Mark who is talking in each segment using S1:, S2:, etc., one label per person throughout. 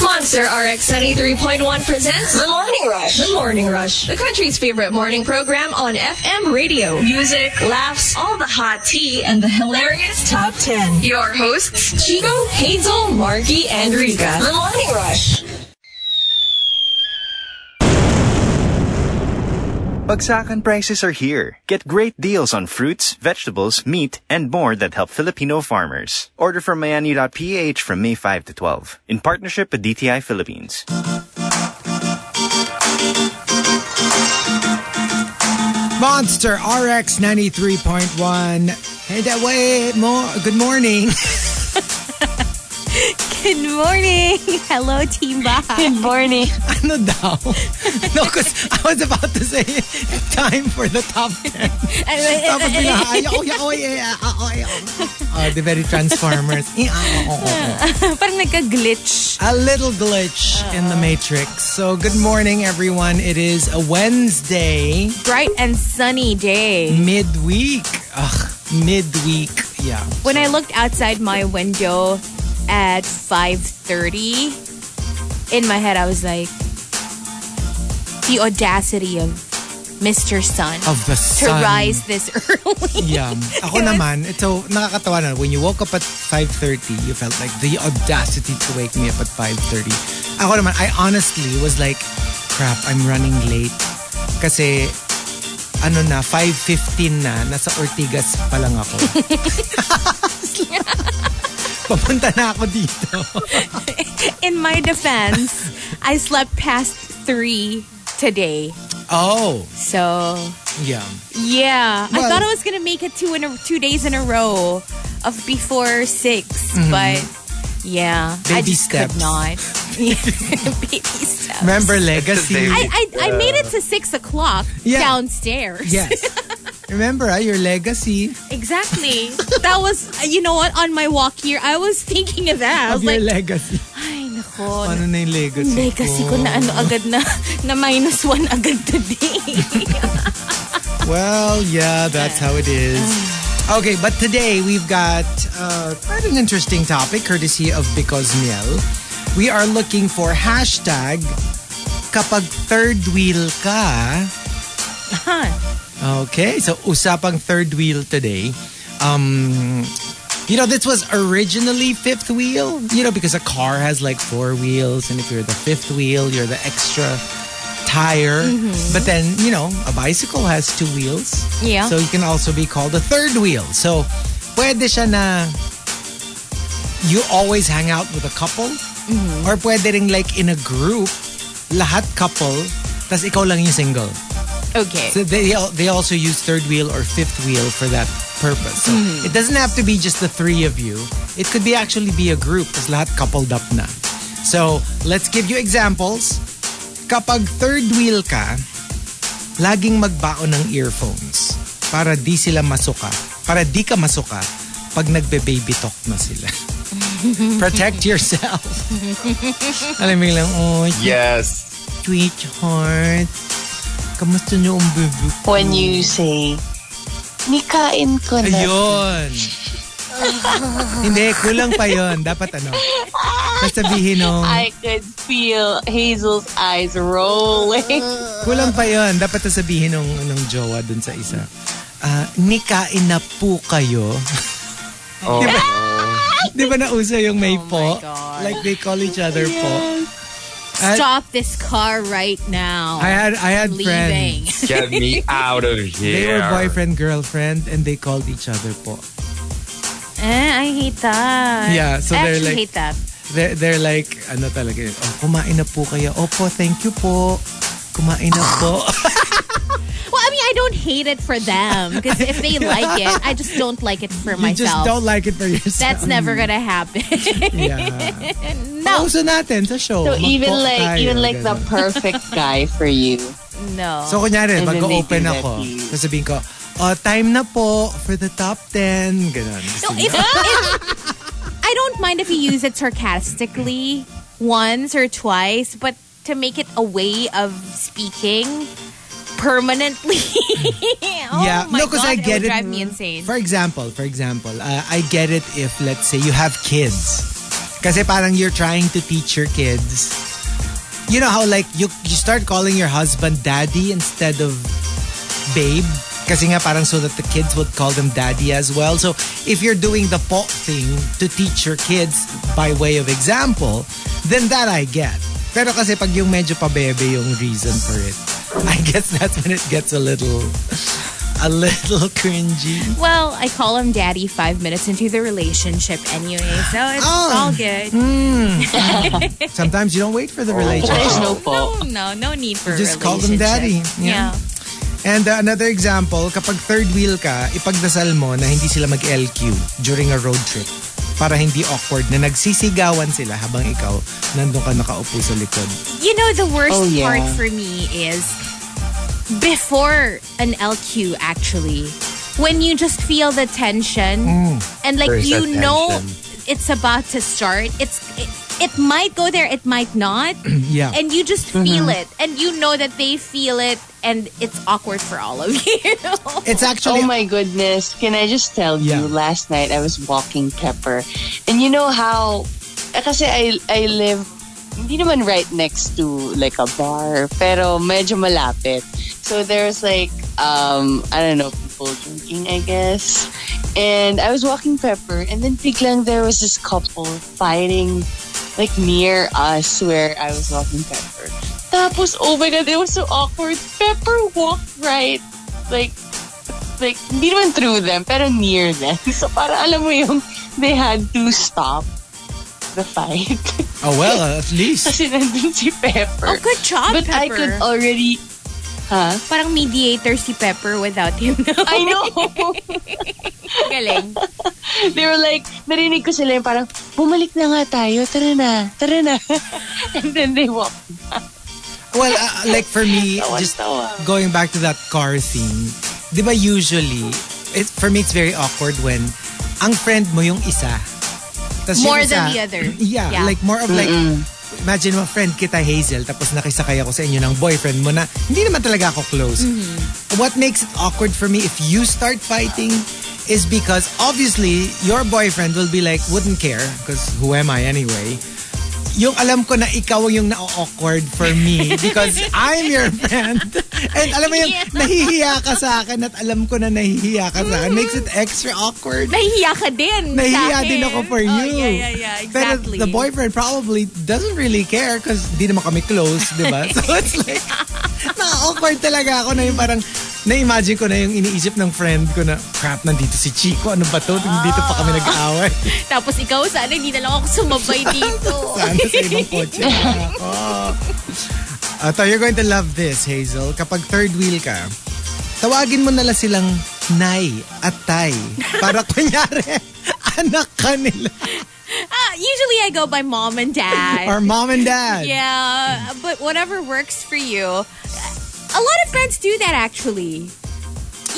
S1: Monster RX 73.1 presents The Morning Rush. The Morning Rush. The country's favorite morning program on FM radio. Music, laughs, all the hot tea, and the hilarious top 10. Your hosts, Chico, Hazel, Margie, and Rika. The Morning Rush.
S2: Bagsakan prices are here. Get great deals on fruits, vegetables, meat, and more that help Filipino farmers. Order from Mayani.ph from May 5 to 12 in partnership with DTI Philippines.
S3: Monster RX 93.1. Hey, that way, mo- good morning.
S4: Good morning. Hello, Team Baha.
S5: Good morning.
S3: ano daw? No, because I was about to say time for the top 10.
S4: uh,
S3: Tapos bigla, ay, oh, yeah, oh, yeah, oh, oh, oh. Oh, the very Transformers. Eh, ah, oh, oh, oh.
S4: Parang nagka-glitch.
S3: A little glitch in the Matrix. So, good morning, everyone. It is a Wednesday,
S4: Bright and sunny day.
S3: midweek. Ugh, midweek. Yeah.
S4: When I looked outside my window at 5.30, in my head I was like, the audacity of Mr. Sun
S3: Of the
S4: to
S3: sun.
S4: rise this early.
S3: Yeah. Ako
S4: It was-
S3: naman, it's so nakakatawa na. When you woke up at 5.30, you felt like the audacity to wake me up at 5.30. Ako naman, I honestly was like, crap, I'm running late. Kasi, ano na, 5.15 na, nasa Ortigas pa lang ako. Papunta na ako dito.
S4: In my defense, I slept past 3 today.
S3: Oh,
S4: So,
S3: yeah.
S4: Yeah, I
S3: Well-
S4: thought I was gonna make it two in a, two days in a row of before 6 but yeah,
S3: Mm-hmm.
S4: I
S3: Baby
S4: just
S3: steps.
S4: could not. Baby steps.
S3: Remember
S2: Very-
S3: legacy?
S4: I, I, I made it to six o'clock
S3: Yeah.
S4: downstairs.
S3: yes. Remember, ah, your legacy.
S4: exactly. that was you know what on my walk here. I was thinking of that. I
S3: Of
S4: was
S3: your
S4: like,
S3: legacy.
S4: ay nako.
S3: Ano na yung legacy
S4: Legacy ko na ano agad na na minus one agad today.
S3: Well, yeah, that's how it is. Okay, but today we've got uh, quite an interesting topic courtesy of Because Miel. We are looking for hashtag kapag third wheel ka.
S4: huh.
S3: Okay, so usapang third wheel today. Um, you know, this was originally fifth wheel, you know, because a car has like four wheels, and if you're the fifth wheel, you're the extra tire. But then, you know, a bicycle has two wheels.
S4: Yeah.
S3: So you can also be called a third wheel. So, pwede siya na you always hang out with a couple, or pwede ring like in a group, lahat couple, tas ikaw lang yung single.
S4: Okay.
S3: So they al- they also use third wheel or fifth wheel for that purpose. So it doesn't have to be just the three of you. It could be actually be a group because lahat coupled up na. So let's give you examples. Kapag third wheel ka, laging magbaon ng earphones para di sila masuka. Para di ka masuka pag nagbe-baby talk na sila. Protect yourself. Alam mo yun lang, oh,
S6: Yes.
S3: sweetheart. Kamusta niyo ang baby ko?"
S5: When you say, nikain ko na.
S3: Ayun. Hindi, kulang pa yon. Dapat ano. Sasabihin nung,
S5: I could feel Hazel's eyes rolling.
S3: kulang pa yon. Dapat sasabihin nung, nung jowa dun sa isa. Ah, nikain na po kayo.
S6: Oh,
S3: Di ba nauso yung may
S5: Oh
S3: po?
S4: my God.
S3: Like they call each other po. I-
S4: Stop this car right now.
S3: I had I had friends.
S4: leaving.
S6: get me out of here.
S3: They were boyfriend girlfriend and they called each other po.
S4: Eh, I hate that.
S3: Yeah, so
S4: I
S3: they're
S4: actually
S3: like-
S4: hate that.
S3: They're, they're like ano talaga yun, oh, kumain na po kayo. Opo, thank you po. Kumain na po.
S4: Well, I mean, I don't hate it for them because if they like it, I just don't like it for
S3: you just
S4: myself.
S3: don't like it for yourself.
S4: That's never gonna happen.
S3: Yeah.
S4: no,
S3: Pauso natin sa show.
S5: So even
S3: Mag-talk
S5: like
S3: tayo,
S5: even like the
S3: ganun.
S5: perfect guy for you.
S4: no.
S3: So kunyari,
S5: And then
S3: mag-open
S5: they do that
S3: ako.
S5: to you.
S3: Sasabihin ko, oh, time na po for the top 10. Ganun.
S4: No, if, if- I don't mind if you use it sarcastically once or twice, but to make it a way of speaking permanently. oh
S3: yeah,
S4: my
S3: no, because
S4: God,
S3: I
S4: it.
S3: get
S4: would
S3: it.
S4: drive me insane.
S3: For example, for example, uh, I get it if let's say you have kids, Kasi parang you're trying to teach your kids. You know how like you you start calling your husband daddy instead of babe? Kasi nga parang so that the kids would call them daddy as well. So if you're doing the po thing to teach your kids by way of example, then that I get. Pero kasi pag yung medyo pabebe yung reason for it, I guess that's when it gets a little, a little cringy.
S4: Well, I call him daddy five minutes into the relationship anyway, so it's
S3: Oh.
S4: all good.
S3: Sometimes you don't wait for the relationship.
S5: There's no fault.
S4: No, no need for a
S3: Just call them daddy.
S4: relationship.
S3: Yeah.
S4: Yeah.
S3: And uh, another example, kapag third wheel ka, ipagdasal mo na hindi sila mag-LQ during a road trip para hindi awkward na nagsisigawan sila habang ikaw nandun ka nakaupo sa likod.
S4: You know, the worst
S5: Oh, yeah.
S4: part for me is before an LQ, actually, when you just feel the tension
S3: Hmm.
S4: and like
S6: There is
S4: you
S6: that
S4: know
S6: tension.
S4: it's about to start, it's. It, it might go there, it might not.
S3: Yeah.
S5: Eh,
S4: And you just
S3: Mm-hmm.
S4: feel it. And you know that they feel it, and it's awkward for all of you.
S3: It's actually
S5: Oh my goodness. Can I just tell
S3: Yeah.
S5: you, last night I was walking Pepper. And you know how, eh, kasi I, I live, hindi naman right next to like a bar, pero medyo malapit. So there's like, um, I don't know, people drinking, I guess. And I was walking Pepper, and then biglang there was this couple fighting like near us where I was walking Pepper. Tapos, oh my god, it was so awkward. Pepper walked right, like, like, hindi naman through them, pero near them. So, para alam mo yung, they had to stop the fight.
S3: Oh well, at least.
S5: Kasi nandun si Pepper.
S4: oh, good job,
S5: But
S4: Pepper.
S5: I could already, huh?
S4: uh, Parang mediator si Pepper without him.
S5: I know!
S4: Galing.
S5: they were like, narinig ko sila yung parang, bumalik na nga tayo, tara na, tara na. And then they walked.
S3: Well, uh, like for me, just
S5: Tawa-tawa.
S3: going back to that car thing, di ba usually, it, for me it's very awkward when ang friend mo yung isa. Tas yung
S4: More
S3: isa-
S4: than the other.
S3: Yeah,
S4: Yeah.
S3: like more of like, imagine mo friend kita Hazel, tapos nakisakay ako sa inyo ng boyfriend mo na hindi naman talaga ako close.
S4: Mm-hmm.
S3: What makes it awkward for me if you start fighting is because obviously your boyfriend will be like, wouldn't care, because who am I anyway? yung alam ko na ikaw yung na-awkward for me because I'm your friend. And alam mo yung
S4: Yeah.
S3: nahihiya ka sa akin at alam ko na nahihiya ka sa akin. Makes it extra awkward.
S4: Nahiya ka din. sa
S3: Nahihiya
S4: akin.
S3: din ako for
S4: Oh,
S3: you.
S4: Yeah, yeah, yeah.
S3: Pero
S4: Exactly.
S3: the boyfriend probably doesn't really care because di naman kami close, di ba? So it's like, na-awkward talaga ako na yung parang, na-imagine ko na yung iniisip ng friend ko na, crap, nandito si Chico, ano ba to? Dito pa
S4: Ah.
S3: kami nag-aaway.
S4: Tapos ikaw, sana hindi na lang ako sumabay dito.
S3: Sana sa ibang kotse na ako. Ato, you're going to love this, Hazel. Kapag third wheel ka, tawagin mo nala silang nay at tay. Para kunyari, anak ka nila.
S4: Ah, usually I go by mom and dad.
S3: Or mom and dad.
S4: yeah, but whatever works for you. A lot of friends do that actually.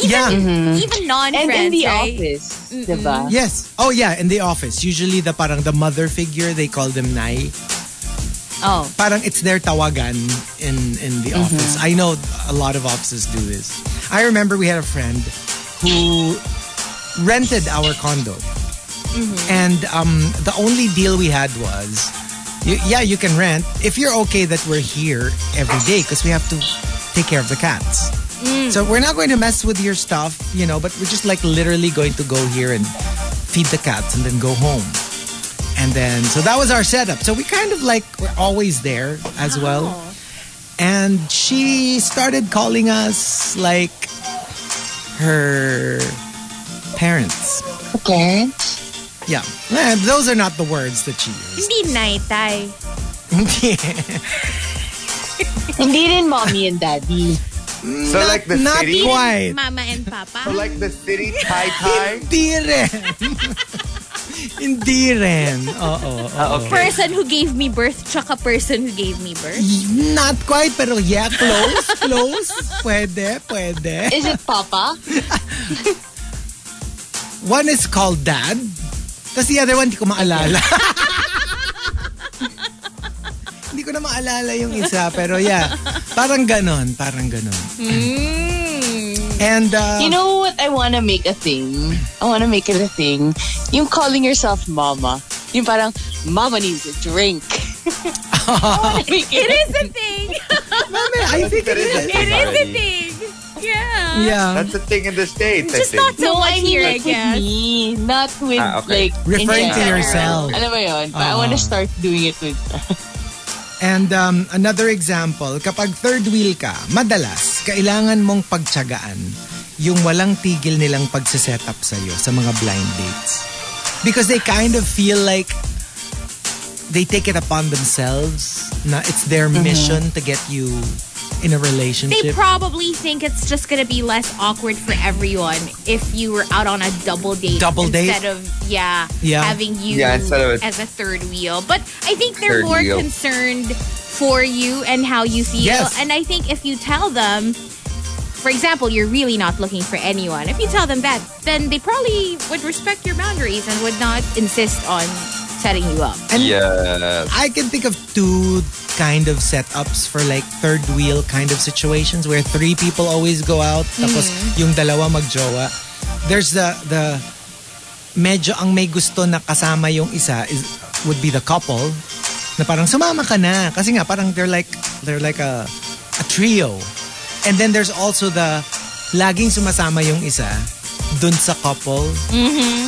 S3: Yeah.
S4: Even non-friends,
S5: And in the
S4: right?
S5: office, diba?
S3: Yes. Oh, yeah, in the office. Usually, the parang the mother figure, they call them nay.
S4: Oh.
S3: Parang it's their tawagan in, in the office. I know a lot of offices do this. I remember we had a friend who rented our condo. And um, the only deal we had was, y- yeah, you can rent if you're okay that we're here every day because we have to take care of the cats. So we're not going to mess with your stuff, you know, but we're just like literally going to go here and feed the cats and then go home. And then, so that was our setup. So we kind of like, we're always there as well. And she started calling us like her parents.
S5: Parents?
S3: Yeah. Eh, those are not the words that she used.
S4: Hindi naitay.
S5: Hindi rin mommy and daddy.
S6: So like the
S3: not
S6: city?
S3: quite.
S4: Mama and papa.
S6: So like the city tie tie?
S3: Hindi rin. Hindi rin. Oo. oo.
S4: person who gave me birth tsaka person who gave me birth.
S3: Not quite, pero yeah, close, close. Pwede, pwede.
S5: Is it papa?
S3: One is called dad. Tapos the other one, hindi ko maalala. hindi ko na maalala yung isa, pero yeah. Parang ganon, parang ganon. And, uh,
S5: You know what I want to make a thing? I want to make it a thing. Yung calling yourself mama. Yung parang, Mama needs a drink.
S4: It is a thing.
S3: I think it is.
S4: It is a thing. Yeah.
S3: Yeah.
S6: That's a thing in the States, I
S4: Just
S6: think.
S4: not so much here, I
S5: like with
S4: guess.
S5: me, not with
S6: Ah, okay.
S5: like in
S3: Referring to
S5: general.
S3: yourself.
S5: Alam mo yun? But I want to start doing it with
S3: And um, another example, kapag third wheel ka, madalas, kailangan mong pagtsagaan yung walang tigil nilang pagsiset up sa'yo sa mga blind dates. Because they kind of feel like they take it upon themselves na it's their mission to get you in a
S4: They
S3: relationship.
S4: probably think it's just gonna be less awkward for everyone if you were out on a double date
S3: Double date?
S4: instead of yeah,
S3: Yeah.
S4: having you
S6: Yeah, instead of a-
S4: as a third wheel. But I think they're
S6: Third
S4: more
S6: wheel.
S4: concerned for you and how you feel.
S3: Yes.
S4: And I think if you tell them, for example, you're really not looking for anyone. If you tell them that, then they probably would respect your boundaries and would not insist on setting you up.
S3: And
S6: Yeah.
S3: I can think of two kind of setups for like third wheel kind of situations where three people always go out tapos yung dalawa magjowa. There's the the medyo ang may gusto na kasama yung isa is would be the couple na parang sumama ka na kasi nga parang they're like they're like a a trio. And then there's also the laging sumasama yung isa dun sa couple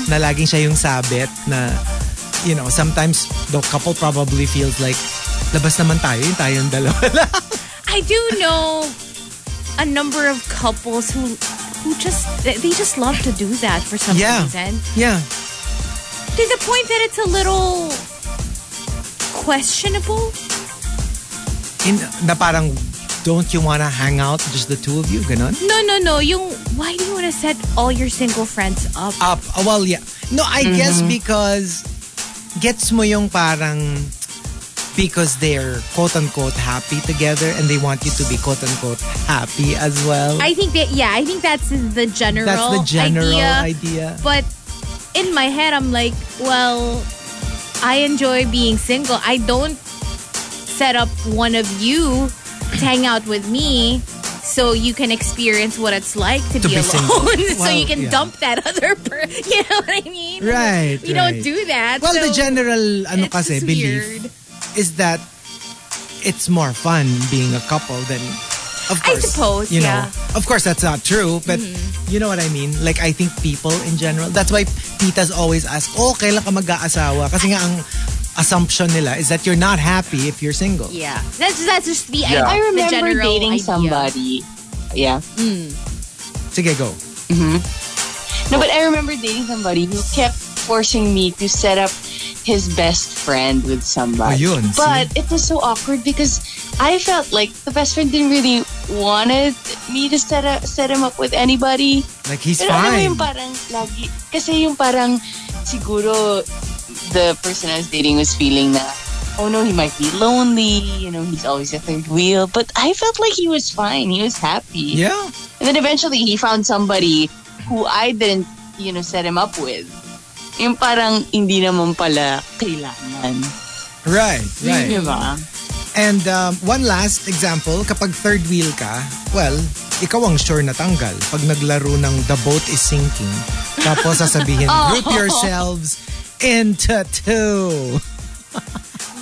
S3: na laging siya yung sabit na you know, sometimes the couple probably feels like, labas naman tayo, yung tayong dalawa lang.
S4: I do know a number of couples who who just they they just love to do that for some
S3: Yeah.
S4: reason.
S3: yeah.
S4: To the point that it's a little questionable.
S3: In, na parang, don't you wanna hang out, just the two of you, ganon?
S4: No, no, no. Yung why do you want to set all your single friends up?
S3: Up. Oh, well, yeah. No, I guess because, gets mo yung parang, because they're quote-unquote happy together and they want you to be quote-unquote happy as well.
S4: I think that yeah, I think that's the general
S3: That's the general
S4: idea.
S3: idea.
S4: But in my head, I'm like, well, I enjoy being single. I don't set up one of you to hang out with me so you can experience what it's like to,
S3: To
S4: be,
S3: be single.
S4: alone. so
S3: Well,
S4: you can
S3: yeah.
S4: dump that other person. You know what I mean?
S3: Right,
S4: You
S3: right.
S4: don't do that.
S3: Well, the
S4: so
S3: general ano
S4: it's
S3: kasi
S4: just
S3: belief
S4: weird.
S3: is that it's more fun being a couple than of
S4: I
S3: course,
S4: suppose,
S3: you
S4: yeah.
S3: know. Of course that's not true, but
S5: Mm-hmm.
S3: you know what I mean? Like I think people in general, that's why titas always ask, "Oh, kailan ka mag-aasawa?" Kasi nga ang assumption nila is that you're not happy if you're single.
S4: Yeah, that's that's just the
S6: Yeah.
S5: I
S4: the
S5: remember
S4: general
S5: dating
S4: idea.
S5: somebody. Yeah.
S3: Sige, go.
S5: No, but I remember dating somebody who kept forcing me to set up his best friend with somebody.
S3: Ayun, see?
S5: but it was so awkward because I felt like the best friend didn't really wanted me to set up, set him up with anybody.
S3: Like he's
S5: Pero alam mo
S3: fine.
S5: yung parang lagi, kasi yung parang siguro the person I was dating was feeling na, oh no, he might be lonely, you know, he's always a third wheel. But I felt like he was fine. He was happy.
S3: Yeah.
S5: And then eventually he found somebody who I didn't, you know, set him up with. Yung parang hindi naman pala kailangan.
S3: Right, right.
S5: Di ba?
S3: And um, one last example, kapag third wheel ka, well, ikaw ang sure natanggal pag naglaro ng The Boat is Sinking. Tapos sasabihin, group yourselves into two.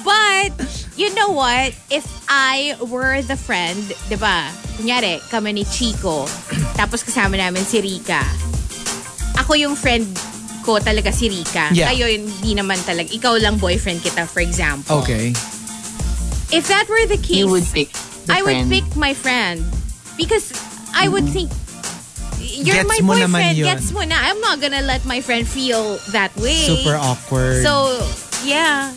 S4: But you know what? If I were the friend, 'di ba? Kunyari, kami ni Chico, tapos kasama namin si Rika. Ako yung friend ko talaga si Rika.
S3: Yeah.
S4: Kayo hindi naman talaga. Ikaw lang boyfriend kita, for example.
S3: Okay.
S4: If that were the case,
S5: You would pick the
S4: I would
S5: friend.
S4: pick my friend because I would think you're
S3: Mm-hmm. Gets
S4: my
S3: mo
S4: boyfriend.
S3: naman yun.
S4: Gets mo na. I'm not gonna let my friend feel that way.
S3: Super awkward.
S4: So, yeah.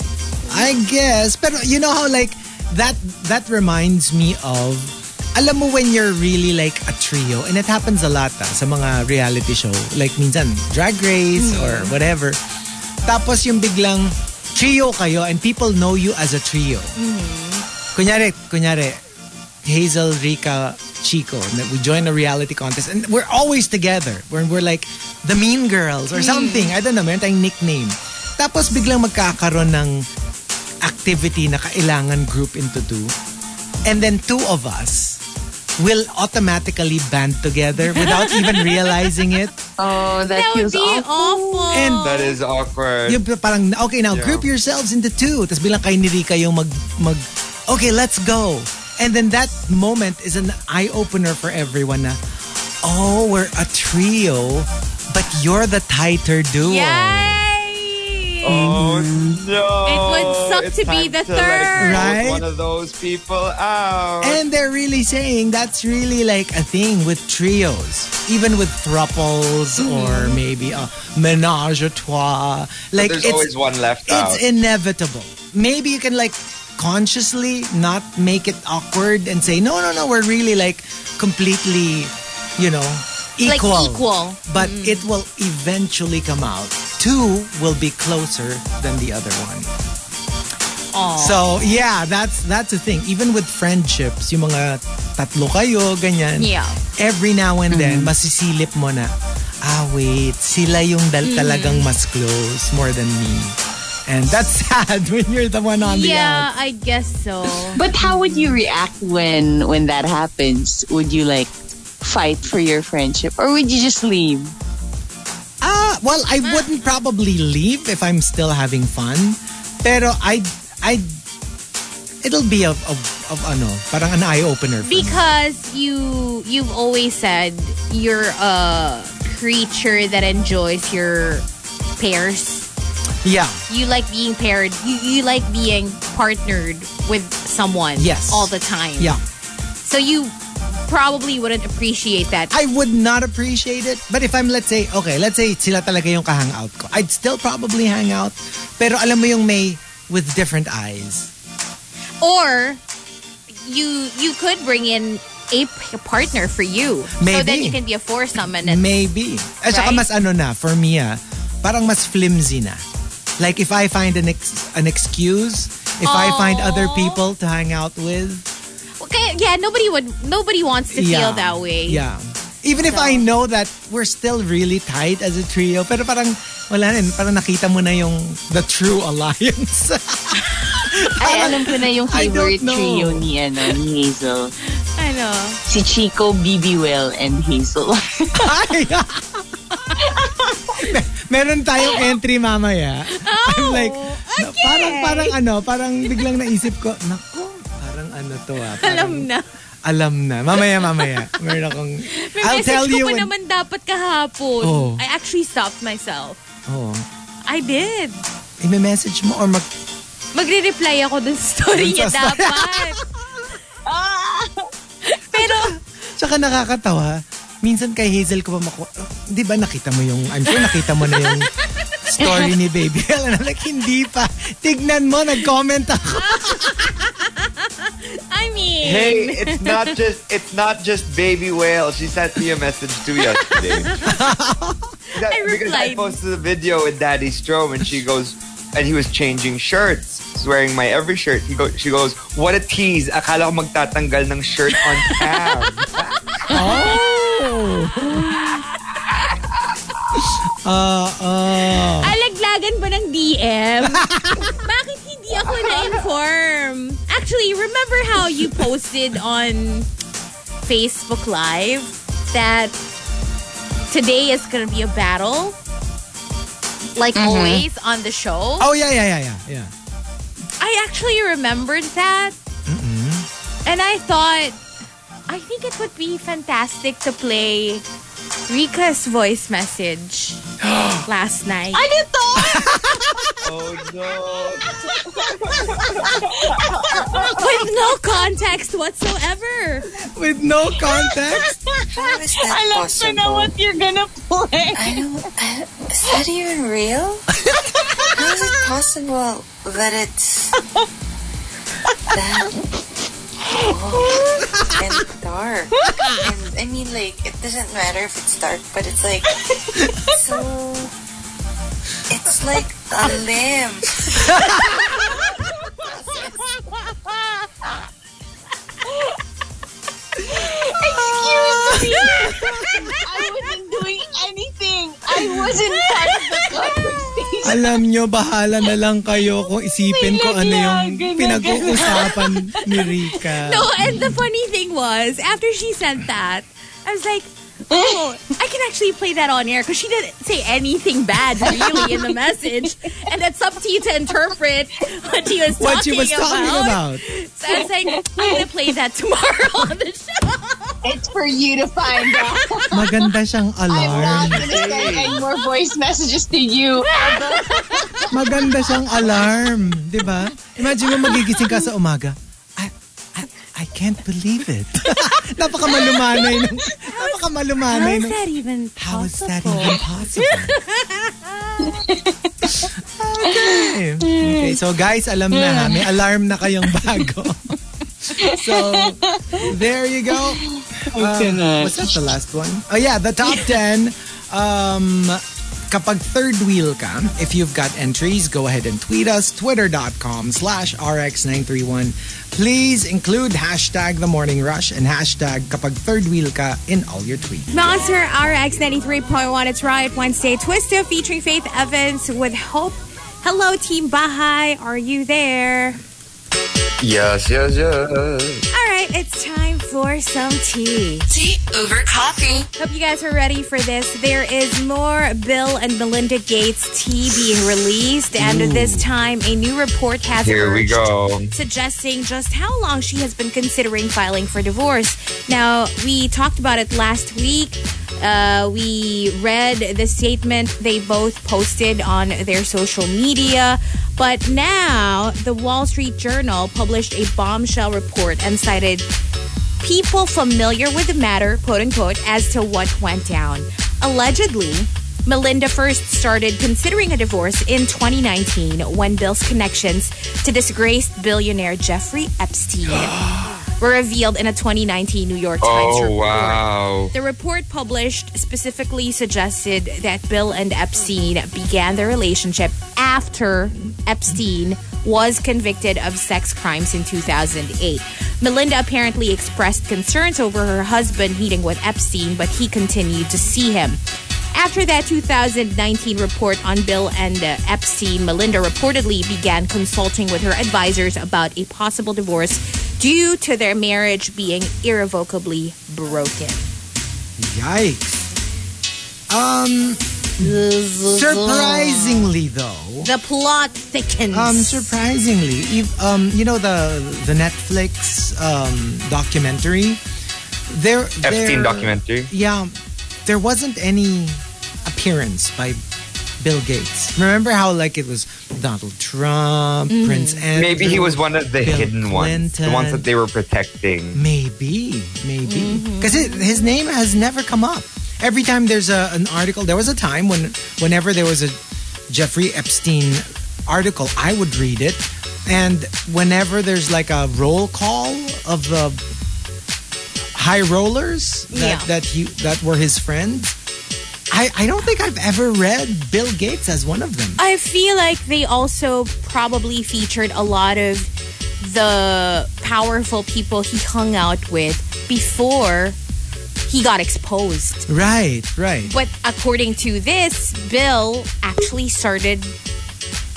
S3: I guess. Pero you know how like that that reminds me of alam mo when you're really like a trio and it happens a lot ah, sa mga reality show like minsan drag race or whatever tapos yung biglang trio kayo and people know you as a trio kunyari kunyari Hazel, Rika, Chico, and that we join a reality contest and we're always together. We're, we're like the mean girls or something. I don't know, meron tayong nickname. Tapos biglang magkakaroon ng activity na kailangan group into two. And then two of us will automatically band together without even realizing it.
S5: Oh, that,
S4: That would
S5: feels
S4: be
S5: awful.
S4: awful.
S3: And
S6: That is awkward.
S3: Yung parang, okay, now
S6: Yeah.
S3: group yourselves into two. Tapos bilang kay ni Rika yung mag, mag, okay, let's go. And then that moment is an eye-opener for everyone na, oh, we're a trio, but you're the tighter duo.
S4: Yay!
S6: Oh no!
S4: It would suck
S6: It's
S4: to be
S6: time
S4: the
S6: like,
S4: third.
S6: vote
S3: Right?
S6: One of those people out.
S3: And they're really saying that's really like a thing with trios, even with thruples
S6: Hmm.
S3: or maybe a menage a trois. Like
S6: There's
S3: it's
S6: always one left
S3: it's
S6: out.
S3: inevitable. Maybe you can like consciously not make it awkward and say no, no, no. We're really like completely, you know,
S4: Like
S3: equal.
S4: equal. Hmm.
S3: But it will eventually come out. Two will be closer than the other one. So, yeah, that's that's the thing. Even with friendships, yung mga tatlo kayo, ganyan.
S4: Yeah.
S3: Every now and then, masisilip mo na, ah, wait, sila yung dal
S4: Mm.
S3: talagang mas close more than me. And that's sad when you're the one on
S4: Yeah, I guess so.
S5: But how would you react when when that happens? Would you like fight for your friendship or would you just leave?
S3: the out. Ah, well, I wouldn't probably leave if I'm still having fun. Pero I, I, it'll be of, of, of ano, parang an eye-opener for me.
S4: Because you you've always said you're a creature that enjoys your pairs.
S3: Yeah.
S4: You like being paired. You you like being partnered with someone
S3: Yes.
S4: all the time.
S3: Yeah.
S4: So you probably wouldn't appreciate that.
S3: I would not appreciate it. But if I'm, let's say, okay, let's say sila talaga yung kahangout ko, I'd still probably hang out. Pero alam mo yung may, with different eyes.
S4: or you you could bring in a p- partner for you. So then
S3: Maybe.
S4: you can be a foursome and then
S3: Maybe. At saka
S4: Right?
S3: mas ano na, for me ah, parang mas flimsy na. Like if I find an, ex- an excuse, if I find other
S4: Aw.
S3: people to hang out with,
S4: okay, yeah, nobody would nobody wants to
S3: yeah,
S4: feel that way.
S3: Yeah. Even if
S4: So-
S3: I know that we're still really tight as a trio, pero parang wala na, parang nakita mo na yung the true alliance.
S5: Ay, alam ko na yung
S3: I don't
S5: favorite
S3: know.
S5: trio ni, ano, ni Hazel.
S4: I know.
S5: Si Chico, Bibi Will, and Hazel.
S3: Ay! Mer- Meron tayong entry mamaya.
S4: Oh,
S3: I'm like, na- parang, parang ano, parang biglang naisip ko, naku, parang ano to ah. Parang,
S4: Alam na.
S3: Alam na. Mamaya, mamaya. Meron akong,
S4: May
S3: I'll
S4: message
S3: tell
S4: ko
S3: you.
S4: pa
S3: when-
S4: naman dapat kahapon.
S3: Oh.
S4: I actually stopped myself.
S3: Oo.
S4: I did.
S3: I-message mo or mag,
S4: Magre-reply ako dun sa story
S3: Dun
S4: niya
S3: sa story.
S4: dapat. Ah! Pero,
S3: tsaka nakakatawa, minsan kay Hazel ko pa maku... Oh, di ba nakita mo yung, I'm sure nakita mo na yung story ni Baby L. And I'm like, hindi pa. Tignan mo, nag-comment ako.
S4: I mean,
S6: Hey, it's not just it's not just baby whale. She sent me a message too yesterday. That- because I
S4: replied.
S6: posted a video with Daddy Strom and she goes and he was changing shirts. He's wearing my every shirt. He go, she goes, "What a tease. Akala ko magtatanggal ng shirt on cam."
S3: Ah, ah.
S4: alaglagan ba ng DM? Bakit hindi ako na-inform? Actually, remember how you posted on Facebook Live that today is gonna be a battle? Like always on the show?
S3: Oh, yeah, yeah, yeah, yeah. yeah.
S4: I actually remembered that. And I thought, I think it would be fantastic to play Rika's voice message last night.
S5: ano to?
S6: oh no.
S4: With no context whatsoever.
S3: With no context?
S7: How is that
S5: Alam ko
S7: possible?
S5: na what you're gonna play.
S7: I don't. I, is that even real? How is it possible that it's that old and dark? And I mean, like, it doesn't matter if it's dark, but it's like so. It's like a limb.
S5: Excuse me. I wasn't doing anything. I wasn't part of the conversation.
S3: Alam nyo, bahala na lang kayo kung isipin ko ano yung
S5: Nilaglagan na
S3: pinag-uusapan ni Rika.
S4: No, and the funny thing was, after she sent that, I was like, Oh, I can actually play that on air because she didn't say anything bad really in the message, and that's up to you to interpret what she was
S3: What
S4: talking
S3: she was talking about.
S4: So I was like, I'm gonna play that tomorrow on the show.
S5: It's for you to find out.
S3: Maganda siyang
S5: I'm not
S3: alarm.
S5: going to send any more voice messages to you.
S3: Maganda siyang alarm. Di ba? Imagine mo magigising ka sa umaga. I, I, I can't believe it. Napakamalumanay. ng- Napakamalumanay. ng-
S4: even
S3: How is that even possible? okay. okay. So guys, alam na ha. May alarm na kayong bago. so, there you go. Um, was that the last one? Oh yeah, the top 10. Um, kapag third wheel ka, if you've got entries, go ahead and tweet us, twitter.com slash rx931. Please include hashtag the morning rush and hashtag kapag third wheel ka in all your tweets.
S4: Monster RX 93.1. It's Riot Wednesday. Twisto featuring Faith Evans with Hope. Hello, Team Baha'i. Are you there?
S6: Yes, yes, yes.
S4: All right, it's time for some tea.
S1: Tea over coffee.
S4: Hope you guys are ready for this. There is more Bill and Melinda Gates tea being released, and this time a new report has
S6: Here we
S4: urged
S6: go.
S4: suggesting just how long she has been considering filing for divorce. Now, we talked about it last week. Uh, we read the statement they both posted on their social media. But now, the Wall Street Journal published a bombshell report and cited people familiar with the matter, quote unquote, as to what went down. Allegedly, Melinda first started considering a divorce in 2019 when Bill's connections to disgraced billionaire Jeffrey Epstein were revealed in a 2019 New York Times
S6: Oh,
S4: report.
S6: wow.
S4: The report published specifically suggested that Bill and Epstein began their relationship after Epstein was convicted of sex crimes in 2008. Melinda apparently expressed concerns over her husband meeting with Epstein, but he continued to see him. After that 2019 report on Bill and uh, Epstein, Melinda reportedly began consulting with her advisors about a possible divorce due to their marriage being irrevocably broken.
S3: Yikes. Um, surprisingly though,
S4: The plot thickens.
S3: um, surprisingly, if, um, you know the the Netflix um documentary, there
S6: Epstein
S3: there-
S6: documentary.
S3: Yeah, there wasn't any appearance by Bill Gates. Remember how like it was Donald Trump, Prince Andrew.
S6: Maybe he was one of the
S3: Bill
S6: hidden ones, the
S3: Clinton.
S6: ones that they were protecting.
S3: Maybe, maybe.
S4: Mm-hmm.
S3: Because his name has never come up. Every time there's a, an article, there was a time when, whenever there was a Jeffrey Epstein article, I would read it. And whenever there's like a roll call of the high rollers that
S4: Yeah.
S3: that, he, that were his friends, I, I don't think I've ever read Bill Gates as one of them.
S4: I feel like they also probably featured a lot of the powerful people he hung out with before he got exposed.
S3: Right, right.
S4: But according to this, Bill actually started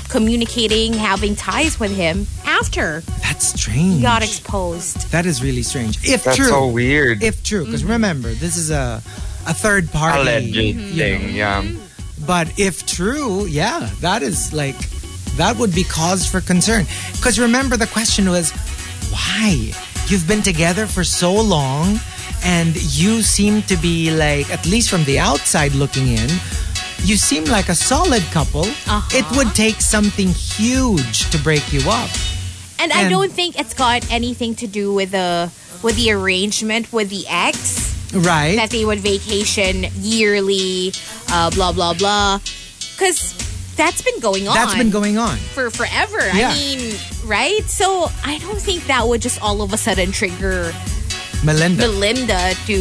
S4: communicating, having ties with him after
S3: That's strange.
S4: he got exposed.
S3: that is really strange. If
S6: That's
S3: true.
S6: so weird.
S3: if true because
S4: Mm-hmm.
S3: remember this is a a third party
S6: Alleged
S3: you know.
S6: thing, yeah.
S3: but if true yeah that is like that would be cause for concern because remember the question was why you've been together for so long and you seem to be like at least from the outside looking in you seem like a solid couple
S4: Uh-huh.
S3: it would take something huge to break you up
S4: And I
S3: And-
S4: don't think it's got anything to do with the with the arrangement with the ex.
S3: right
S4: that they would vacation yearly, uh, blah blah blah. Because that's been going on.
S3: that's been going on
S4: for forever.
S3: Yeah.
S4: I mean, right? So I don't think that would just all of a sudden trigger
S3: melinda
S4: Belinda to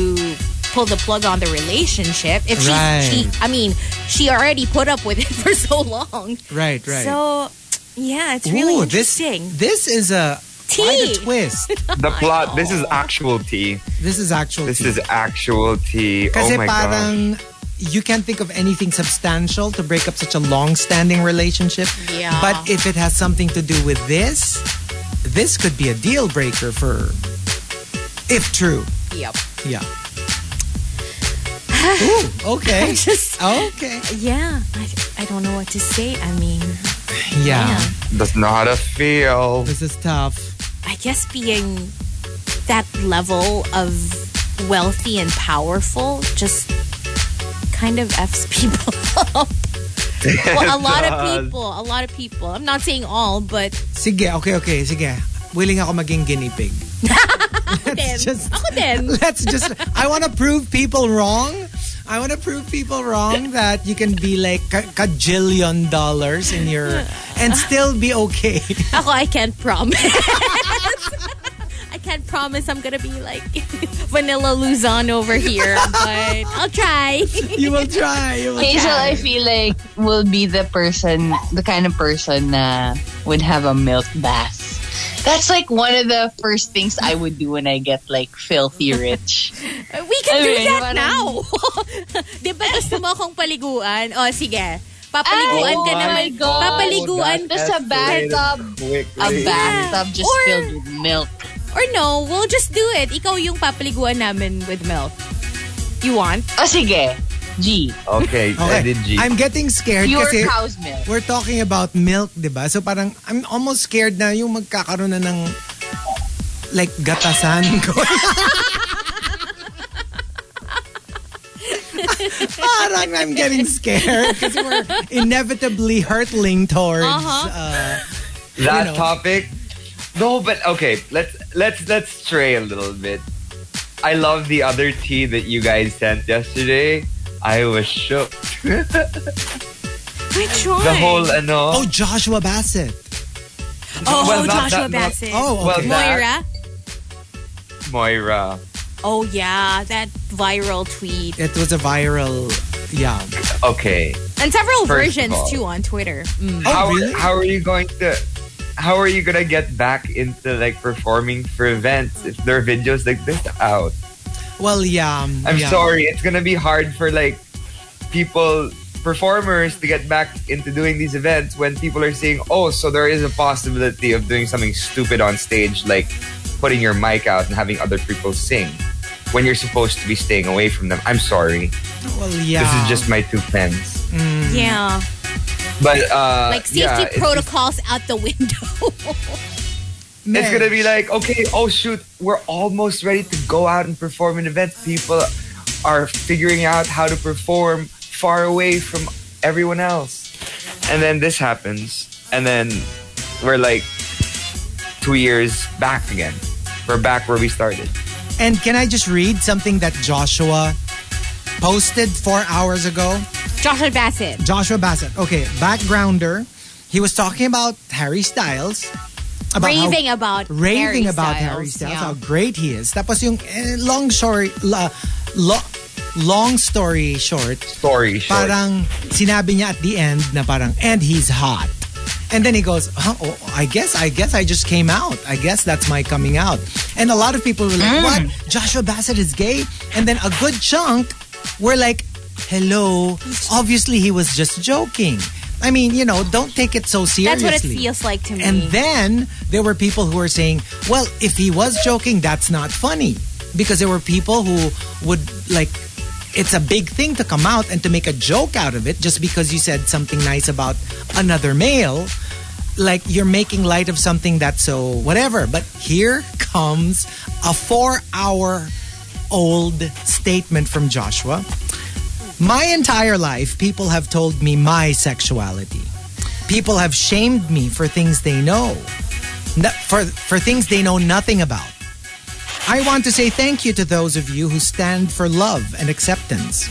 S4: pull the plug on the relationship. If she,
S3: Right.
S4: she, I mean, she already put up with it for so long.
S3: right right
S4: So yeah, it's really
S3: Ooh, this
S4: interesting.
S3: this is a quite
S4: Tea.
S3: a twist.
S6: The plot, this is actual tea.
S3: This is actual.
S6: This
S3: tea.
S6: is actual tea.
S3: Kasi
S6: oh my god.
S3: parang you can't think of anything substantial to break up such a long-standing relationship.
S4: Yeah.
S3: But if it has something to do with this, this could be a deal breaker for if true.
S4: yep.
S3: Yeah. Okay.
S4: Just
S3: Okay.
S4: yeah. I, I don't know what to say. I mean,
S3: Yeah.
S6: Does know how to feel.
S3: This is tough.
S4: I guess being that level of wealthy and powerful just kind of f's people up. well, a lot
S6: does.
S4: of people, a lot of people. I'm not saying all, but
S3: Sige, okay, okay, sige. Willing ako maging guinea pig.
S4: then,
S3: just-
S4: ako din.
S3: Let's just, I want to prove people wrong. I want to prove people wrong that you can be like ka- kajillion dollars in your, and still be okay.
S4: Ako, Oh, I can't promise. I can't promise I'm gonna be like Vanilla Luzon over here, but I'll try.
S3: you will try. You will
S5: Hazel, I feel like will be the person, the kind of person na would have a milk bath. That's like one of the first things I would do when I get like filthy rich.
S4: We can do
S5: Ayun,
S4: that
S5: parang-
S4: now. Di ba gusto mo akong paliguan? O, sige. Papaliguan ka
S5: Ay, oh
S4: Ah, naman.
S5: my God.
S4: Papaliguan.
S5: Just a bathtub. A bathtub just
S4: Or-
S5: filled with milk.
S4: Or no, we'll just do it. Ikaw yung papaliguan namin with milk. You want?
S5: Oh, sige. G.
S6: Okay,
S3: Okay.
S6: Eddie G.
S3: I'm getting scared
S5: Pure
S3: kasi
S5: cow's milk.
S3: we're talking about milk, 'di ba? So parang I'm almost scared na yung magkakaroon na ng like gatasan ko. parang I'm getting scared kasi we're inevitably hurtling towards uh,
S6: that
S3: you know.
S6: topic. No, but okay, let's let's let's stray a little bit. I love the other tea that you guys sent yesterday. I was shook.
S4: Which one?
S6: The whole uh, ano.
S3: oh Joshua Bassett.
S4: Oh,
S6: Well, not
S4: Joshua
S6: that- not-
S4: Bassett.
S3: Oh,
S6: Well,
S3: okay.
S6: that-
S4: Moira?
S6: Moira.
S4: Oh, yeah. That viral tweet.
S3: it was a viral yeah.
S6: Okay.
S4: And several
S6: First of
S4: versions,
S6: all-
S4: too, on Twitter. Mm.
S3: Oh,
S6: Hmm. how
S3: really?
S6: how are you going to how are you gonna get back into like performing for events if there are videos like this out?
S3: Well, yeah. um,
S6: I'm
S3: yeah.
S6: sorry, it's gonna be hard for like people performers to get back into doing these events when people are saying, Oh, so there is a possibility of doing something stupid on stage like putting your mic out and having other people sing when you're supposed to be staying away from them. I'm sorry.
S3: Well, yeah.
S6: This is just my two pens.
S4: Yeah.
S6: But Hmm. uh
S4: Like safety
S6: yeah, it's-
S4: protocols out the window.
S6: It's gonna be like, okay, oh shoot, we're almost ready to go out and perform an event. People are figuring out how to perform far away from everyone else. And then this happens. And then we're like two years back again. We're back where we started.
S3: And can I just read something that Joshua posted four hours ago?
S4: Joshua Bassett.
S3: Joshua Bassett. Okay, backgrounder. He was talking about Harry Styles. About how-
S4: raving about
S3: raving
S4: Harry
S3: about
S4: Styles.
S3: Harry Styles,
S4: Yeah.
S3: how great he is. Tapos yung eh, long story, la, lo, long story short,
S6: Story short.
S3: parang sinabi niya at the end na parang, and he's hot. And then he goes, huh, oh, I guess, I guess I just came out. I guess that's my coming out. And a lot of people were
S4: Hmm.
S3: like, what? Joshua Bassett is gay? And then a good chunk were like, hello, obviously he was just joking. I mean, you know, don't take it so
S4: That's
S3: seriously.
S4: what it feels like to me.
S3: And then there were people who were saying, well, if he was joking, that's not funny. Because there were people who would like, it's a big thing to come out and to make a joke out of it just because you said something nice about another male. Like you're making light of something that's so whatever. But here comes a four hour old statement from Joshua. My entire life, people have told me my sexuality. People have shamed me for things they know, no- for, for things they know nothing about. I want to say thank you to those of you who stand for love and acceptance.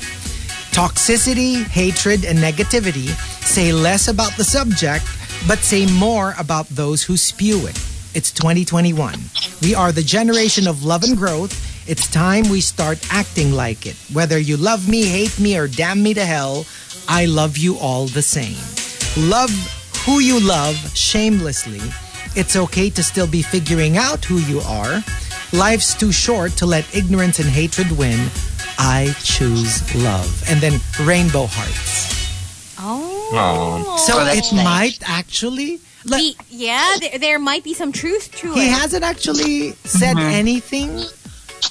S3: Toxicity, hatred, and negativity say less about the subject, but say more about those who spew it. It's 2021. We are the generation of love and growth. It's time we start acting like it. Whether you love me, hate me, or damn me to hell, I love you all the same. Love who you love shamelessly. It's okay to still be figuring out who you are. Life's too short to let ignorance and hatred win. I choose love. And then rainbow hearts.
S4: oh.
S3: So
S5: Oh,
S3: it
S5: that's nice.
S3: might actually. Like,
S4: He- yeah, there, there might be some truth to
S3: he
S4: it.
S3: hasn't
S5: Mm-hmm.
S3: actually said anything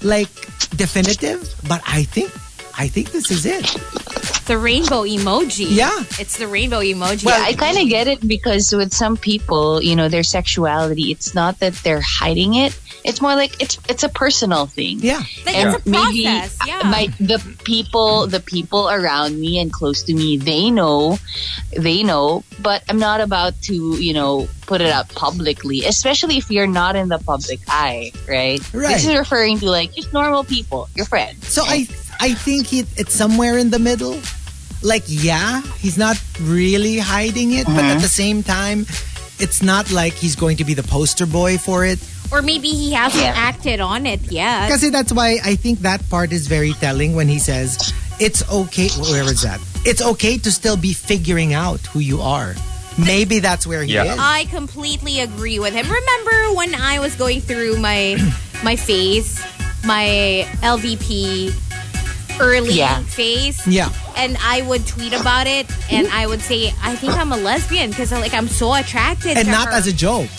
S3: like definitive, but I think I think this is it.
S4: The rainbow emoji.
S3: Yeah.
S4: It's the rainbow emoji.
S5: Well, I kind of get it because with some people, you know, their sexuality, it's not that they're hiding it. It's more like it's it's a personal thing.
S3: Yeah.
S4: Like,
S5: And
S4: it's a process.
S5: Maybe
S4: yeah.
S5: my the people the people around me and close to me they know they know but I'm not about to you know put it out publicly especially if you're not in the public eye right,
S3: Right.
S5: this is referring to like just normal people your friends
S3: So I I think it, it's somewhere in the middle. Like yeah, he's not really hiding it, but at the same time, it's not like he's going to be the poster boy for it.
S4: or maybe he hasn't
S5: Yeah.
S4: acted on it yet.
S3: Kasi that's why I think that part is very telling when he says, "It's okay." Where is that? It's okay to still be figuring out who you are. Maybe that's where he
S6: Yeah.
S3: is.
S4: I completely agree with him. Remember when I was going through my my phase, my LVP early
S5: Yeah.
S4: phase,
S3: Yeah.
S4: and I would tweet about it, and I would say, I think I'm a lesbian because like I'm so attracted,
S3: And
S4: to
S3: not
S4: her.
S3: as a joke.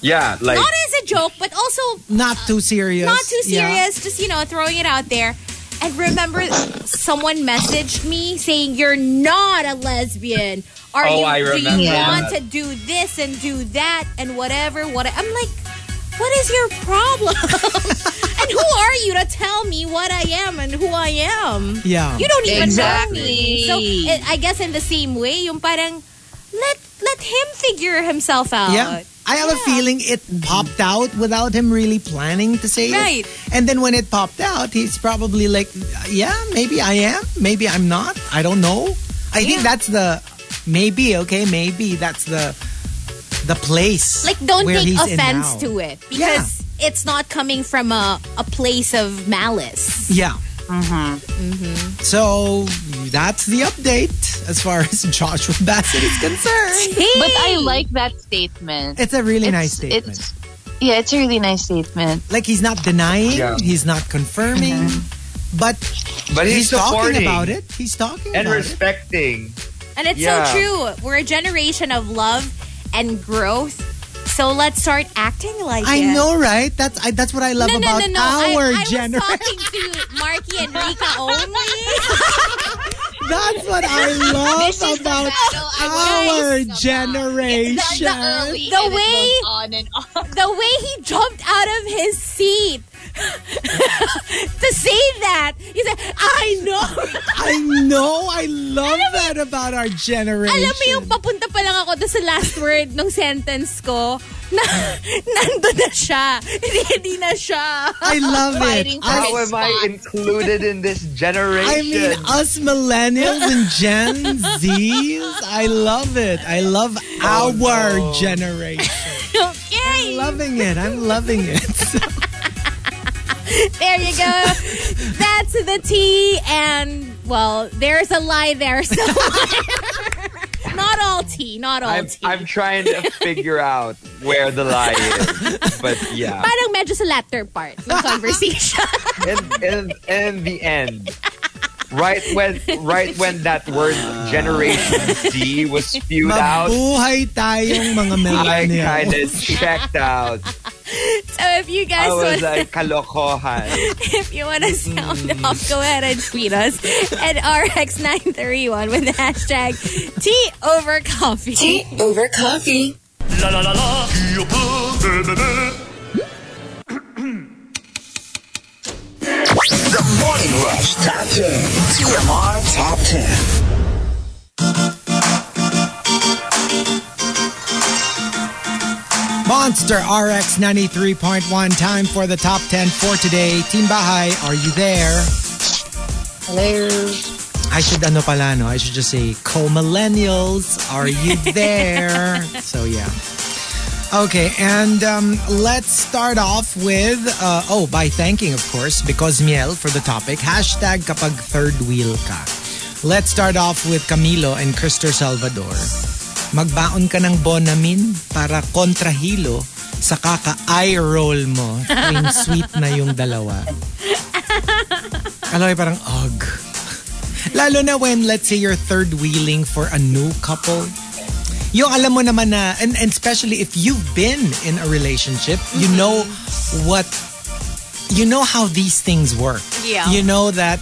S6: Yeah, like
S4: not as a joke, but also
S3: Not too serious.
S4: not too
S3: Yeah.
S4: serious, just you know, throwing it out there. And remember, someone messaged me saying, "You're not a lesbian. Are
S6: Oh,
S4: you?
S6: I
S4: Do
S6: remember
S4: you
S5: that.
S4: want to do this and do that and whatever? What I'm like, what is your problem? and who are you to tell me what I am and who I am?
S3: Yeah.
S4: You don't even know me.
S5: Exactly.
S4: So it, I guess in the same way, yung parang let let him figure himself out.
S3: Yeah. I have a feeling it popped out without him really planning to say
S4: Right.
S3: it. And then when it popped out, he's probably like, yeah, maybe I am, maybe I'm not. I don't know. I think that's the maybe, okay, maybe that's the the place.
S4: like don't
S3: where
S4: take
S3: he's in
S4: offense
S3: now.
S4: to it because it's not coming from a, a place of malice
S3: Yeah. Mm-hmm. So that's the update as far as Joshua Bassett is concerned.
S5: but I like that statement
S3: It's a really nice
S5: It's-
S3: statement.
S5: it's- yeah it's a really nice statement
S3: Like he's not denying,
S6: Yeah.
S3: he's not confirming,
S4: Mm-hmm.
S3: but
S6: but
S3: he's,
S6: he's,
S3: talking
S6: supporting
S3: about it. He's talking
S6: and
S3: about it.
S6: respecting.
S4: and it's
S6: Yeah.
S4: so true we're a generation of love and growth so let's start acting like
S3: I
S4: it.
S3: know, right? That's I, that's what I love
S4: no, no,
S3: about
S4: no, no.
S3: our
S4: I, I
S3: generation.
S4: was talking to Marky and Rika only.
S3: that's what I
S5: This
S3: love
S5: is the
S3: about
S5: battle I'm
S3: our
S5: talking about.
S3: generation.
S5: That's the early
S4: The
S5: and it
S4: way-
S5: goes on and on
S4: The way he jumped out of his seat to say that, he said, "I know."
S3: I know. I love that about our generation.
S4: Alam mo yung papunta pa lang ako doon sa last word ng sentence ko, na nandun na siya. Hindi, hindi na siya.
S3: I love it.
S5: Fighting for
S3: I,
S6: How am I included in this generation?
S3: I mean, us millennials and Gen Zs. I love it. I love
S6: Oh,
S3: our generation.
S4: Okay.
S3: Loving it. I'm loving it.
S4: There you go. That's the tea. And, well, there's a lie there somewhere. not all tea. Not all
S6: I'm,
S4: tea.
S6: I'm trying to figure out where the lie is. But yeah.
S4: Parang medyo sa latter part ng conversation.
S6: And and and the end. Right when right when that word generation D was spewed out,
S3: Mabuhay tayong mga
S6: I
S3: millennials.
S6: kinda checked out.
S4: so if you guys
S6: I
S4: want
S6: was
S4: to
S6: like mm-hmm. kalokohan.
S4: If you want to sound off, go ahead and tweet us at RX931 with the hashtag tea over coffee.
S7: Tea over coffee.
S8: The Morning Rush Top 10. TMR Top 10.
S3: Monster RX 93.1. Time for the top 10 for today. Team Bahay, are you there?
S5: Hello.
S3: I should ano pala no? I should just say co-millennials, are you there? so yeah. Okay, and um, let's start off with uh, oh by thanking of course because Miel for the topic hashtag kapag third wheel ka. Let's start off with Camilo and Christopher Salvador. Magbaon ka ng bonamin para kontrahilo sa kaka-eye roll mo tuwing sweet na yung dalawa. Alam mo, parang, ugh. Lalo na when, let's say, you're third wheeling for a new couple. Yung alam mo naman na, and, and especially if you've been in a relationship, you know what you know how these things work.
S4: Yeah.
S3: You know that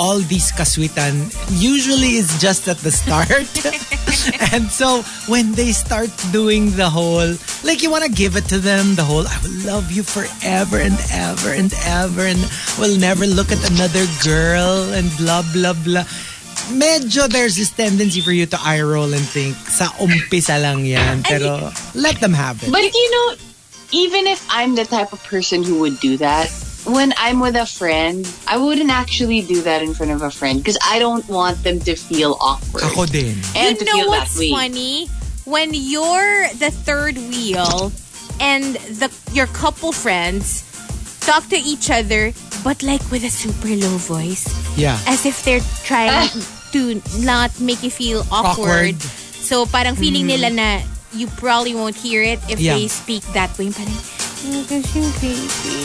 S3: all these kaswitan usually is just at the start. and so when they start doing the whole, like you want to give it to them, the whole, I will love you forever and ever and ever and will never look at another girl and blah, blah, blah. Medyo there's this tendency for you to eye roll and think, sa umpisa lang yan. Pero let them have it.
S5: But you know, even if I'm the type of person who would do that, when I'm with a friend, I wouldn't actually do that in front of a friend because I don't want them to feel awkward
S3: Ako din.
S5: and
S4: you
S5: to
S4: know
S5: feel
S4: what's
S5: that way.
S4: funny? When you're the third wheel and the your couple friends talk to each other, but like with a super low voice,
S3: Yeah.
S4: as if they're trying to not make you feel awkward.
S3: Awkward.
S4: So parang feeling nila na you probably won't hear it if
S3: Yeah.
S4: they speak that way. Parang, "Mm, kasi crazy."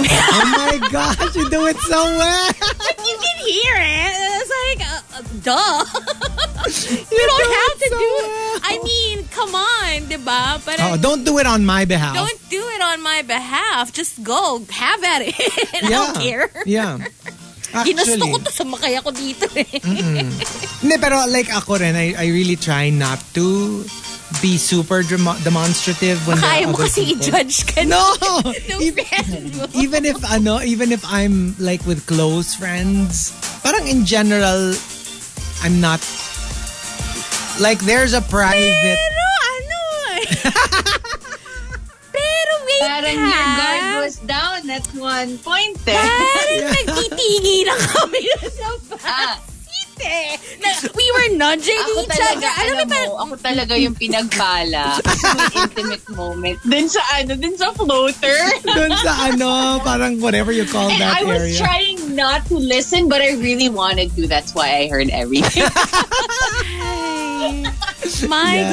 S3: Oh my gosh, you do it so well.
S4: But you can hear it. It's like, uh, uh, duh. you, don't have to do it. I mean, come on, diba? But
S3: Oh, don't do it on my behalf.
S4: don't do it on my behalf. Just go. Have at it. I don't care.
S3: Yeah.
S4: Ginusto
S3: Actually,
S4: ko
S3: Mm-hmm.
S4: to sa makaya ko dito eh.
S3: hindi, pero like ako rin, I, I really try not to be super drama- demonstrative when there
S4: Kaya
S3: are
S4: mo
S3: other
S4: kasi
S3: people.
S4: i-judge ka
S3: Ah, No!
S4: nung
S3: Even,
S4: friend mo.
S3: even if ano, even if I'm like with close friends, parang in general, I'm not like there's a private
S4: Pero ano eh. Pero wait
S5: Parang
S4: ha.
S5: your guard was down at one point eh. there.
S4: Parang nagtitingilan kami sa
S5: Ah,
S4: seat eh. Na, we were nudging
S5: ako
S4: each other.
S5: talaga,
S4: Alam mo,
S5: alam
S4: parang,
S5: mo, ako talaga yung pinagpala sa mga intimate moment. Dun sa ano, dun sa floater.
S3: dun sa ano, parang whatever you call
S5: And
S3: that
S5: I was
S3: area.
S5: trying not to listen, but I really wanted to. That's why I heard everything.
S4: my
S3: Yes.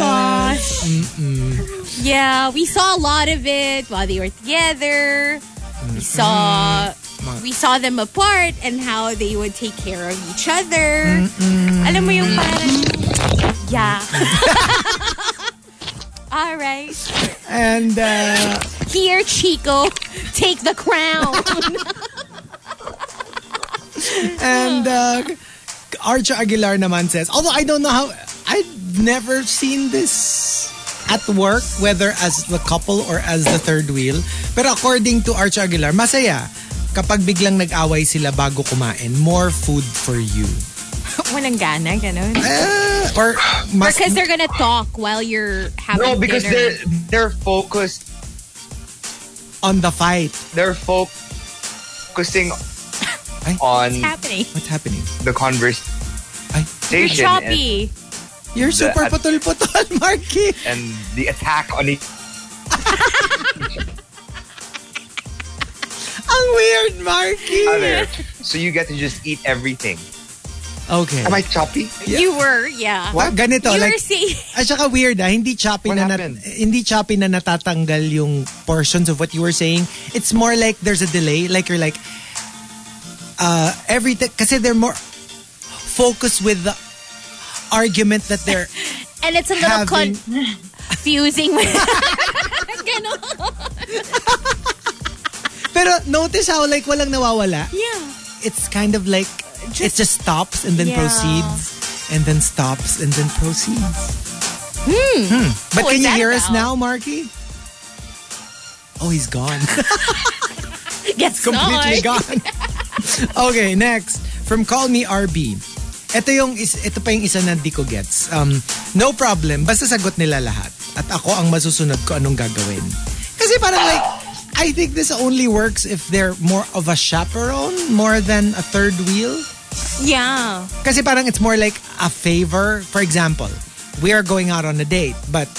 S4: gosh. Yeah, we saw a lot of it while they were together. We saw we saw them apart and how they would take care of each other. Alam mo yung parang, yeah. All right.
S3: And uh,
S4: Here, Chico, take the crown.
S3: And uh, Archer Aguilar naman says, although I don't know how, I've never seen this at work, whether as the couple or as the third wheel. Pero according to Archer Aguilar, masaya kapag biglang nag-away sila bago kumain. More food for you.
S4: Walang gana, ganun.
S3: Eh, or mas,
S4: Because they're gonna talk while you're having
S6: No, because
S4: dinner.
S6: they're they're focused.
S3: on the fight.
S6: They're fo- focusing
S3: Ay.
S6: on
S4: happening.
S3: What's happening? Ay.
S4: You're
S6: the conversation and,
S4: choppy.
S3: You're
S6: The-
S3: super putol-putol, Marky.
S6: and the attack on each.
S3: Ang weird, Marky.
S6: other. So you get to just eat everything.
S3: Okay.
S6: Am I choppy?
S4: You were, yeah.
S3: What? Ganito,
S4: You
S3: like,
S4: were saying,
S3: At saka weird ah, hindi choppy
S6: What
S3: na nat-
S6: happened?
S3: hindi choppy na natatanggal yung portions of what you were saying. It's more like there's a delay, like you're like uh every t- kasi they're more focused with the argument that they're
S4: and it's a little
S3: having
S4: confusing. Ganon.
S3: Pero notice how like walang nawawala.
S4: Yeah.
S3: It's kind of like it just stops and then
S4: Yeah.
S3: proceeds and then stops and then proceeds. Hmm. But
S4: Oh,
S3: can
S4: is
S3: you
S4: that
S3: hear us
S4: now?
S3: now, Marky? Oh, he's gone.
S4: Gets
S3: completely
S4: completely
S3: gone. okay, next. From Call Me RB. Ito yung is, ito pa yung isa na di ko gets. Um, no problem, basta sagot nila lahat. At ako ang masusunod ko anong gagawin. Kasi parang like, I think this only works if they're more of a chaperone more than a third wheel.
S4: Yeah.
S3: Kasi parang it's more like a favor. For example, we are going out on a date, but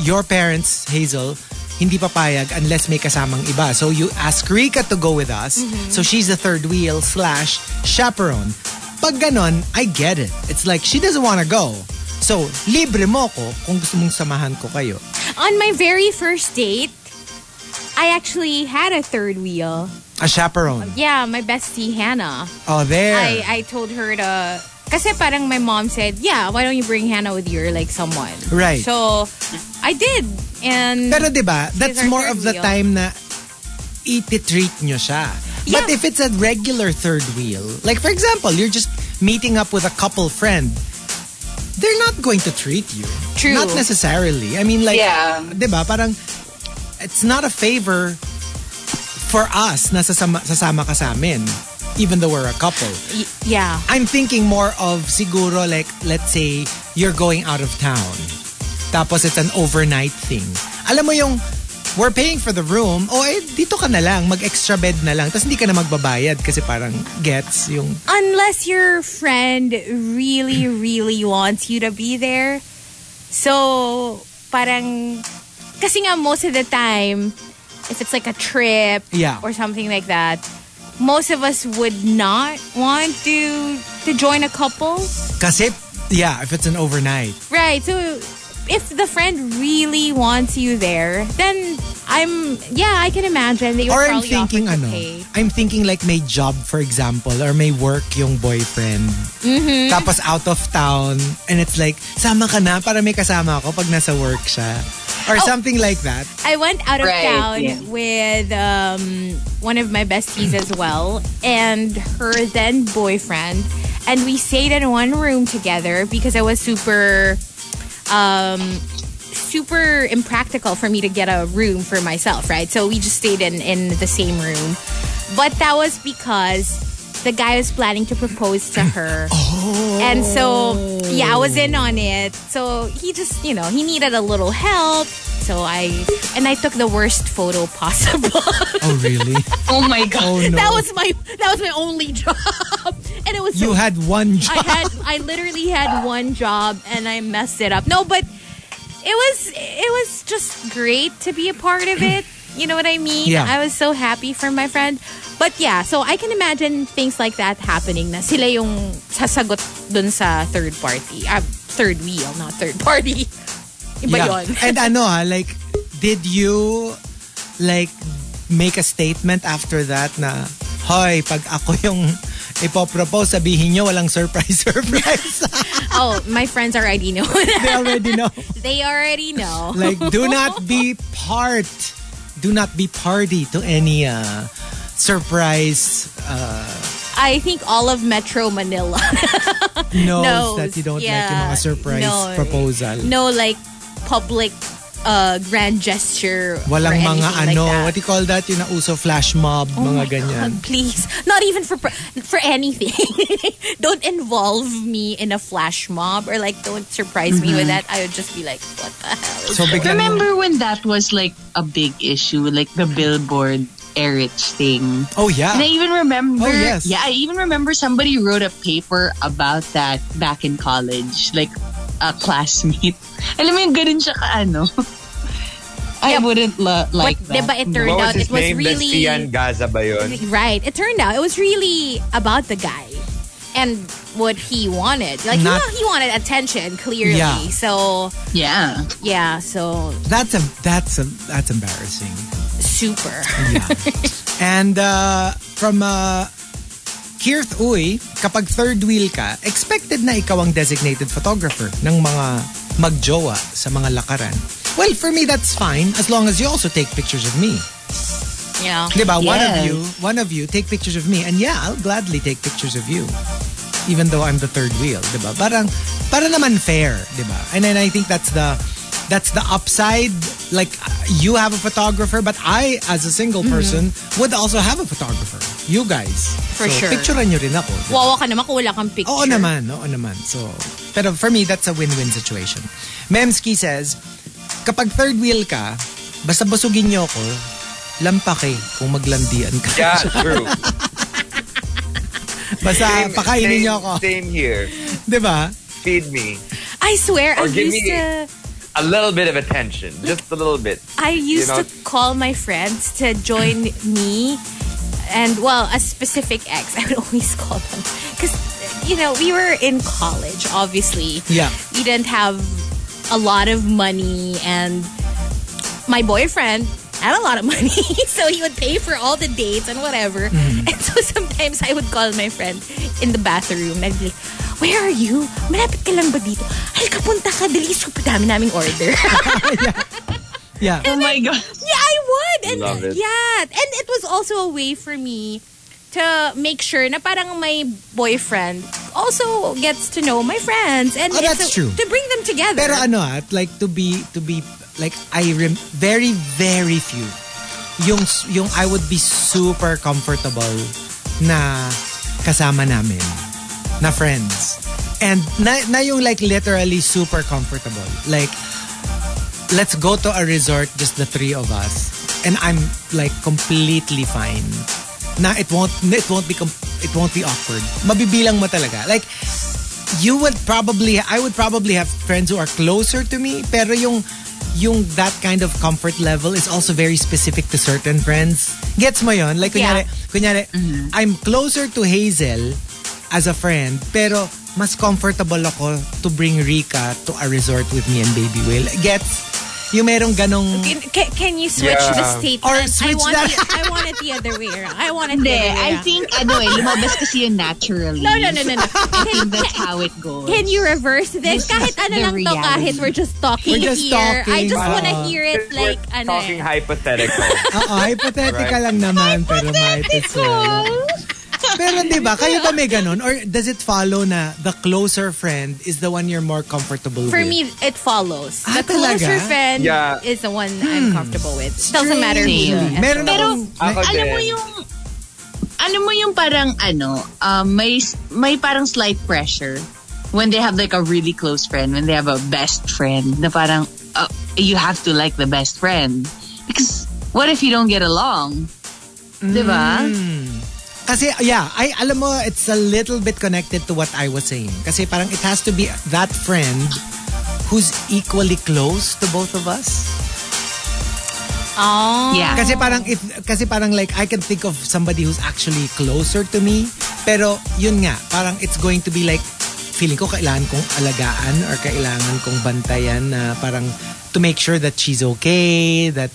S3: your parents, Hazel, hindi papayag unless may kasamang iba. So you ask Rika to go with us. So she's the third wheel slash chaperone. Pag ganon, I get it. It's like she doesn't want to go. So, libre mo ko kung gusto mong samahan ko kayo.
S4: On my very first date, I actually had a third wheel.
S3: A chaperone.
S4: Yeah, my bestie Hannah.
S3: Oh, there.
S4: I, I told her to... Kasi parang my mom said, yeah, why don't you bring Hannah with you or like someone?
S3: Right.
S4: So, I did. And...
S3: Pero 'di ba, that's
S4: our
S3: more
S4: third
S3: of the
S4: wheel.
S3: time na iti-treat nyo siya. But if it's a regular third wheel, like for example, you're just meeting up with a couple friend, they're not going to treat you.
S4: True.
S3: Not necessarily. I mean, like,
S5: Yeah.
S3: diba, parang it's not a favor for us na sasama, sasama ka sa amin, even though we're a couple.
S4: Y- yeah.
S3: I'm thinking more of siguro like let's say you're going out of town. Tapos it's an overnight thing. Alam mo yung we're paying for the room. O eh, dito ka na lang. Mag-extra bed na lang. Tapos hindi ka na magbabayad kasi parang gets yung...
S4: Unless your friend really, really wants you to be there. So, parang, kasi nga most of the time, if it's like a trip
S3: Yeah.
S4: or something like that, most of us would not want to to join a couple.
S3: Kasi, yeah, if it's an overnight.
S4: Right. So if the friend really wants you there, then I'm yeah, I can imagine that you're
S3: Or I'm
S4: probably
S3: thinking
S4: offered
S3: ano,
S4: to pay.
S3: I'm thinking like may job for example or may work yung boyfriend.
S4: Mm-hmm.
S3: Tapos out of town and it's like sama ka na para may kasama ako pag nasa work siya. Or
S4: Oh.
S3: something like that.
S4: I went out of
S5: Right,
S4: town
S5: yeah.
S4: with um, one of my besties as well, and her then boyfriend, and we stayed in one room together because I was super, um, super impractical for me to get a room for myself, right? So we just stayed in in the same room, but that was because the guy was planning to propose to her. And so, yeah, I was in
S3: Oh.
S4: on it. So he just, you know, he needed a little help. So I, and I took the worst photo possible.
S3: Oh really?
S5: Oh my God.
S3: Oh no.
S4: that was my, that was my only job. And it was so
S3: you had one job.
S4: I had I literally had one job and I messed it up. No, but it was it was just great to be a part of it. You know what I mean?
S3: Yeah.
S4: I was so happy for my friend. But yeah, so I can imagine things like that happening na sila yung sasagot dun sa third party. Uh, third wheel, not third party. Iba
S3: Yeah.
S4: yun.
S3: And ano ha, like, did you, like, make a statement after that na, Hoy, pag ako yung ipopropose, sabihin nyo walang surprise, surprise.
S4: oh, my friends already know.
S3: They already know.
S4: they already know.
S3: Like, do not be part, do not be party to any uh, surprise
S4: I think all of Metro Manila
S3: knows,
S4: Knows,
S3: that you don't like yung
S4: yeah.
S3: mga surprise
S4: No.
S3: proposal.
S4: no like public uh grand gesture
S3: Walang
S4: or
S3: mga
S4: anything
S3: ano,
S4: like Oh
S3: what do you call that? Yung nauso flash mob, mga ganyan.
S4: God, please not even for pr- for anything don't involve me in a flash mob or like don't surprise me
S6: Mm-hmm.
S4: with that i would just be like what the hell is
S3: So biglang,
S5: Remember when that was like a big issue, like the billboard Erich thing?
S3: oh yeah.
S5: And I even remember,
S3: Oh, yes.
S5: yeah, I even remember somebody wrote a paper about that back in college, like a classmate. Alam mo yung ganun siya ka ano. I wouldn't lo-
S4: but
S5: like that.
S4: diba it turned out
S6: What was his
S4: it was
S6: name?
S4: really
S6: Lestian Gaza ba yun?
S4: right it turned out it was really about the guy and what he wanted like
S3: Not-
S4: he, wa- he wanted attention clearly
S3: Yeah.
S4: so
S5: yeah.
S4: yeah so
S3: That's a that's a that's embarrassing.
S4: super
S3: And uh, from uh, Kirth Uy, kapag third wheel ka, expected na ikaw ang designated photographer ng mga magjowa sa mga lakaran. Well, for me that's fine as long as you also take pictures of me.
S4: yeah
S3: 'Di ba? One of
S5: Yes.
S3: you, one of you take pictures of me and yeah, I'll gladly take pictures of you. Even though I'm the third wheel, 'di ba? Parang para naman fair, 'di ba? And then I think that's the that's the upside like you have a photographer but I as a single
S4: Mm-hmm.
S3: person would also have a photographer. You guys.
S4: For
S3: so,
S4: sure.
S3: Picturean nyo rin ako. 'di ba?
S4: Wawa ka naman kung wala kang picture.
S3: Oo naman, oo naman. So, pero for me, that's a win-win situation. Memski says, kapag third wheel ka, basta basugin niyo ako, lampake kung maglandian ka.
S6: Yeah, true.
S3: basta pakainin
S6: same,
S3: niyo ako.
S6: Same here.
S3: Di ba?
S6: Feed me
S4: I swear, I
S6: Or give
S4: used
S6: me-
S4: to...
S6: a little bit of attention, just a little bit.
S4: I used
S6: know-
S4: to call my friends to join me and, well, a specific ex. I would always call them. Because, you know, we were in college, obviously.
S3: Yeah.
S4: We didn't have a lot of money, and my boyfriend had a lot of money. so he would pay for all the dates and whatever.
S3: Mm-hmm.
S4: And so sometimes I would call my friend in the bathroom. And I'd be like, Where are you? Malapit ka lang ba dito? Halika, punta ka. Dali, super dami naming order.
S3: Yeah.
S5: Oh my God.
S4: Yeah, I would. And
S6: Love it.
S4: yeah, and it was also a way for me to make sure na parang my boyfriend also gets to know my friends and
S3: Oh, that's
S4: it's a-
S3: true.
S4: to bring them together.
S3: Pero ano ah, like to be to be like I rem very very few. Yung yung I would be super comfortable na kasama namin na friends. And na, na yung like literally super comfortable. Like let's go to a resort just the three of us and I'm like completely fine. Na it won't it won't be com- it won't be awkward. Mabibilang mo talaga. Like you would probably I would probably have friends who are closer to me pero yung yung that kind of comfort level is also very specific to certain friends. Gets mo yon? Like kunyari, kunyari I'm closer to Hazel as a friend pero mas comfortable ako to bring Rika to a resort with me and Baby Will. Gets? Yung merong ganong
S4: Can, can- can you switch the
S6: Yeah.
S4: statement?
S3: Or switch
S4: I want
S3: that.
S4: it- I want it the other way around. I want it the
S9: Hindi,
S4: other way
S9: I
S4: around.
S9: think, ano eh, lumabas kasi yun naturally.
S4: No, no, no, no, no.
S9: I think
S4: Can,
S9: that's how it goes.
S4: can you reverse this?
S9: This
S4: Kahit
S9: is
S4: ano
S9: the
S4: lang to,
S9: reality.
S4: kahit we're just talking
S3: We're just
S4: here. I
S3: talking,
S4: just
S3: uh,
S4: wanna hear it
S6: We're
S4: like, ano
S6: talking
S4: eh.
S6: hypothetical.
S3: Oo, hypothetical lang naman. Pero might as well. Pero di ba, kayo ba may ganun? Or does it follow na the closer friend is the one you're more comfortable
S4: For
S3: with?
S4: me, it follows.
S3: Ah,
S4: the
S3: talaga?
S4: closer
S3: Hmm.
S4: friend
S6: Yeah.
S4: is the one I'm comfortable with. Doesn't matter who.
S9: Same.
S4: the-
S3: Meron
S9: Pero,
S3: akong...
S6: Ako
S9: alam
S6: din.
S9: mo yung alam mo yung parang ano, um, may may parang slight pressure when they have like a really close friend, when they have a best friend, na parang uh, you have to like the best friend because what if you don't get along? Diba?
S3: Kasi, yeah, I, alam mo, it's a little bit connected to what I was saying. Kasi parang it has to be that friend who's equally close to both of us.
S4: Oh.
S9: Yeah.
S3: Kasi parang if kasi parang like I can think of somebody who's actually closer to me, pero yun nga, parang it's going to be like feeling ko kailangan kong alagaan or kailangan kong bantayan na parang to make sure that she's okay, that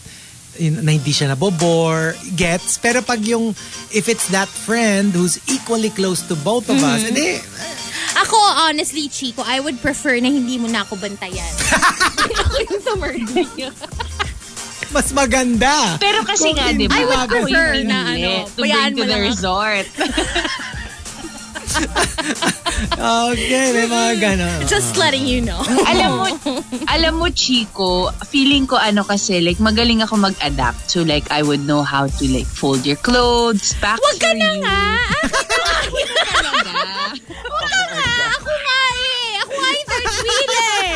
S3: yun, na hindi siya nabobore, gets. Pero pag yung, if it's that friend who's equally close to both of us, edi,
S4: Ako, honestly, Chico, I would prefer na hindi mo na ako bantayan. ako yung tumurdo niya.
S3: mas maganda.
S9: Pero kasi nga,
S3: Kung
S9: diba?
S3: I would
S9: ako yung
S4: prefer
S9: pinili
S4: na ano,
S9: to
S4: bayaan
S9: bring
S4: mo
S9: to the
S4: lang ako.
S9: resort.
S3: Okay, may mga ganon.
S4: Just letting you
S3: Oh,
S4: know.
S9: alam mo, alam mo, Chico, feeling ko ano kasi, like, magaling ako mag-adapt. So, like, I would know how to, like, fold your clothes, back
S4: Wag ka na nga!
S9: Talaga.
S4: Wag ka nga! Ako nga eh! Ako nga yung third wheel eh!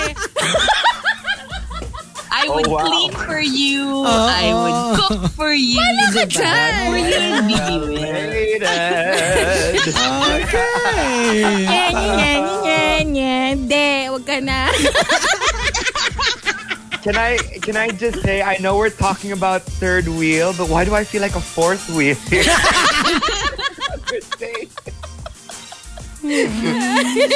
S9: I would
S6: wow.
S9: clean for you. I would cook for you.
S4: Oh. ka
S9: diba?
S4: dyan.
S9: For you and baby Will.
S6: Related.
S3: Okay.
S4: Yan, yan, yan, yan. De, wag ka na.
S6: Can I can I just say I know we're talking about third wheel, but why do I feel like a fourth wheel? here?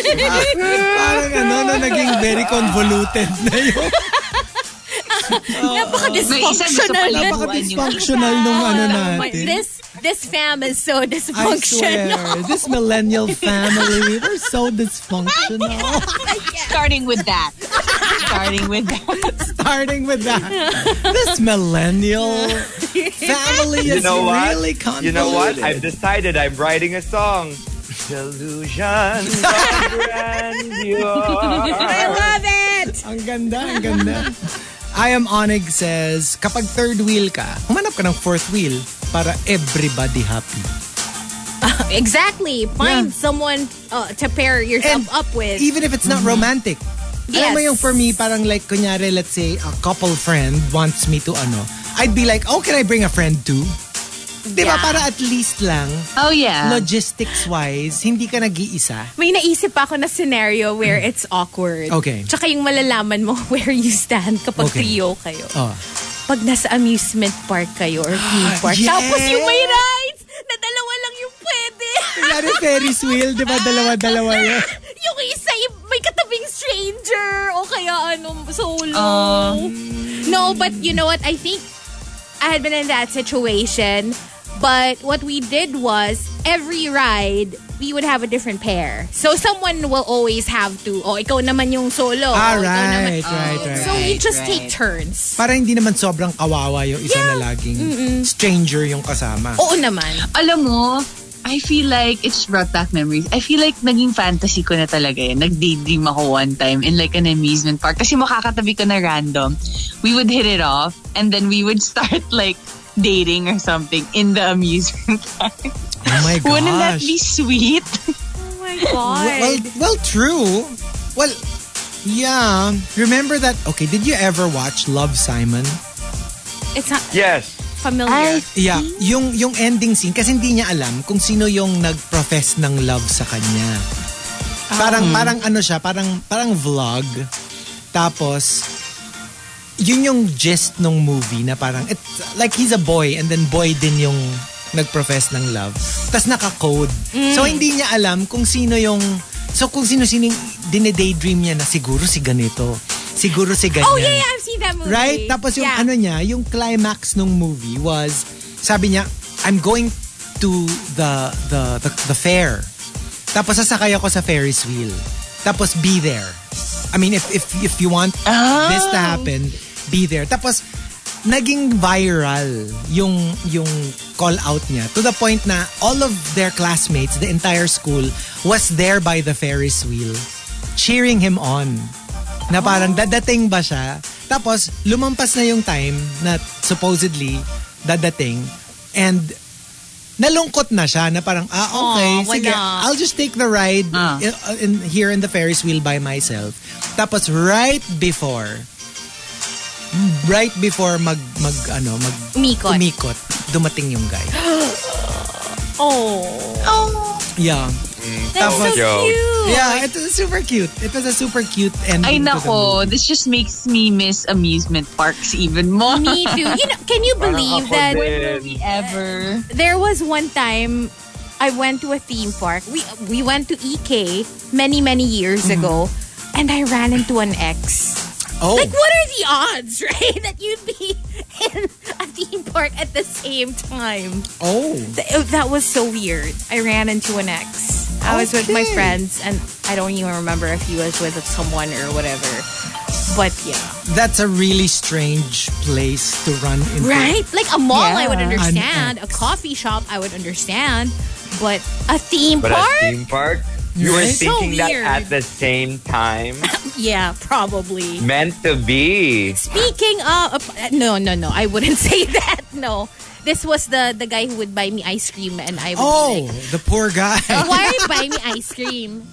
S3: Parang ano na naging very convoluted na yun.
S9: May isa gusto pala
S4: Napaka-dysfunctional. na-
S9: buwan yung
S3: Napaka-dysfunctional nung ano natin.
S4: This, this fam is so
S3: I
S4: dysfunctional.
S3: swear, this millennial family, we're so dysfunctional.
S9: Starting with that. Starting with that.
S3: Starting with that. This millennial family
S6: You
S3: is
S6: know what?
S3: really convoluted.
S6: You know what? I've decided I'm writing a song. Delusions of grandeur.
S4: I love it!
S3: Ang ganda, ang ganda. I am Onig says, kapag third wheel ka, humanap ka ng fourth wheel para everybody happy.
S4: Exactly.
S3: Yeah.
S4: Find someone uh, to pair
S3: And
S4: yourself up with.
S3: Even if it's not romantic. Alam
S4: Yes.
S3: mo yung for me, parang like, kunyari, let's say, a couple friend wants me to ano, I'd be like, oh, can I bring a friend too? Di ba?
S4: Yeah.
S3: Para at least lang,
S9: Oh,
S5: Um,
S9: yeah.
S3: logistics-wise, hindi ka nag-iisa.
S4: May naisip ako na scenario where it's awkward.
S3: Okay.
S4: Tsaka yung malalaman mo where you stand kapag
S3: Okay.
S4: trio kayo.
S3: Oh.
S4: Pag nasa amusement park kayo or theme park.
S3: Ah, Yes!
S4: Tapos yung may rides na dalawa lang yung pwede. Ah,
S3: Kunyari, Ferris wheel, di ba? Dalawa-dalawa yun.
S4: yung isa, yung may katabing stranger o kaya ano, solo.
S3: Ah.
S4: no, but you know what? I think I had been in that situation. But what we did was every ride, we would have a different pair. So someone will always have to, oh, ikaw naman yung solo.
S3: Ah,
S4: oh, ikaw naman.
S3: right, right, right.
S4: So
S9: Right,
S4: we just
S9: right.
S4: take turns.
S3: Para hindi naman sobrang kawawa yung isa
S4: Yeah. Oh,
S3: na laging stranger yung kasama.
S4: Oo naman.
S9: Alam mo, I feel like it's brought back memories. I feel like naging fantasy ko na talaga yun. Nag-daydream ako one time in like an amusement park. Kasi makakatabi ko na random. We would hit it off and then we would start like dating or something in the amusement park.
S3: Oh my gosh.
S9: Wouldn't that be sweet?
S4: Oh my
S3: Well, well,
S4: god.
S3: well, true. Well, yeah. Remember that? Okay, did you ever watch Love Simon?
S4: It's not
S6: Yes.
S4: familiar.
S3: Yeah,
S4: Hmm?
S3: yung yung ending scene kasi hindi niya alam kung sino yung nag-profess ng love sa kanya.
S4: Ah.
S3: Parang parang ano siya, parang parang vlog. Tapos yun yung gist ng movie na parang it's like he's a boy and then boy din yung nag-profess ng love. Tapos naka-code.
S4: Hmm.
S3: So hindi niya alam kung sino yung so kung sino-sino yung dine-daydream niya na siguro si ganito. Siguro si ganyan.
S4: oh yeah, yeah, I've seen that movie.
S3: Right? Tapos yung
S4: yeah.
S3: ano niya, yung climax ng movie was, sabi niya, I'm going to the the the, the fair. Tapos sasakay ako sa Ferris wheel. Tapos be there. I mean, if if if you want
S4: Ah.
S3: this to happen, be there. Tapos naging viral yung yung call out niya to the point na all of their classmates, the entire school was there by the Ferris wheel cheering him on na parang dadating ba siya? Tapos, lumampas na yung time na supposedly dadating and nalungkot na siya na parang, ah, okay,
S4: Aw,
S3: sige,
S4: wala.
S3: I'll just take the ride
S9: Ah.
S3: in, in, here in the Ferris wheel by myself. Tapos, right before, right before mag, mag, ano, mag,
S4: Umikot.
S3: umikot, dumating yung guy.
S4: Oh.
S3: Yeah.
S4: That's so
S3: Tapos-
S4: cute.
S3: Yeah, it was super cute. It was a super cute ending.
S9: Ay
S3: to the
S9: nako,
S3: movie.
S9: this just makes me miss amusement parks even more.
S4: Me too. You know, can you believe that
S9: Ever.
S4: there was one time I went to a theme park. We we went to EK many many years
S3: Mm-hmm.
S4: ago, and I ran into an ex.
S3: Oh.
S4: Like, what are the odds, right, that you'd be in a theme park at the same time?
S3: oh.
S4: Th- that was so weird. I ran into an ex. I was with my
S3: Okay.
S4: friends, and I don't even remember if he was with someone or whatever. But yeah,
S3: that's a really strange place to run into.
S4: right? Like a mall, I would
S9: Yeah.
S4: understand. A coffee shop, I would understand. But a theme
S6: But
S4: park?
S6: at theme park, you were
S3: Right?
S4: So
S6: thinking that
S4: weird.
S6: at the same time.
S4: Yeah, probably.
S6: Meant to be.
S4: Speaking of, uh, no, no, no, I wouldn't say that. No, this was the the guy who would buy me ice cream, and I would
S3: Oh,
S4: be
S3: the poor guy.
S4: like, why are you buying me ice cream?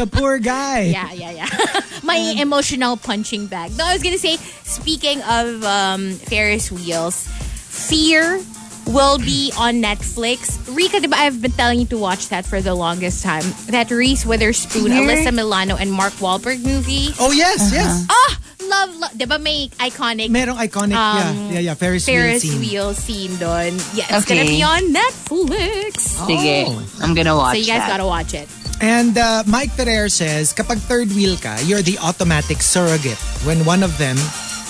S3: the poor guy.
S4: Yeah, yeah, yeah. My emotional punching bag. No, I was gonna say. Speaking of um, Ferris wheels, Fear will be on Netflix. Rika, diba, I've been telling you to watch that for the longest time. That Reese Witherspoon,
S9: Fear?
S4: Alyssa Milano, and Mark Wahlberg movie.
S3: Oh yes, yes.
S4: Oh, love, love. Diba may iconic
S3: Merong iconic,
S4: Um,
S3: yeah, yeah, yeah. Ferris,
S4: Ferris
S3: wheel scene.
S4: wheel scene doon. Yeah, it's
S9: Okay.
S4: gonna be on Netflix.
S9: Sige,
S3: Oh.
S9: I'm gonna watch
S4: so you guys
S9: that.
S4: gotta watch it.
S3: And uh, Mike Ferrer says, kapag third wheel ka, you're the automatic surrogate when one of them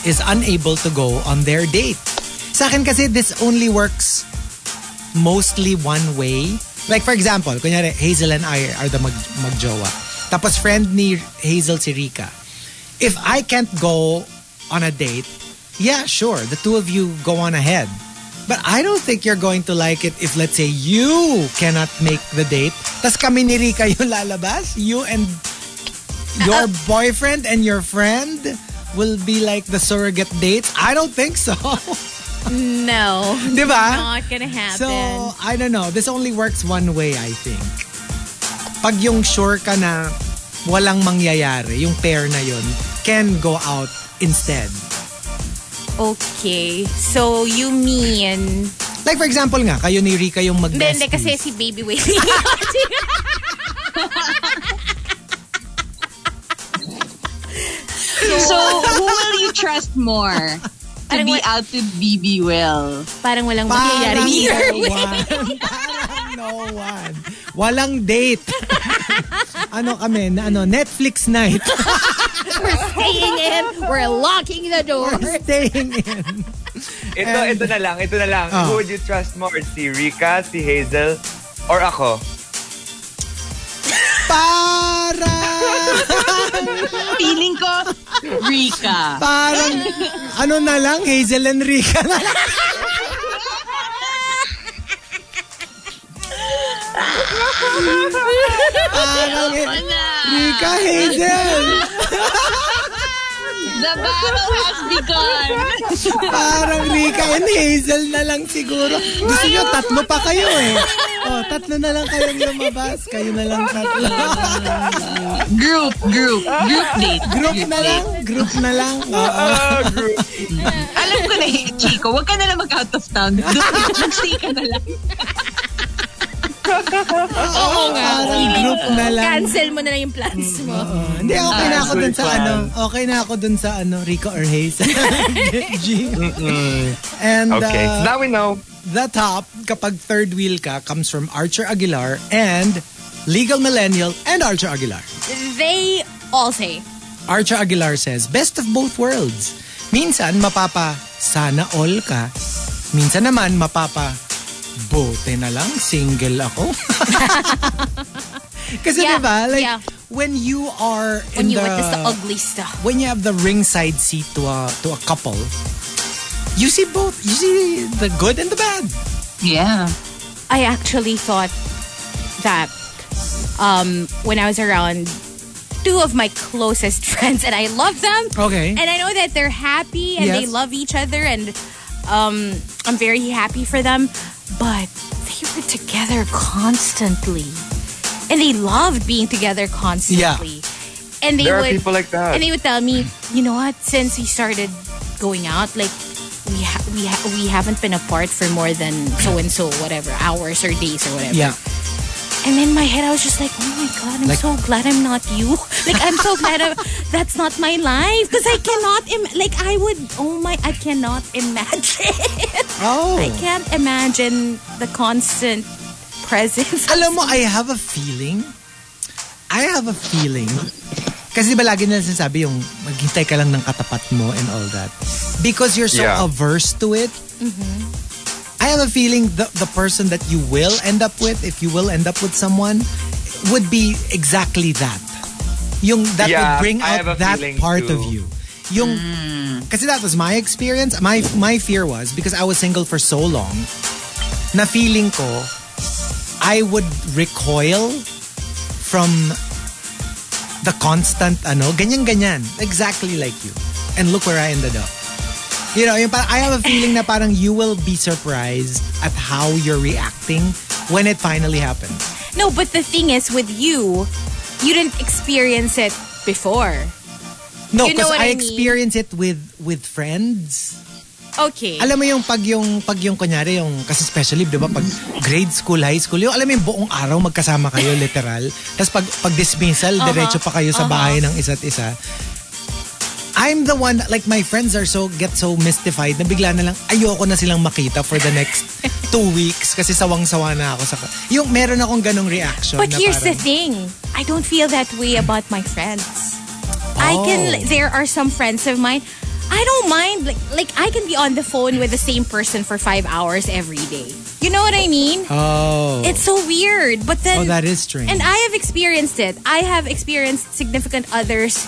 S3: is unable to go on their date. Sa akin kasi, this only works mostly one way. Like for example, kunyari, Hazel and I are the mag magjowa. Tapos friend ni Hazel si Rika. If I can't go on a date, yeah, sure, the two of you go on ahead. But I don't think you're going to like it if let's say you cannot make the date. Tapos kami ni Rika yung lalabas. You and your boyfriend and your friend will be like the surrogate dates. I don't think so.
S4: No,
S3: Di ba?
S4: not gonna happen.
S3: So, I don't know. This only works one way, I think. Pag yung sure ka na walang mangyayari, yung pair na yun, can go out instead.
S4: okay, so you mean?
S3: Like for example nga, kayo ni Rika yung mag
S4: Hindi, hindi, kasi si Baby Waiting.
S9: So, who will you trust more? to
S4: Parang
S9: be
S4: wa-
S9: out with BB Will.
S4: Parang walang
S3: Parang
S4: mangyayari here.
S3: no one. Parang no one. Walang date. ano kami, na ano, Netflix night.
S4: We're staying in. We're locking the door.
S3: We're staying in.
S6: Ito,
S3: And-
S6: ito na lang, ito na lang.
S3: Ah.
S6: Who would you trust more? Si Rika, si Hazel, or ako?
S3: Parang
S9: Feeling ko, Rika.
S3: Parang, ano na lang, Hazel and Rika na lang. it! Rika Hazel!
S9: The battle has begun.
S3: Parang Rika and Hazel na lang siguro. Gusto nyo, tatlo pa kayo eh. Oh, tatlo na lang kayong lumabas. Kayo na lang tatlo.
S9: group, group, group date.
S3: Group na lang. Group na lang. Oo.
S9: Alam ko na, eh, Chico, huwag ka na lang mag-out of town. Doon, stay ka na lang.
S3: Oo nga. Parang group na lang.
S4: Cancel mo na lang yung plans mo.
S3: Hindi, okay na ako
S6: Cancel
S3: dun sa
S6: plan.
S3: ano. Okay na ako dun sa ano, Rico or Hazel. G. And
S6: Okay,
S3: uh,
S6: so now we know.
S3: the top, kapag third wheel ka, comes from Archer Aguilar and Legal Millennial and Archer Aguilar.
S4: They all say,
S3: Archer Aguilar says, best of both worlds. Minsan, mapapa sana all ka. Minsan naman, mapapa bote na lang, single ako. Kasi
S4: Yeah,
S3: diba, like,
S4: yeah.
S3: when you are
S4: when
S3: in
S4: you
S3: the,
S4: witness the ugly stuff.
S3: when you have the ringside seat to a, to a couple, you see both. You see the good and the bad.
S9: Yeah.
S4: I actually thought that um, when I was around two of my closest friends, and I love them,
S3: Okay.
S4: and I know that they're happy and
S3: Yes.
S4: they love each other, and um, I'm very happy for them. But they were together constantly, and they loved being together constantly. And they
S6: There are
S4: would,
S6: people like that.
S4: and they would tell me, you know what? Since we started going out, like we ha- we ha- we haven't been apart for more than so and so whatever hours or days or whatever.
S3: yeah.
S4: And in my head, I was just like, oh my God, I'm
S3: Like-
S4: so glad I'm not you. Like, I'm so glad i that's not my life. Because I cannot, Im- like, I would, oh my, I cannot imagine.
S3: Oh.
S4: I can't imagine the constant presence.
S3: Alam mo, I have a feeling. I have a feeling. Kasi diba lagi nila sinasabi yung maghintay ka lang ng katapat mo and all that. Because you're so
S6: Yeah.
S3: averse to it. I have a feeling the, the person that you will end up with, if you will end up with someone, would be exactly that. Yung that
S6: Yeah,
S3: would bring
S6: I
S3: out
S6: have a
S3: that
S6: feeling
S3: part
S6: too. Mm.
S3: of you. Yung, kasi that was my experience. My, my fear was, because I was single for so long, na feeling ko, I would recoil from the constant ano, ganyan-ganyan. Exactly like you. And look where I ended up. You know, yung parang, I have a feeling na parang you will be surprised at how you're reacting when it finally happens.
S4: No, but the thing is, with you, you didn't experience it before.
S3: No,
S4: You
S3: because
S4: know what
S3: I,
S4: I mean.
S3: experience it with with friends.
S4: Okay.
S3: Alam mo yung pag yung pag yung kunyari yung kasi especially 'di ba pag grade school, high school, yung alam mo yung buong araw magkasama kayo literal. Tapos pag pag dismissal,
S4: Uh-huh.
S3: diretso pa kayo sa bahay ng isa't isa. I'm the one like my friends are so get so mystified na bigla na lang ayoko na silang makita for the next two weeks kasi sawang-sawa na ako sa yung meron akong ganong reaction na
S4: But here's the
S3: parang,
S4: thing. I don't feel that way about my friends. I
S3: Oh.
S4: can there are some friends of mine. I don't mind like like I can be on the phone with the same person for 5 hours every day. You know what I mean?
S3: oh
S4: It's so weird. But then
S3: oh that is strange
S4: and I have experienced it. I have experienced significant others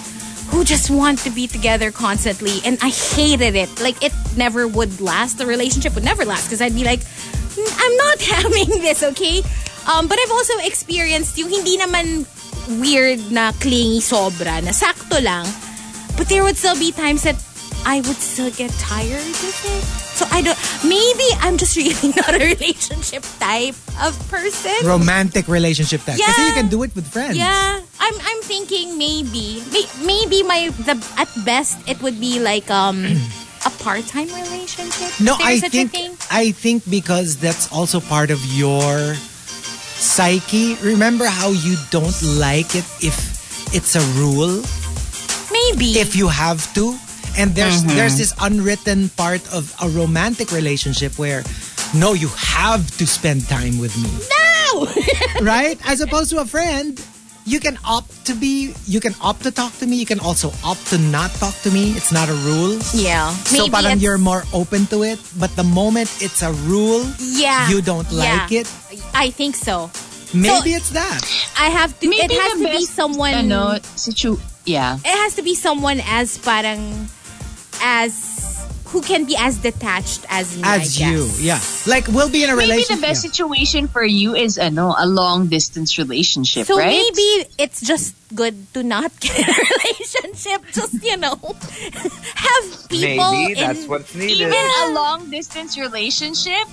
S4: who just want to be together constantly and I hated it. Like it never would last. The relationship would never last because I'd be like "Mm, I'm not having this, okay? Um, but I've also experienced yung hindi naman weird na clingy sobra na sakto lang. But there would still be times that I would still get tired of it. So I don't maybe I'm just really not a relationship type of person.
S3: romantic relationship that kasi
S4: Yeah.
S3: you can do it with friends
S4: Yeah, I'm I'm thinking maybe may- maybe my the at best it would be like um a part-time relationship.
S3: No,
S4: Is there
S3: I
S4: such
S3: think
S4: a thing?
S3: I think because that's also part of your psyche. Remember how you don't like it if it's a rule,
S4: maybe
S3: if you have to. And there's
S4: Mm-hmm.
S3: there's this unwritten part of a romantic relationship where no, you have to spend time with me.
S4: no.
S3: right? As opposed to a friend, you can opt to be you can opt to talk to me, you can also opt to not talk to me. It's not a rule.
S4: yeah,
S3: so
S4: maybe
S3: parang
S4: it's-
S3: you're more open to it, but the moment it's a rule,
S4: yeah
S3: you don't
S4: yeah.
S3: like it,
S4: I think so.
S3: maybe it's that.
S4: I have to. it
S9: Maybe
S4: has
S9: the
S4: to be
S9: best,
S4: someone.
S9: Ano, situ- yeah.
S4: It has to be someone as parang as who can be as detached as me. I
S3: As you,
S4: guess.
S3: yeah. Like we'll be in a
S5: Maybe
S3: relationship.
S5: the best situation for you is ano, a long distance relationship,
S4: So
S5: right?
S4: maybe it's just good to not get a relationship. Just you know, have people.
S6: Maybe
S4: in,
S6: that's what's needed.
S5: even a long distance relationship.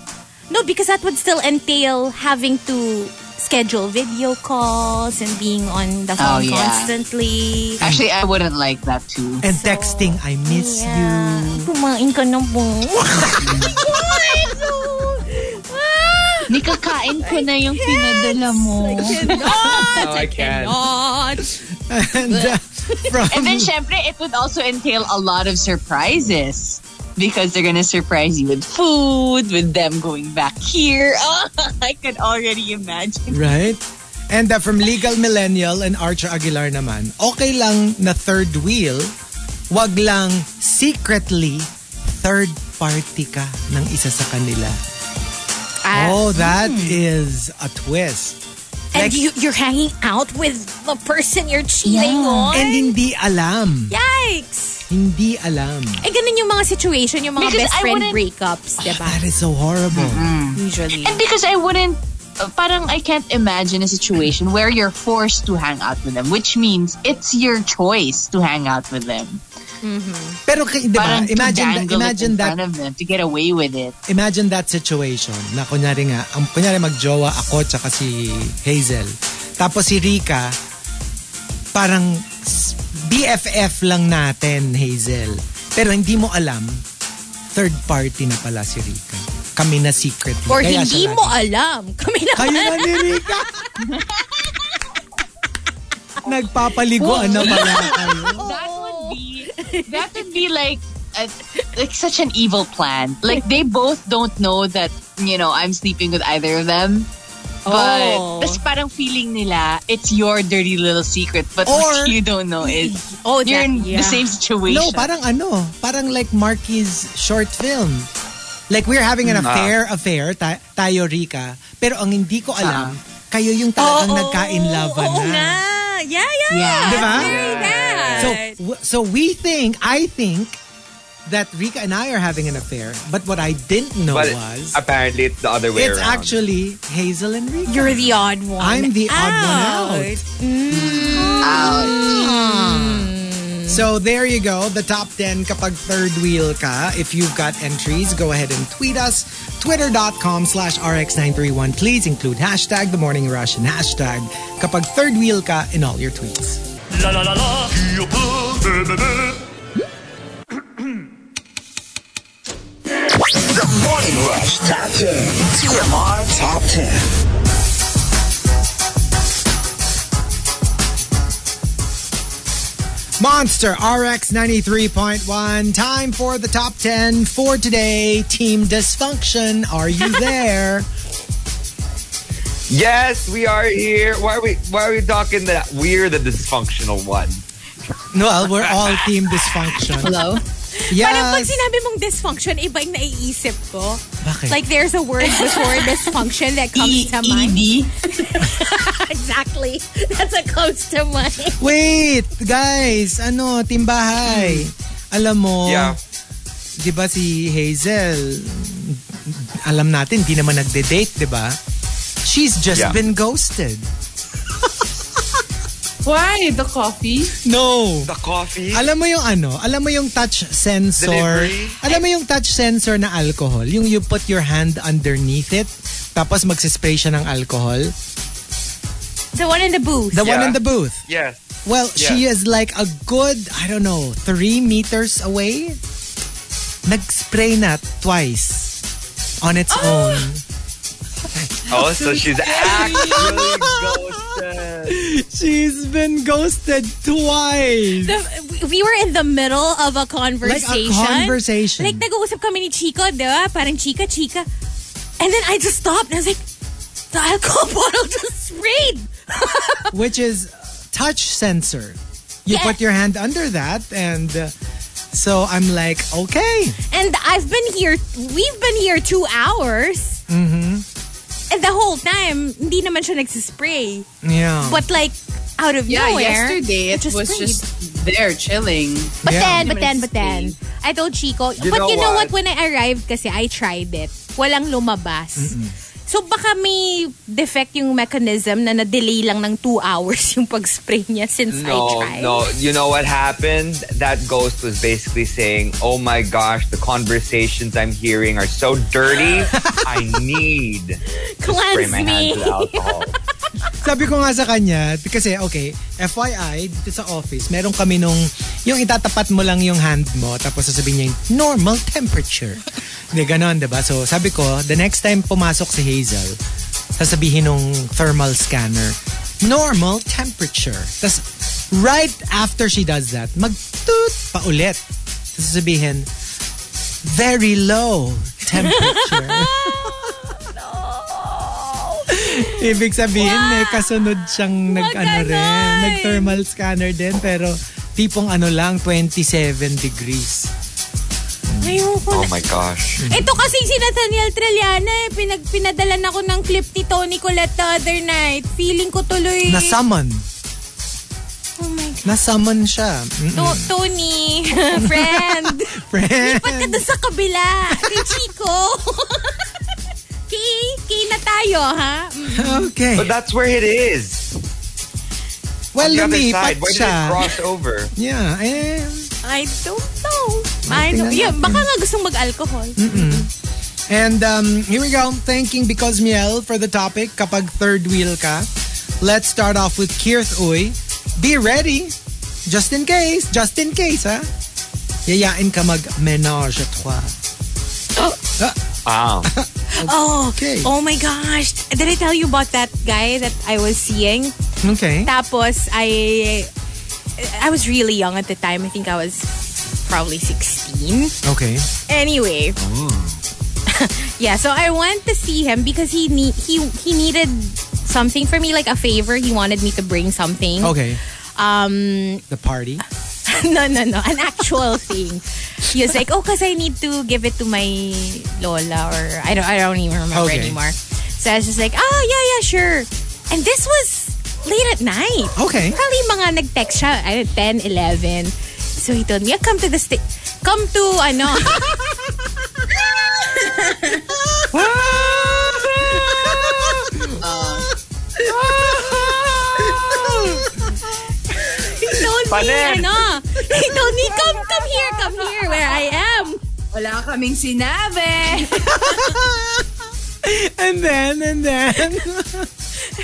S4: No, because that would still entail having to schedule video calls and being on the phone
S5: yeah.
S4: constantly.
S5: Actually, I wouldn't like that too.
S3: and texting, I miss
S4: Yeah.
S3: you.
S4: Kumain ka na ba? Kumain ka Ah,
S5: Nikakain ko na yung pinadala mo.
S6: No, I can't.
S4: God.
S3: And, uh, from,
S5: And then, syempre, it would also entail a lot of surprises. Because they're gonna surprise you with food, with them going back here. Oh, I could already imagine.
S3: right? And uh, from Legal Millennial and Archer Aguilar naman, okay lang na third wheel, wag lang secretly third party ka ng isa sa kanila.
S4: Ah,
S3: oh, that
S4: hmm.
S3: is a twist.
S4: And
S3: Like-
S4: you, you're hanging out with the person you're cheating on?
S3: And hindi alam.
S4: Yikes!
S3: Hindi alam.
S4: Eh, ganun yung mga situation, yung mga
S5: Because
S4: best
S5: I
S4: friend
S5: wouldn't-
S4: breakups, di ba?
S3: That is so horrible.
S4: Usually.
S5: And because I wouldn't, uh, parang I can't imagine a situation where you're forced to hang out with them, which means it's your choice to hang out with them.
S3: Pero kay- di ba,
S5: Parang
S3: imagine,
S5: to
S3: that,
S5: dangle
S3: imagine
S5: it in
S3: that
S4: Ano?
S5: front of them to get away with it.
S3: imagine that situation na kunyari nga, ang kunyari magjowa ako tsaka si Hazel. Tapos si Rika, parang s- BFF lang natin, Hazel. Pero hindi mo alam, third party na pala si Rika. Kami na secret.
S4: Or
S3: eh, Kaya
S4: hindi
S3: siya
S4: mo
S3: lagi-
S4: alam. Kami na
S3: Kayo na ni Rika! Nagpapaliguan na ano, pala kayo.
S5: That would be that would be like a, like such an evil plan. Like they both don't know that you know I'm sleeping with either of them. But
S4: Oh.
S5: that's parang feeling nila it's your dirty little secret. But
S3: Or-
S5: what you don't know
S10: E
S5: is
S4: Oh,
S5: you're
S4: that-
S5: in
S4: yeah.
S5: the same situation.
S3: No, parang ano, parang like Marky's short film. Like we're having an affair, affair, ta- tayo Rika, pero ang hindi ko alam, kayo yung talagang nagkain laban
S4: Oo
S3: na.
S4: nga. Yeah, yeah.
S5: Yeah.
S3: Di ba?
S4: Very bad.
S3: So, w- so we think, I think, that Rika and I are having an affair, but what I didn't know
S6: But
S3: was,
S6: apparently it's the other way
S3: it's
S6: around.
S3: actually Hazel and Rika.
S4: You're the odd one.
S3: I'm the odd one out.
S4: Mm.
S3: So there you go, the top 10 kapag third wheel ka. If you've got entries, go ahead and tweet us. Twitter.com slash RX931. Please include hashtag The Morning Rush and hashtag kapag third wheel ka in all your tweets.
S11: The Morning Rush Top 10. TMR Top 10.
S3: Monster RX 93.1. Time for the top 10 for today. Team Dysfunction, are you there?
S6: Yes, we are here. Why are we why are we talking that we're the dysfunctional one?
S3: well, we're all Team Dysfunction.
S5: Hello.
S4: Parang pag
S3: Yes.
S4: sinabi mong dysfunction, iba yung naiisip ko.
S3: Bakit?
S4: Like there's a word before dysfunction that
S3: E,
S5: E
S4: comes to mind.
S5: ED.
S4: exactly. That's what comes to mind.
S3: Wait, guys, ano, timbahay. Alam mo,
S6: Hmm. Yeah.
S3: di ba si Hazel, alam natin, di naman nagde-date, di ba? She's just
S6: Yeah.
S3: been ghosted.
S1: Why? The coffee?
S3: No.
S6: The coffee.
S3: Alam mo yung ano, alam mo yung touch sensor,
S6: Delivery?
S3: alam mo yung touch sensor na alcohol, yung you put your hand underneath it, tapos magsispray siya ng alcohol.
S4: The one in the booth.
S3: The one
S6: Yeah.
S3: in the booth.
S6: yes.
S3: Well, she
S6: Yeah.
S3: is like a good, I don't know, three meters away. Nag-spray na twice on its own.
S6: Oh, so she's actually ghosted.
S3: She's been ghosted twice.
S4: The- we were in the middle of a
S3: Like a
S4: conversation.
S3: conversation.
S4: Like, nag-uusap kami ni Chico, di ba? Parang chika, chika. And then I just stopped and I was like, the alcohol bottle just sprayed.
S3: which is touch sensor. You
S4: Yeah.
S3: put your hand under that and uh, so I'm like, okay.
S4: And I've been here, we've been here two hours. Mm-hmm. And the whole time, hindi naman siya nagsispray.
S3: Yeah.
S4: But like, out of
S1: Yeah,
S4: nowhere.
S1: yesterday it,
S4: just
S1: was
S4: sprayed.
S1: just there chilling.
S4: But
S3: Yeah.
S4: then, but then, but then, I told Chico.
S6: You
S4: but
S6: know
S4: you know what?
S6: what?
S4: When I arrived kasi, I tried it. Walang lumabas. So baka may defect yung mechanism na na-delay lang ng two hours yung pag-spray niya since I
S6: No,
S4: tried.
S6: no. You know what happened? That ghost was basically saying, "Oh my gosh, the conversations I'm hearing are so dirty. I need to
S4: Cleanse
S6: spray my
S4: me.
S6: hands with alcohol."
S3: Sabi ko nga sa kanya, kasi okay, FYI, dito sa office, meron kami nung, yung itatapat mo lang yung hand mo, tapos sasabihin niya yung normal temperature. Hindi, ganon, diba? So, sabi ko, the next time pumasok si Hazel, sasabihin nung thermal scanner, normal temperature. Tapos, right after she does that, mag-toot pa ulit. Tapos sasabihin, very low temperature. Ibig sabihin, may kasunod siyang nag-ano rin,
S4: ganon!
S3: nag-thermal scanner din, pero tipong ano lang, 27 degrees.
S4: Ayoko
S6: Oh
S4: na.
S6: my gosh.
S4: Ito kasi si Nathaniel Trellana eh. Pinag, pinadalan ako ng clip ni Tony Colette the other night. Feeling ko tuloy.
S3: Nasummon.
S4: Oh my God.
S3: Nasummon siya. Mm, Mm-mm.
S4: To- Tony, friend.
S3: Friend.
S4: Lipat ka doon sa kabila. Kay Chico. kay, kay na tayo, ha? Mm.
S3: Okay.
S6: But that's where it is.
S3: Well,
S6: The other
S3: lumipat
S6: side. Why did
S3: siya.
S6: it cross over?
S3: Yeah, eh,
S4: I don't know. I don't,
S3: Ah, tingnan
S4: yeah,
S3: natin.
S4: baka nga gustong mag-alcohol.
S3: And um, here we go. Thanking Because Miel for the topic, kapag third wheel ka. Let's start off with Kirth Uy. Be ready. Just in case. Just in case, ha? Yayain ka mag-menage à trois.
S6: Wow.
S4: Oh,
S3: Okay.
S4: oh my gosh. Did I tell you about that guy that I was seeing?
S3: Okay.
S4: Tapos, I, I was really young at the time. I think I was probably 16.
S3: Okay.
S4: Anyway. yeah, so I went to see him because he need, he he needed something for me, like a favor. He wanted me to bring something.
S3: Okay.
S4: Um
S3: The party.
S4: no no no, an actual thing. He was like, Oh, cause I need to give it to my Lola or I don't I don't even remember
S3: Okay.
S4: anymore. So I was just like, Oh yeah, yeah, sure. And this was late at night.
S3: Okay.
S4: Probably mga nag-text siya, ano, 10, 11. So he told me, yeah, come to the sta- Come to, ano. he told me,
S6: Paner.
S4: ano. He told me, come, come here, come here, where I am.
S10: Wala kaming sinabi.
S3: And then, and then.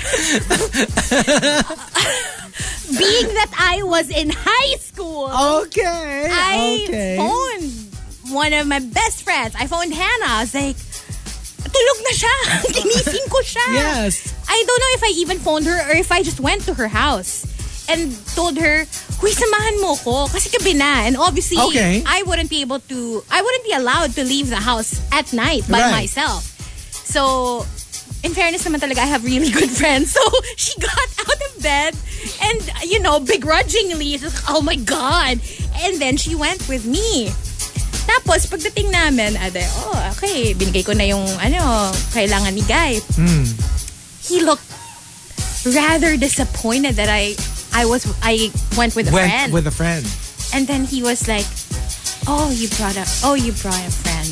S4: Being that I was in high school,
S10: Oh,
S3: Okay.
S4: I
S3: okay.
S4: phoned one of my best friends. I phoned Hannah. I was like, tulog na siya. Ginising ko siya.
S3: Yes.
S4: I don't know if I even phoned her or if I just went to her house and told her, Huy, samahan mo ko. Kasi gabi na. And obviously,
S3: Okay.
S4: I wouldn't be able to, I wouldn't be allowed to leave the house at night by
S3: Right.
S4: myself. So, in fairness naman talaga, I have really good friends. So, she got out of bed and, you know, begrudgingly, just, oh my God. And then she went with me. Tapos, pagdating namin, ade, oh, okay, binigay ko na yung, ano, kailangan ni Guy. He looked rather disappointed that I, I was, I went with a
S3: Went
S4: friend.
S3: with a friend.
S4: and then he was like, oh, you brought a, oh, you brought a friend.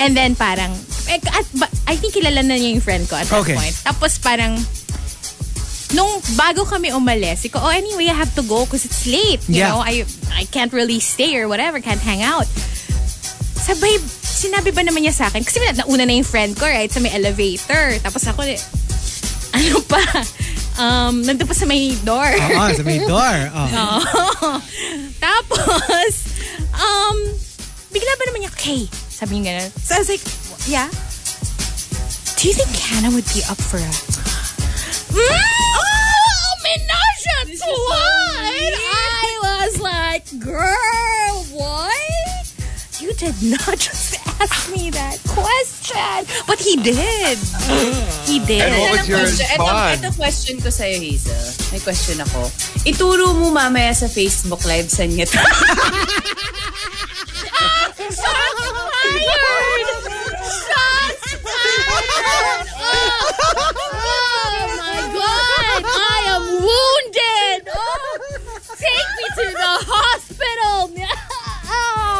S4: And then parang, eh, at, ba- I think kilala na niya yung friend ko at that
S3: Okay.
S4: point. Tapos parang, nung bago kami umalis, ko, oh, anyway, I have to go because it's late. You
S3: Yeah.
S4: know, I, I can't really stay or whatever, can't hang out. Sabay, sinabi ba naman niya sa akin? Kasi na- nauna na yung friend ko, right? Sa may elevator. Tapos ako, eh, ano pa? Um, nandun pa sa may door.
S3: Oo, sa may door. Oh.
S4: Tapos, um, bigla ba naman niya, okay, sabi niya gano'n. So I was like, yeah. Do you think Hannah would be up for a... Mm! Oh, menage a trois! And I was like, girl, what? You did not just ask me that question. But he did. He did.
S6: And what was your
S10: Ito,
S6: response?
S10: ito question ko sa'yo, Hazel. May question ako. Ituro mo mamaya sa Facebook Live sa niya to.
S4: Shots fired! Shots fired! Oh my god! I am wounded! Oh, take me to the hospital! Oh,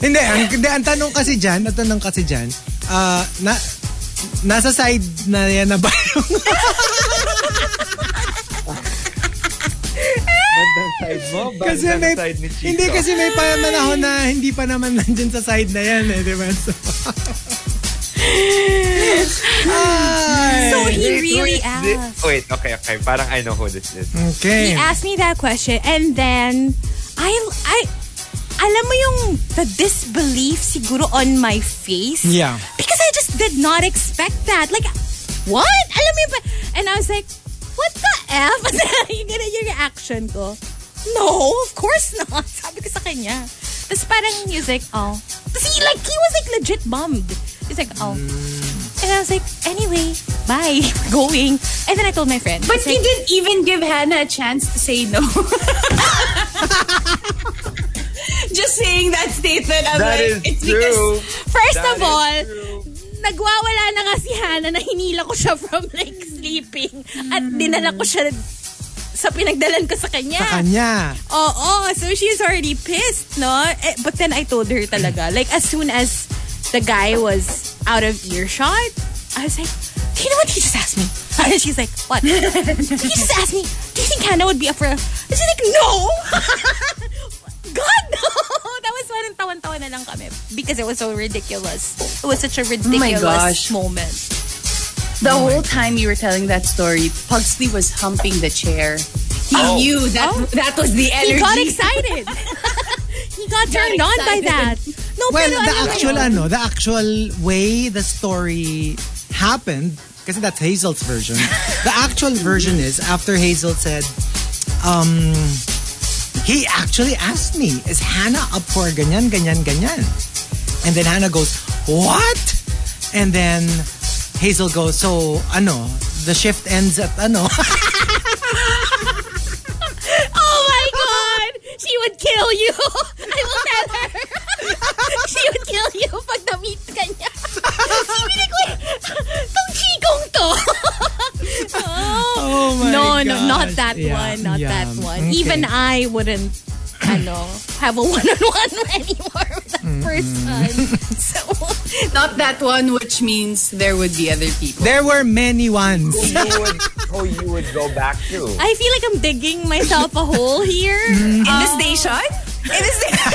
S3: Hindi, ang, hindi, ang tanong kasi dyan, ang tanong kasi dyan, ah, na, nasa side na yan na ba yung...
S6: Bandang side mo? Bandang
S3: kasi may,
S6: side ni Chico.
S3: hindi kasi may panahon na hindi pa naman nandyan sa side na yan eh, di ba? So, Ay.
S4: So he
S6: Wait,
S4: really
S6: wait,
S4: asked.
S6: thi- Wait, okay, okay. Parang I know who this is.
S3: okay.
S4: He asked me that question and then I I alam mo yung the disbelief siguro on my face.
S3: Yeah.
S4: Because I just did not expect that. Like what? Alam mo yun ba? And I was like, what the F? yung ganun yung reaction ko. No, of course not. Sabi ko sa kanya. Tapos parang he was like, oh. Tapos he like, he was like legit bummed. He's like, oh. And I was like, anyway, bye. We're going. And then I told my friend.
S10: But
S4: I was
S10: he
S4: like,
S10: didn't even give Hannah a chance to say no. Just saying that statement, I'm
S6: That
S10: like,
S6: is
S10: it's
S6: true.
S10: because
S4: First
S6: That
S4: of
S6: is
S4: all,
S6: true.
S4: nagwawala na nga si Hannah na hinila ko siya from like sleeping at dinala ko siya sa pinagdalan ko sa kanya.
S3: Sa kanya.
S4: Oo, so she's already pissed, no? Eh, but then I told her talaga, like as soon as the guy was out of earshot, I was like, do you know what he just asked me? And she's like, what? he just asked me, do you think Hannah would be up for a... And she's like, no! God, no! That was parang tawan-tawa na lang kami because it was so ridiculous. It was such a ridiculous
S10: gosh.
S4: moment.
S10: the whole time you were telling that story, Pugsley was humping the chair. He knew that
S4: Oh.
S10: that was the energy.
S4: He got excited. he got turned on by
S10: excited.
S4: that. No,
S3: Well, the
S4: pero alam mo
S3: actual
S4: yun.
S3: ano, the actual way the story happened, kasi that's Hazel's version. the actual version is after Hazel said, um, he actually asked me, is Hannah up for ganyan, ganyan, ganyan? And then Hannah goes, what? And then Hazel goes, so ano, the shift ends at ano?
S4: Oh my god! She would kill you! I will tell her! She would kill you pag na-meet ka niya. Sabi ko, tong chikong to! oh.
S3: oh my
S4: no,
S3: gosh.
S4: no, not that
S3: Yeah,
S4: one. Not
S3: yeah.
S4: that one.
S3: Okay.
S4: Even I wouldn't ano, have a one-on-one anymore with that
S3: Mm-hmm.
S4: person. So,
S10: Not that one, which means there would be other people.
S3: There were many ones.
S6: you would, who you would go back to.
S4: I feel like I'm digging myself a hole here. Um, In the station? In the station?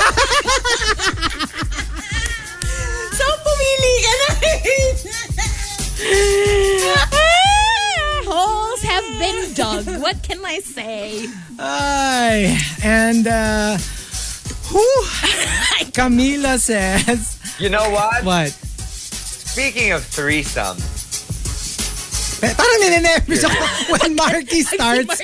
S4: so, pumili ka na rin. Ah, Holes have been dug. What can I say?
S3: Ay, and uh, whew, Camila says,
S6: You know what?
S3: what?
S6: Speaking of threesome,
S3: Eh, Parang ninenervous ako when Marky starts.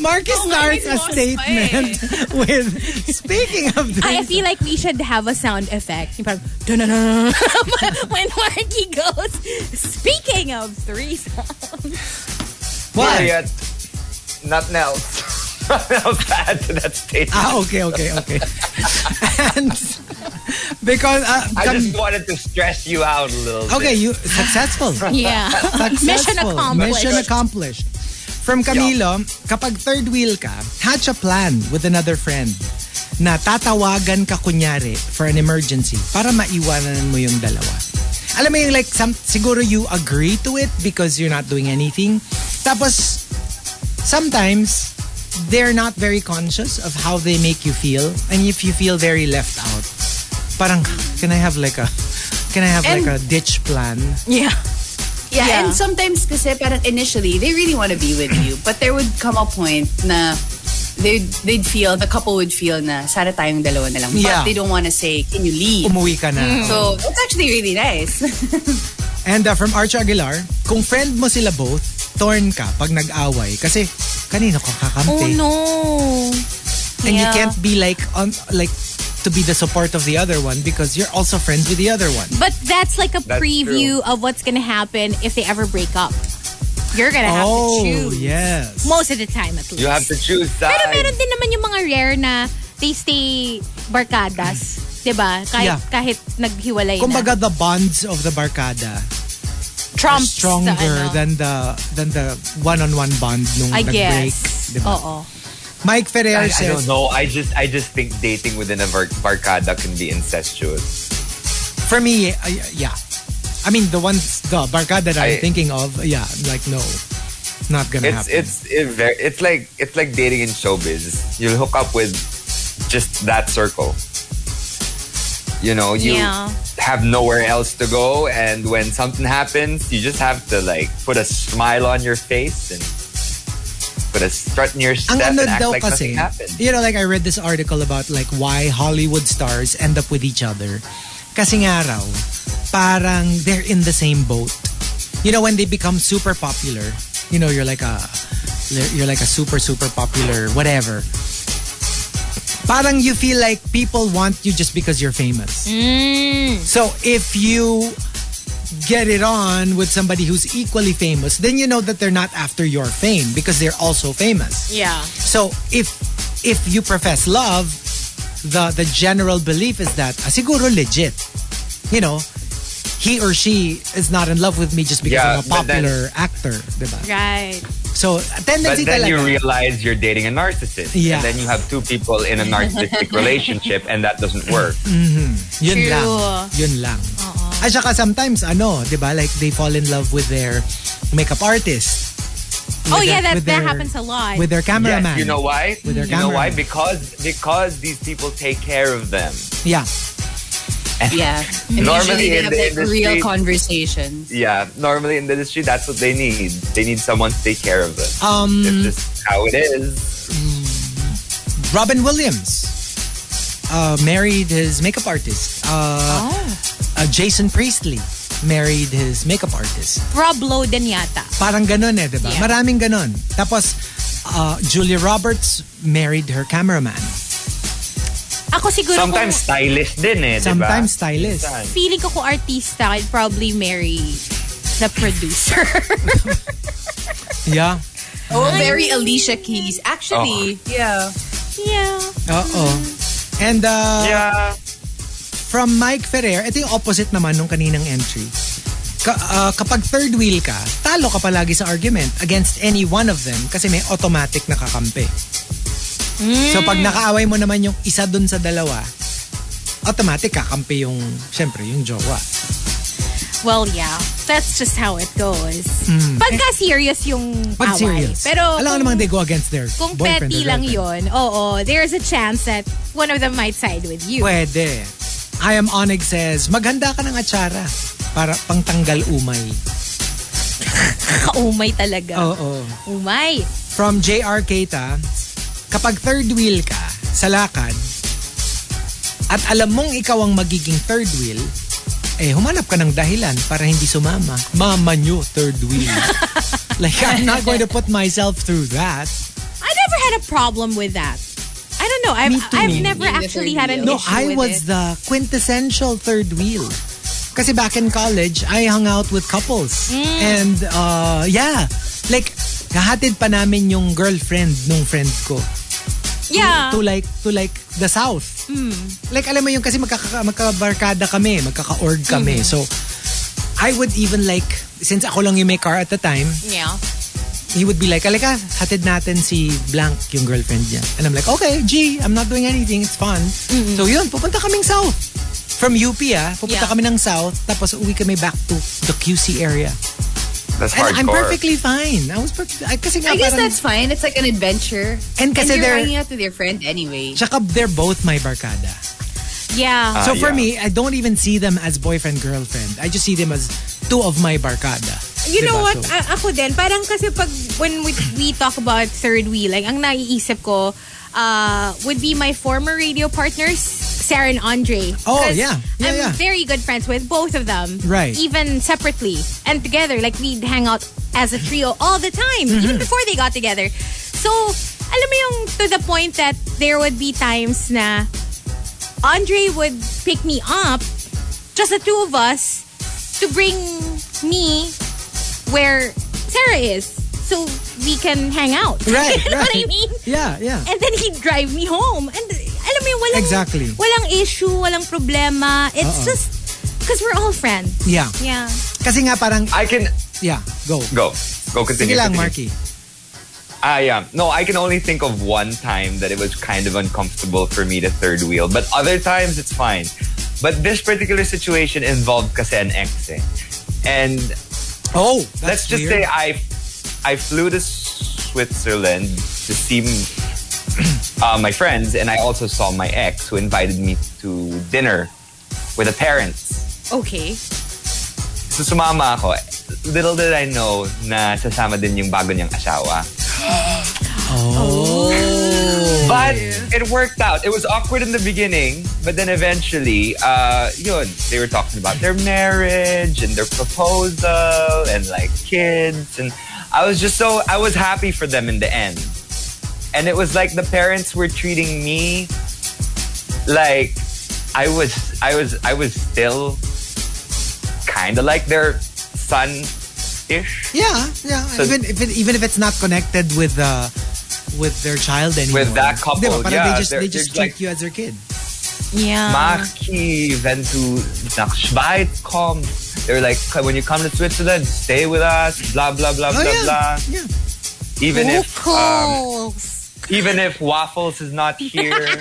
S3: Marky starts a statement with, speaking of this,
S4: I feel like we should have a sound effect. Yung parang, dun-dun-dun. when Marky goes, speaking of threesomes.
S3: what?
S6: period, not Nels. Not Nels to add to that statement.
S3: Ah, okay, okay, okay. and because, uh,
S6: I
S3: Cam-
S6: just wanted to stress you out a little bit.
S3: okay, you successful.
S4: Yeah.
S3: Successful.
S4: Mission accomplished.
S3: Mission accomplished. From Camilo, kapag third wheel ka, hatch a plan with another friend na tatawagan ka kunyari for an emergency para maiwanan mo yung dalawa. Alam mo yung like, some, siguro you agree to it because you're not doing anything. Tapos, sometimes, they're not very conscious of how they make you feel and if you feel very left out. Parang, can I have like a, can I have like a ditch plan?
S4: Yeah.
S10: Yeah,
S4: Yeah.
S10: and sometimes kasi parang initially, they really want to be with you. But there would come a point na they'd, they'd feel, the couple would feel na sana tayong dalawa na lang. But
S3: Yeah.
S10: they don't want to say, can you leave?
S3: Umuwi ka na.
S4: Mm.
S10: So, that's actually really nice.
S3: And uh, from Archie Aguilar, kung friend mo sila both, torn ka pag nag-away kasi kanino ka
S4: Oh
S3: kakampi.
S4: no.
S3: And you
S4: Yeah.
S3: can't be like on like to be the support of the other one because you're also friends with the other one.
S4: But that's like a
S6: That's
S4: preview of what's gonna happen if they ever break up. You're gonna have
S3: oh,
S4: to choose.
S3: yes.
S4: Most of the time at least.
S6: You have to choose
S4: Pero
S6: sides.
S4: meron din naman yung mga rare na they stay barkadas. 'di ba? Kahit,
S3: Yeah.
S4: kahit naghiwalay na.
S3: Kumbaga the bonds of the barkada are
S4: Trumps
S3: stronger
S4: sa ano.
S3: than the than the one-on-one bond nung
S4: I
S3: nag-break.
S4: guess.
S3: Diba?
S4: Oo.
S3: Mike Ferrer
S6: I, I
S3: says,
S6: don't know. I just I just think dating within a bar- barkada can be incestuous.
S3: for me, uh, yeah. I mean, the ones, the barkada that I'm
S6: I-
S3: thinking of, yeah, like, no. It's not gonna
S6: It's
S3: happen.
S6: it's it ver- it's like it's like dating in showbiz. You'll hook up with just that circle. You know, you
S4: Yeah.
S6: have nowhere else to go, and when something happens, you just have to like put a smile on your face and put a strut in your step
S3: Ang
S6: and
S3: ano
S6: act
S3: daw
S6: like
S3: kasi,
S6: nothing happened.
S3: you know, like I read this article about like why Hollywood stars end up with each other. Kasi nga raw, parang they're in the same boat. You know, when they become super popular, you know, you're like a, you're like a super, super popular, whatever. Parang you feel like people want you just because you're famous. So if you get it on with somebody who's equally famous, then you know that they're not after your fame because they're also famous.
S4: Yeah.
S3: So if if you profess love, the the general belief is that ah, siguro legit. You know, he or she is not in love with me just because I'm
S6: Yeah,
S3: a
S6: but then-
S3: popular actor, diba?
S4: Right.
S3: So
S6: But
S3: tendency
S6: then
S3: talaga.
S6: you realize you're dating a narcissist.
S3: Yeah.
S6: And then you have two people in a narcissistic relationship and that doesn't work.
S3: Mhm. Yun
S4: True.
S3: lang. Yun lang. At saka sometimes, ano, di ba, like they fall in love with their makeup artist.
S4: Oh
S3: With
S4: yeah,
S3: their-
S4: that
S3: with
S4: that
S3: their-
S4: happens a lot.
S3: With their cameraman.
S6: Yes, you know why?
S3: With their
S6: you know
S3: cameraman.
S6: why? Because because these people take care of them.
S3: Yeah.
S10: Yeah. And usually
S6: Normally
S10: they
S6: in
S10: have
S6: the
S10: like
S6: industry-
S10: real conversations.
S6: Yeah, normally in the industry, that's what they need. They need someone to take care of them.
S3: Um,
S6: It's just how it is.
S3: Robin Williams uh, married his makeup artist. Uh, uh, Jason Priestley married his makeup artist.
S4: Rob Lowe din yata.
S3: Parang ganun eh, di ba?
S4: Yeah.
S3: Maraming ganun. Tapos, uh, Julia Roberts married her cameraman.
S4: Ako siguro
S6: Sometimes
S4: kung
S6: stylist din eh, diba?
S3: Sometimes stylist.
S6: Minsan.
S4: feeling ko kung artista, I'd probably marry the producer.
S3: Yeah.
S10: Oh, very Alicia Keys. Actually, yeah.
S4: yeah.
S3: Oo. And uh,
S6: Yeah.
S3: from Mike Ferrer, ito yung opposite naman nung kaninang entry. Ka, ah, kapag third wheel ka, talo ka palagi sa argument against any one of them kasi may automatic na kakampi.
S4: Hmm.
S3: So pag nakaaway mo naman yung isa dun sa dalawa, automatic kakampi yung, syempre, yung jowa.
S4: Well, yeah. That's just how it goes. Pagka serious yung
S3: Mm. Pag
S4: away.
S3: serious,
S4: Pero
S3: alam ka
S4: kung-
S3: naman they go against their
S4: kung
S3: boyfriend
S4: petty
S3: or
S4: lang
S3: girlfriend.
S4: yun, oo, there's a chance that one of them might side with you.
S3: Pwede. I am Onyx says, maghanda ka ng atsara para pangtanggal umay.
S4: Kaumay talaga.
S3: Oo. oo.
S4: Umay.
S3: From JR Keita, kapag third wheel ka sa lakad, at alam mong ikaw ang magiging third wheel, eh humanap ka ng dahilan para hindi sumama. Mama nyo, third wheel. like, I'm not going to put myself through that.
S4: I never had a problem with that. I don't know. I've,
S3: Me too.
S4: I've never
S10: Being the
S4: actually
S10: third
S4: had an
S10: wheel.
S3: No,
S4: issue
S3: I
S4: with
S3: was
S4: it.
S3: the quintessential third wheel. Kasi back in college, I hung out with couples. And uh, yeah, like, kahatid pa namin yung girlfriend nung friend ko.
S4: Yeah.
S3: to like to like the south.
S10: Mm.
S3: Like alam mo yung kasi magkaka magkabarkada kami, magkaka-org
S10: Mm.
S3: kami. So I would even like since ako lang yung may car at the time,
S4: Yeah.
S3: he would be like, "Alika, hatid natin si blank yung girlfriend niya." And I'm like, "Okay, G, I'm not doing anything. It's fun." So yun, pupunta kaming south. From UP ah, pupunta
S4: Yeah.
S3: kami ng south tapos uwi kami back to the QC area.
S6: That's
S3: And
S6: hardcore.
S3: I'm perfectly fine. I was perfect I, kasi nga
S10: I guess
S3: parang-
S10: that's fine. It's like an adventure.
S3: and kasi
S10: and you're
S3: they're
S10: hanging out with your friend anyway.
S3: tsaka they're both my barkada.
S4: Yeah.
S3: So
S6: Ah,
S3: for
S6: yeah.
S3: me, I don't even see them as boyfriend girlfriend. I just see them as two of my barkada.
S4: You
S3: Diba?
S4: know what?
S3: So,
S4: A- ako din, parang kasi pag when we, we talk about third wheeling, ang naiisip ko uh, would be my former radio partners, Sarah and Andre.
S3: Oh,
S4: 'Cause
S3: yeah. Yeah,
S4: I'm
S3: yeah.
S4: very good friends with both of them.
S3: Right.
S4: Even separately and together. Like, we'd hang out as a trio all the time,
S3: Mm-hmm.
S4: even before they got together. So, alam mo yung to the point that there would be times na Andre would pick me up, just the two of us, to bring me where Sarah is so we can hang out.
S3: Right,
S4: you know
S3: right.
S4: what I mean?
S3: yeah, yeah.
S4: And then he'd drive me home. And alam mo yun, walang,
S3: Exactly. Uh-uh.
S4: walang issue, walang problema.
S3: Oo.
S4: It's just, because we're all friends.
S3: Yeah.
S4: Yeah.
S3: Kasi nga parang,
S6: I can
S3: yeah, go.
S6: go. Go continue.
S3: Sige lang,
S6: continue.
S3: Marky.
S6: Ah, yeah. No, I can only think of one time that it was kind of uncomfortable for me to third wheel, but other times it's fine. But this particular situation involved kasi an ex. eh. And
S3: oh,
S6: let's just
S3: weird.
S6: say I I flew to Switzerland to see m- uh, my friends, and I also saw my ex who invited me to dinner with the parents.
S4: Okay.
S6: So sumama ako. Little did I know na sasama din yung bago niyang asawa. But it worked out. It was awkward in the beginning, but then eventually, uh, yun, they were talking about their marriage and their proposal and like kids. And I was just so, I was happy for them in the end. And it was like the parents were treating me like I was, I was, I was still kind of like their son ish.
S3: Yeah, yeah.
S6: So-
S3: even if it, even if it's not connected with uh, with their child anymore.
S6: With that couple,
S3: Diba? Parang
S6: yeah,
S3: they just
S6: they're-
S3: they just
S6: they're
S3: treat you as their kid.
S4: Yeah.
S6: Maki, then to nach Schweiz kommt. They were like, when you come to Switzerland, stay with us, blah, blah, blah,
S3: Oh,
S6: blah,
S3: yeah.
S6: blah.
S3: Yeah.
S6: Even if, um,
S4: Cockles.
S6: even if Waffles is not here.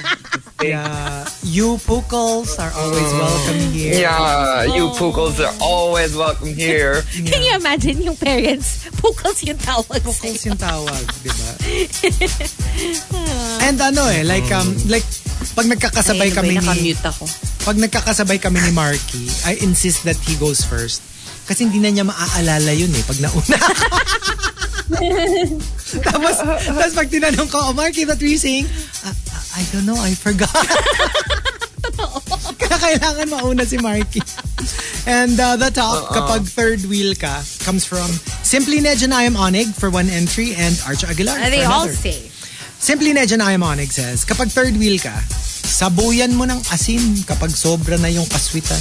S3: Yeah. You Pukals are always welcome here.
S6: Mm. yeah, you Pukals are always welcome here.
S4: Can you imagine yung parents? Pukals yung tawag
S3: Pukals
S4: sa'yo.
S3: yung tawag, di ba? And ano eh, like, um, like, pag nagkakasabay
S9: Ano ba
S3: kami
S9: yun?
S3: ni,
S9: Nakamute ako.
S3: pag nagkakasabay kami ni Marky, I insist that he goes first. Kasi hindi na niya maaalala yun eh, pag nauna ako. tapos,
S4: Uh-huh.
S3: tapos pag tinanong ko, oh Marky, what were you saying? "Ah, ah, I don't know, I forgot. Kaya kailangan mauna si Marky. And uh, the top, kapag third wheel ka, comes from Simply Ned and I am Onig for one entry and Archa Aguilar
S4: Are they
S3: for
S4: all
S3: another.
S4: safe?
S3: Simply Ned and I am Onig says, kapag third wheel ka, sabuyan mo ng asin kapag sobra na yung kaswitan.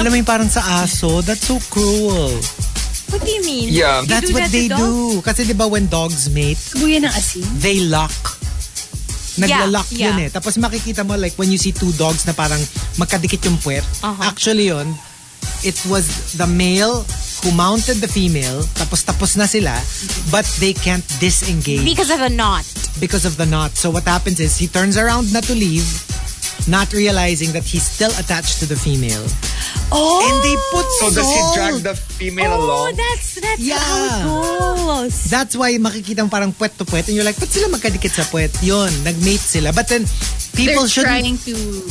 S3: Alam mo yung parang sa aso, that's so cruel.
S4: What do you mean?
S6: Yeah.
S4: They
S3: that's
S4: do
S3: what
S4: that to
S3: they
S4: dogs?
S3: do. Kasi di ba when dogs mate,
S10: Buya ng asin.
S3: they lock. Naglalock
S4: Yeah,
S3: yun eh.
S4: yeah.
S3: Tapos makikita mo like when you see two dogs na parang magkadikit yung puwet.
S4: Uh-huh.
S3: Actually yun, it was the male who mounted the female. Tapos tapos na sila. But they can't disengage
S4: Because of a knot.
S3: because of the knot. So what happens is he turns around not to leave. Not realizing that he's still attached to the female.
S4: Oh!
S3: And they put
S6: So does he
S3: salt.
S6: drag the female
S4: Oh,
S6: along?
S4: that's, that's
S3: Yeah.
S4: how it goes.
S3: That's why makikita mo parang puwet to puwet and you're like, ba't sila magkadikit sa puwet? Yun, nagmate sila. But then, people
S10: They're
S3: shouldn't
S10: trying to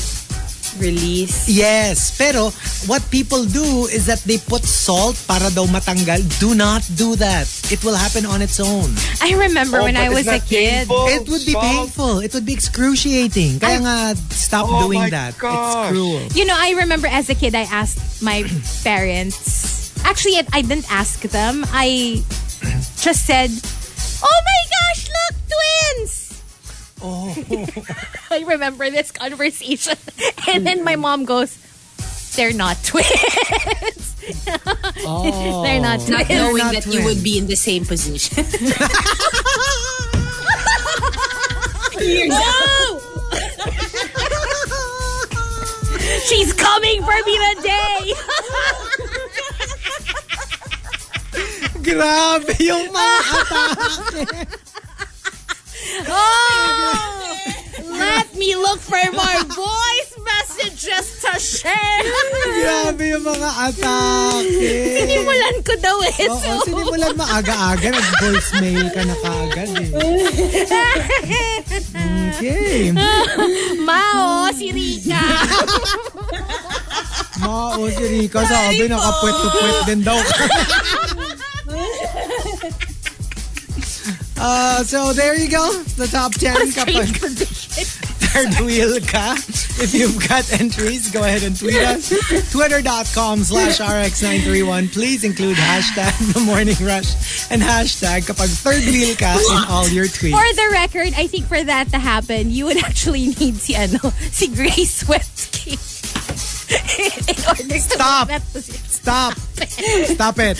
S10: release.
S3: Yes, pero what people do is that they put salt para daw matanggal. Do not do that. It will happen on its own.
S4: I remember
S6: Oh,
S4: when
S6: but
S4: I
S6: it's
S4: was a
S6: not
S4: kid.
S6: painful.
S3: it would be
S6: salt.
S3: painful. It would be excruciating. Kaya nga, stop
S6: Oh
S3: doing
S6: my
S3: that. It's
S6: gosh.
S3: cruel.
S4: You know, I remember as a kid, I asked my parents. Actually, I, I didn't ask them. I just said, Oh my gosh, look, twins! Oh. I remember this conversation. And then my mom goes, They're not twins.
S3: Oh.
S4: They're not
S10: Not
S4: twins.
S10: knowing
S3: not
S10: that you
S3: twins.
S10: would be in the same position.
S4: She's coming for me today.
S3: Grabe yung mga atake.
S4: Oh! Let me look for more voice messages to share.
S3: Grabe yung mga atake.
S4: Sinimulan ko daw eh.
S3: Oo,
S4: so-
S3: sinimulan maaga-aga. Nag-voicemail ka na kaagad eh. Okay.
S4: Mao, si Rika.
S3: Mao si Rica sabi nakapwet-pwet din daw. uh, so there you go. The top 10 kapag third wheel ka. If you've got entries, go ahead and tweet us. Twitter.com slash RX931. Please include hashtag The Morning Rush and hashtag kapag third wheel ka in all your tweets.
S4: For the record, I think for that to happen, you would actually need si, ano, si Grace Wetsky. In order to
S3: Stop.
S4: make that position.
S3: Stop. Stop it.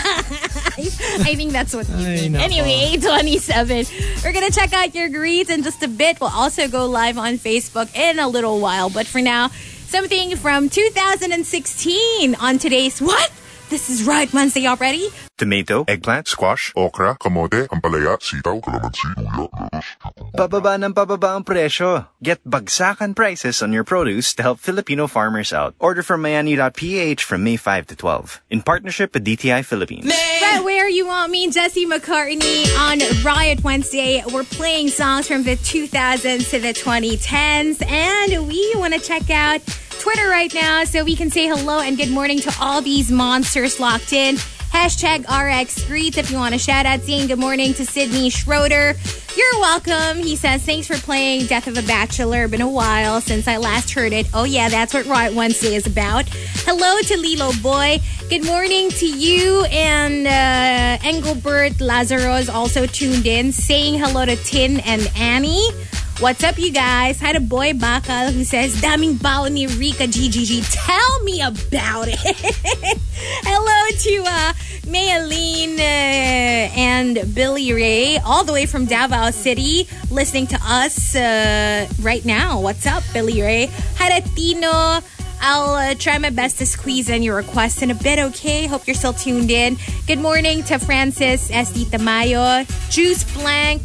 S4: I think that's what you
S3: Ay, nako.
S4: mean. Anyway, 27. We're going to check out your greets in just a bit. We'll also go live on Facebook in a little while. But for now, something from 2016 on today's What? This is right Wednesday already.
S2: Tomato, eggplant, squash,
S11: okra, kamote, ampalaya, sitaw, kalamansi, luya, lettuce.
S2: Pababa ng pababa ang presyo. Get bagsakan prices on your produce to help Filipino farmers out. Order from Mayani.ph from May 5 to 12 in partnership with DTI Philippines.
S4: Right where you want me, Jesse McCartney on Riot Wednesday. We're playing songs from the 2000s to the 2010s, and we want to check out Twitter right now so we can say hello and good morning to all these monsters locked in. Hashtag RX Greets if you want to shout out. Saying good morning to Sydney Schroeder. You're welcome. He says, thanks for playing Death of a Bachelor. Been a while since I last heard it. Oh, yeah, that's what Riot Wednesday is about. Hello to Lilo Boy. Good morning to you and uh, Engelbert Lazaro is also tuned in, saying hello to Tin and Annie. What's up, you guys? Hi to Boy Bakal who says, Daming bao ni Rika GGG. Tell me about it. Hello to uh, Mayaline uh, and Billy Ray, all the way from Davao City, listening to us uh, right now. What's up, Billy Ray? Hi to Tino. I'll uh, try my best to squeeze in your request in a bit, okay? Hope you're still tuned in. Good morning to Francis SD Tamayo, Juice Blank,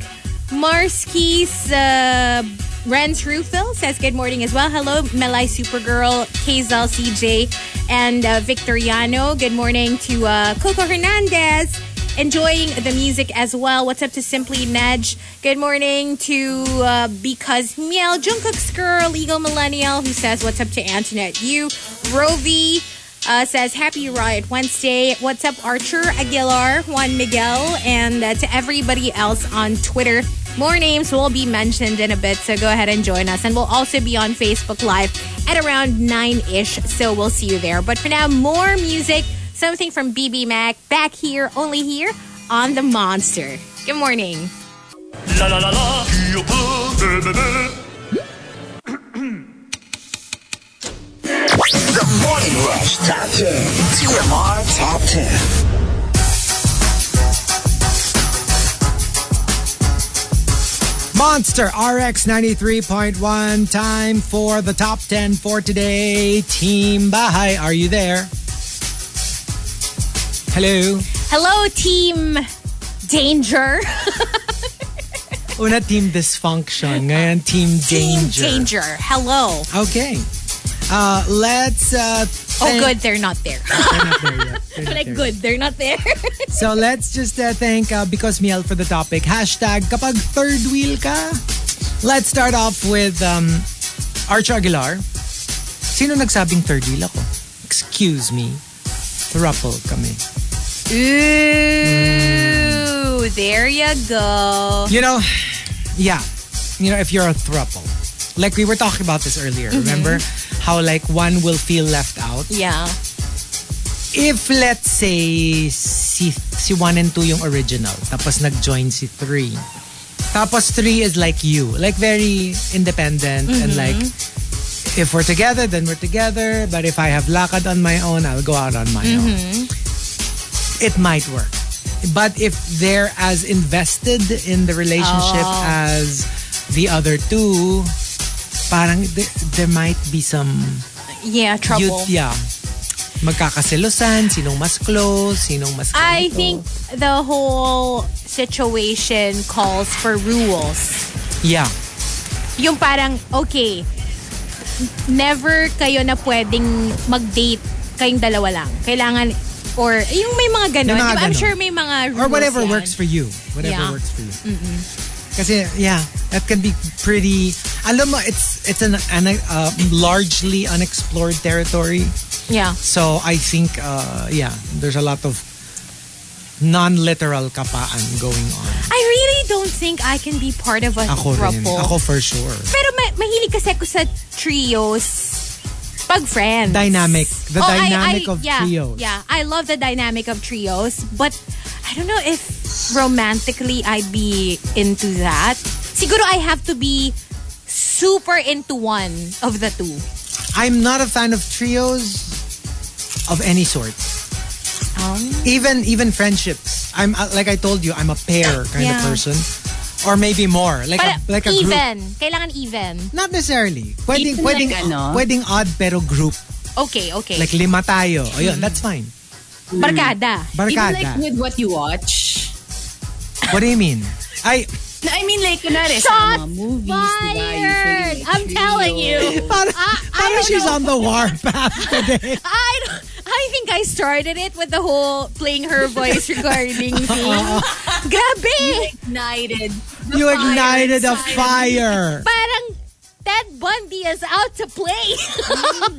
S4: Marskis, uh, Renz Rufil says good morning as well. Hello, Melai Supergirl, Kazel CJ, and uh, Victoriano. Good morning to uh, Coco Hernandez. Enjoying the music as well. What's up to Simply Nedge? Good morning to uh, Because Miel, Jungkook's girl, Legal Millennial, who says, What's up to Antoinette? You, Rovi, uh, says happy riot wednesday what's up archer aguilar juan miguel and uh, to everybody else on twitter more names will be mentioned in a bit so go ahead and join us and we'll also be on facebook live at around 9ish so we'll see you there but for now more music something from bb mac back here only here on the monster good morning
S8: La la la la.
S11: The Morning Rush Top 10. TMR Top 10.
S3: Monster RX 93.1. Time for the top 10 for today. Team Bahay, are you there? Hello.
S4: hello team danger
S3: Una Team Dysfunction. Ngayon Team
S4: team
S3: Danger.
S4: danger hello
S3: Okay. Uh, let's. Uh,
S4: oh
S3: thank-
S4: good they're not there like good they're not there
S3: So let's just uh, thank uh, Because Miel for the topic. Hashtag kapag third wheel ka. Let's start off with um, Arch Aguilar. Sino nagsabing third wheel ako? Excuse me. Thruple kami.
S4: Ooh, there you go.
S3: You know, yeah. You know, if you're a thruple. Like we were talking about this earlier.
S4: Mhm.
S3: Remember how like one will feel left out?
S4: Yeah.
S3: If let's say si, si 1 and 2 yung original, tapos nag-join si 3. Tapos 3 is like you, like very independent and
S12: Mhm.
S3: like if we're together, then we're together, but if I have lakad on my own, I'll go out on my own. It might work. But if they're as invested in the relationship
S12: Oh.
S3: as the other two, parang th- there might be some
S4: Yeah, trouble.
S3: Youth, yeah. Magkakaselosan, sinong mas close, sinong mas
S4: I
S3: ganito.
S4: think the whole situation calls for rules.
S3: Yeah.
S4: Yung parang, okay, never kayo na pwedeng mag-date kayong dalawa lang. Kailangan, or yung may mga ganun.
S3: May mga
S4: Diba? I'm
S3: ganun.
S4: sure may mga rules
S3: Or whatever
S4: yan.
S3: works for you. Whatever
S4: Yeah.
S3: works for you.
S4: Mm-mm.
S3: Kasi, yeah, that can be pretty, alam mo, it's, it's an, an uh, largely unexplored territory.
S4: Yeah.
S3: So, I think, uh, yeah, there's a lot of non-literal kapaan going on.
S4: I really don't think I can be part of a
S3: Ako rin.
S4: throuple.
S3: Ako for sure.
S4: Pero ma- mahilig kasi ako sa trios. Pag friends.
S3: Dynamic. The
S4: Oh, I-
S3: dynamic
S4: I-
S3: of
S4: yeah,
S3: trios.
S4: Yeah, I love the dynamic of trios. But I don't know if romantically I'd be into that. Siguro I have to be super into one of the two.
S3: I'm not a fan of trios of any sort.
S4: Um,
S3: even even friendships. I'm uh, like I told you, I'm a pair kind
S4: Yeah.
S3: of person, or maybe more, like
S4: Para
S3: a, like a
S4: even.
S3: group.
S4: Kailangan even.
S3: Not necessarily. Pwedeng
S4: Even
S3: pwedeng
S4: like ano?
S3: pwedeng odd pero group.
S4: Okay, okay.
S3: Like lima tayo. O yun,
S4: Mm.
S3: that's fine.
S4: Barkada.
S10: Even
S3: Barkada.
S10: like with what you watch.
S3: What do you mean? I,
S10: No, I mean like, kunwari,
S4: Shots
S10: sa mga movies, diba? Usually,
S4: I'm telling you.
S3: Parang,
S4: I, Ah, I
S3: parang
S4: don't
S3: she's
S4: know.
S3: on the warpath today.
S4: I don't- I think I started it with the whole playing her voice recording thing. Grabe!
S10: ignited.
S3: you ignited a fire.
S4: Parang Ted Bundy is out to play.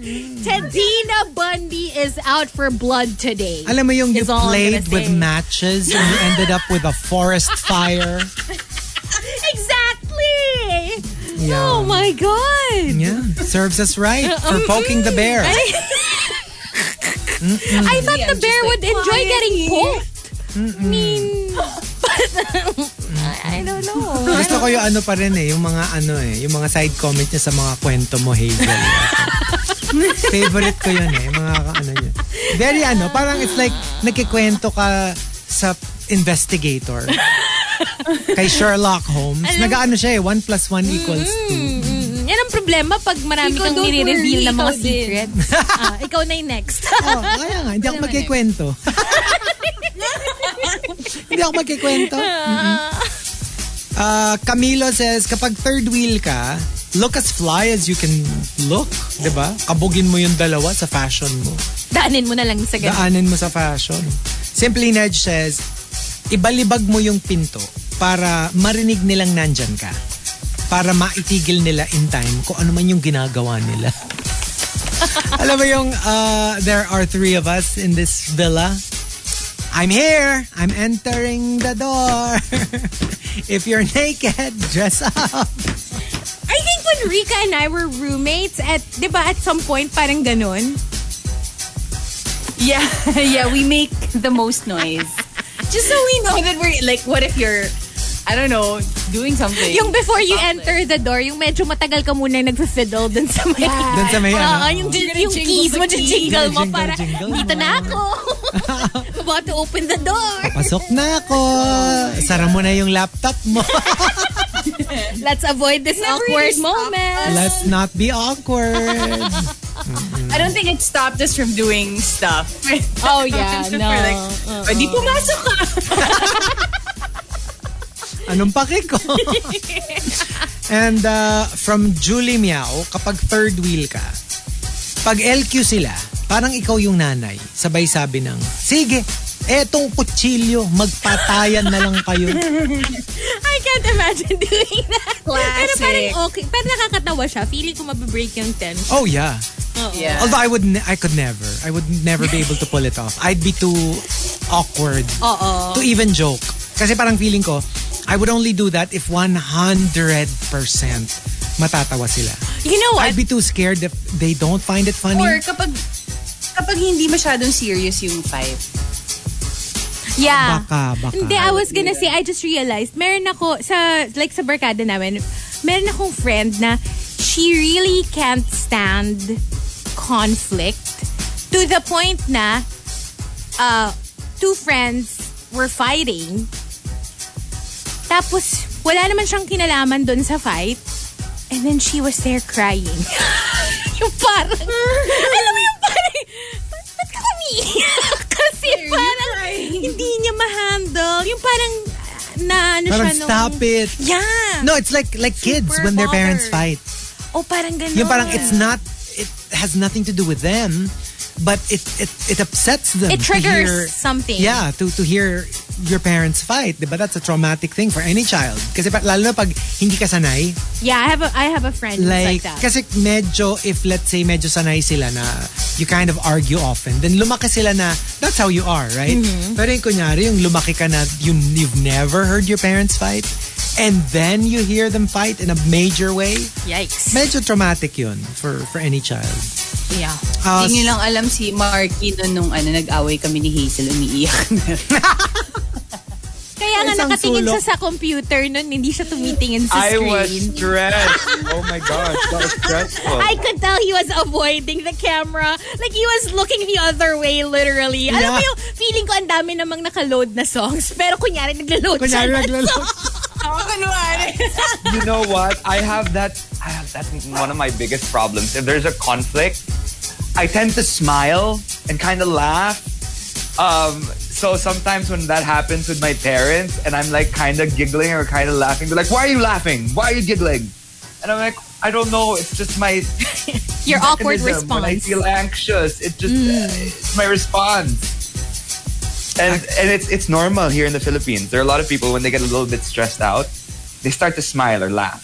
S3: Mm.
S4: Tedina Bundy is out for blood today.
S3: Alam mo yung you
S4: Is all I'm
S3: played
S4: gonna
S3: with
S4: say.
S3: matches and you ended up with a forest fire.
S4: Exactly!
S3: Yeah.
S4: Oh my god!
S3: Yeah, serves us right for poking the bear. Mm-mm.
S4: I thought the bear would enjoy getting poked.
S3: Mm-mm.
S4: I don't know.
S3: Gusto ko yung ano pa rin eh, yung mga ano eh, yung mga side comment niya sa mga kwento mo, Hazel. Favorite ko yun eh, mga ka- ano yun. Very ano, parang it's like nagkikwento ka sa investigator. Kay Sherlock Holmes.
S4: Alam-
S3: Nag-ano siya eh, 1 plus 1 equals 2.
S4: Mm, yan ang problema pag marami
S10: Ikaw,
S4: kang
S10: don't
S4: nire-reveal
S10: worry,
S4: ng mga
S10: ikaw din.
S4: secrets. Ah, ikaw na yung next.
S3: Oh, kaya nga, hindi ako magkikwento. hindi ako magkikwento. Mm-mm. Ah, Camilo says, kapag third wheel ka, look as fly as you can look. 'Di ba? Kabugin mo yung dalawa sa fashion mo.
S4: Daanin mo na lang sa ganun.
S3: Daanin mo sa fashion. Simply Nudge says, ibalibag mo yung pinto para marinig nilang nandyan ka. Para maitigil nila in time kung ano man yung ginagawa nila. Alam mo yung, uh, there are three of us in this villa. I'm here. I'm entering the door. If you're naked, dress up.
S4: I think when Rika and I were roommates at, di ba, at some point, parang ganun.
S10: Yeah, yeah, we make the most noise. Just so we know that we're like, what if you're, I don't know, doing something.
S4: Yung before you enter the door, yung medyo matagal ka muna yung nagfe-fiddle dun sa may...
S3: Dun sa may
S4: Oo,
S3: ano.
S4: yung,
S10: You're gonna
S4: yung
S10: jingle
S4: keys
S10: the
S4: mo, jingle mo
S3: Jingle,
S4: para
S3: jingle.
S4: dito na ako. About to open the door.
S3: Pasok na ako. Sara mo na yung laptop mo.
S4: Let's avoid this awkward moment.
S3: Let's not be awkward.
S10: I don't think it stopped us from doing stuff.
S4: Oh, yeah,
S10: We're
S4: no.
S10: like,
S4: Uh-uh.
S10: "Pwede pumasok ka."
S3: Anong pake ko? And uh, from Julie Miao, kapag third wheel ka, pag LQ sila, parang ikaw yung nanay. Sabay sabi ng, sige, etong kutsilyo, magpatayan na lang kayo.
S4: I can't imagine doing that. Pero
S10: Classic.
S4: parang okay. Pero nakakatawa siya. Feeling ko mababreak yung tension.
S3: Oh yeah.
S4: Oo.
S10: Yeah.
S3: Although I would, ne- I could never. I would never be able to pull it off. I'd be too awkward
S4: Oo.
S3: to even joke. Kasi parang feeling ko, I would only do that if 100% matatawa sila.
S4: You know what?
S3: I'd be too scared if they don't find it funny.
S10: Or kapag, kapag hindi masyadong serious yung fight.
S4: yeah.
S3: Baka, baka.
S4: Hindi, ano I was gonna say, I just realized, meron ako, sa, like sa barkada namin, meron akong friend na she really can't stand conflict to the point na uh, two friends were fighting. Tapos, wala naman siyang kinalaman doon sa fight. And then she was there crying. yung parang, alam mo yung parang, "Ba't- ba't ka umiiyak? Kasi parang, hindi niya ma-handle. Yung parang, na ano
S3: Parang
S4: siya nung-
S3: stop it.
S4: Yeah.
S3: No, it's like like kids
S4: Super
S3: when their parents
S4: bothered.
S3: fight.
S4: O parang ganun.
S3: Yung parang it's not it has nothing to do with them, but it it, it upsets them. to
S4: It
S3: hear-
S4: triggers something.
S3: Yeah, to to hear your parents fight, but that's a traumatic thing for any child. Kasi pa, lalo na pag hindi ka sanay,
S4: Yeah, I have a, I have a friend who's
S3: like,
S4: like that.
S3: kasi medyo, if let's say medyo sanay sila na you kind of argue often, then lumaki sila na that's how you are, right?
S4: Mm-hmm.
S3: Pero yung kunyari, yung lumaki ka na you, you've never heard your parents fight, and then you hear them fight in a major way,
S4: Yikes.
S3: medyo traumatic yun for, for any child.
S4: yeah.
S3: Uh,
S10: Hindi nyo lang alam si Marky noon nung ano, nag-away kami ni Hazel, umiiyak na.
S4: Kaya nga
S3: Isang
S4: nakatingin
S3: sulok.
S4: siya sa computer nun, hindi siya tumitingin sa
S6: I
S4: screen.
S6: was stressed. oh my gosh, that was stressful.
S4: I could tell he was avoiding the camera. Like, he was looking the other way, literally. Alam mo
S3: Yeah.
S4: yung feeling ko, ang dami namang nakaload na songs. Pero kunyari, naglo-load
S3: kunyari,
S4: siya.
S3: naglalo.
S10: Ako kunwari.
S6: you know what? I have that. I have that. One of my biggest problems. If there's a conflict, I tend to smile and kind of laugh, Um, so sometimes when that happens with my parents and I'm like kind of giggling or kind of laughing, they're like, "Why are you laughing? Why are you giggling?" And I'm like, "I don't know. It's just my
S4: Your awkward
S6: mechanism. When I
S4: response. Mm.
S6: feel anxious, it just it's my response." And and it's it's normal here in the Philippines. There are a lot of people when they get a little bit stressed out, they start to smile or laugh.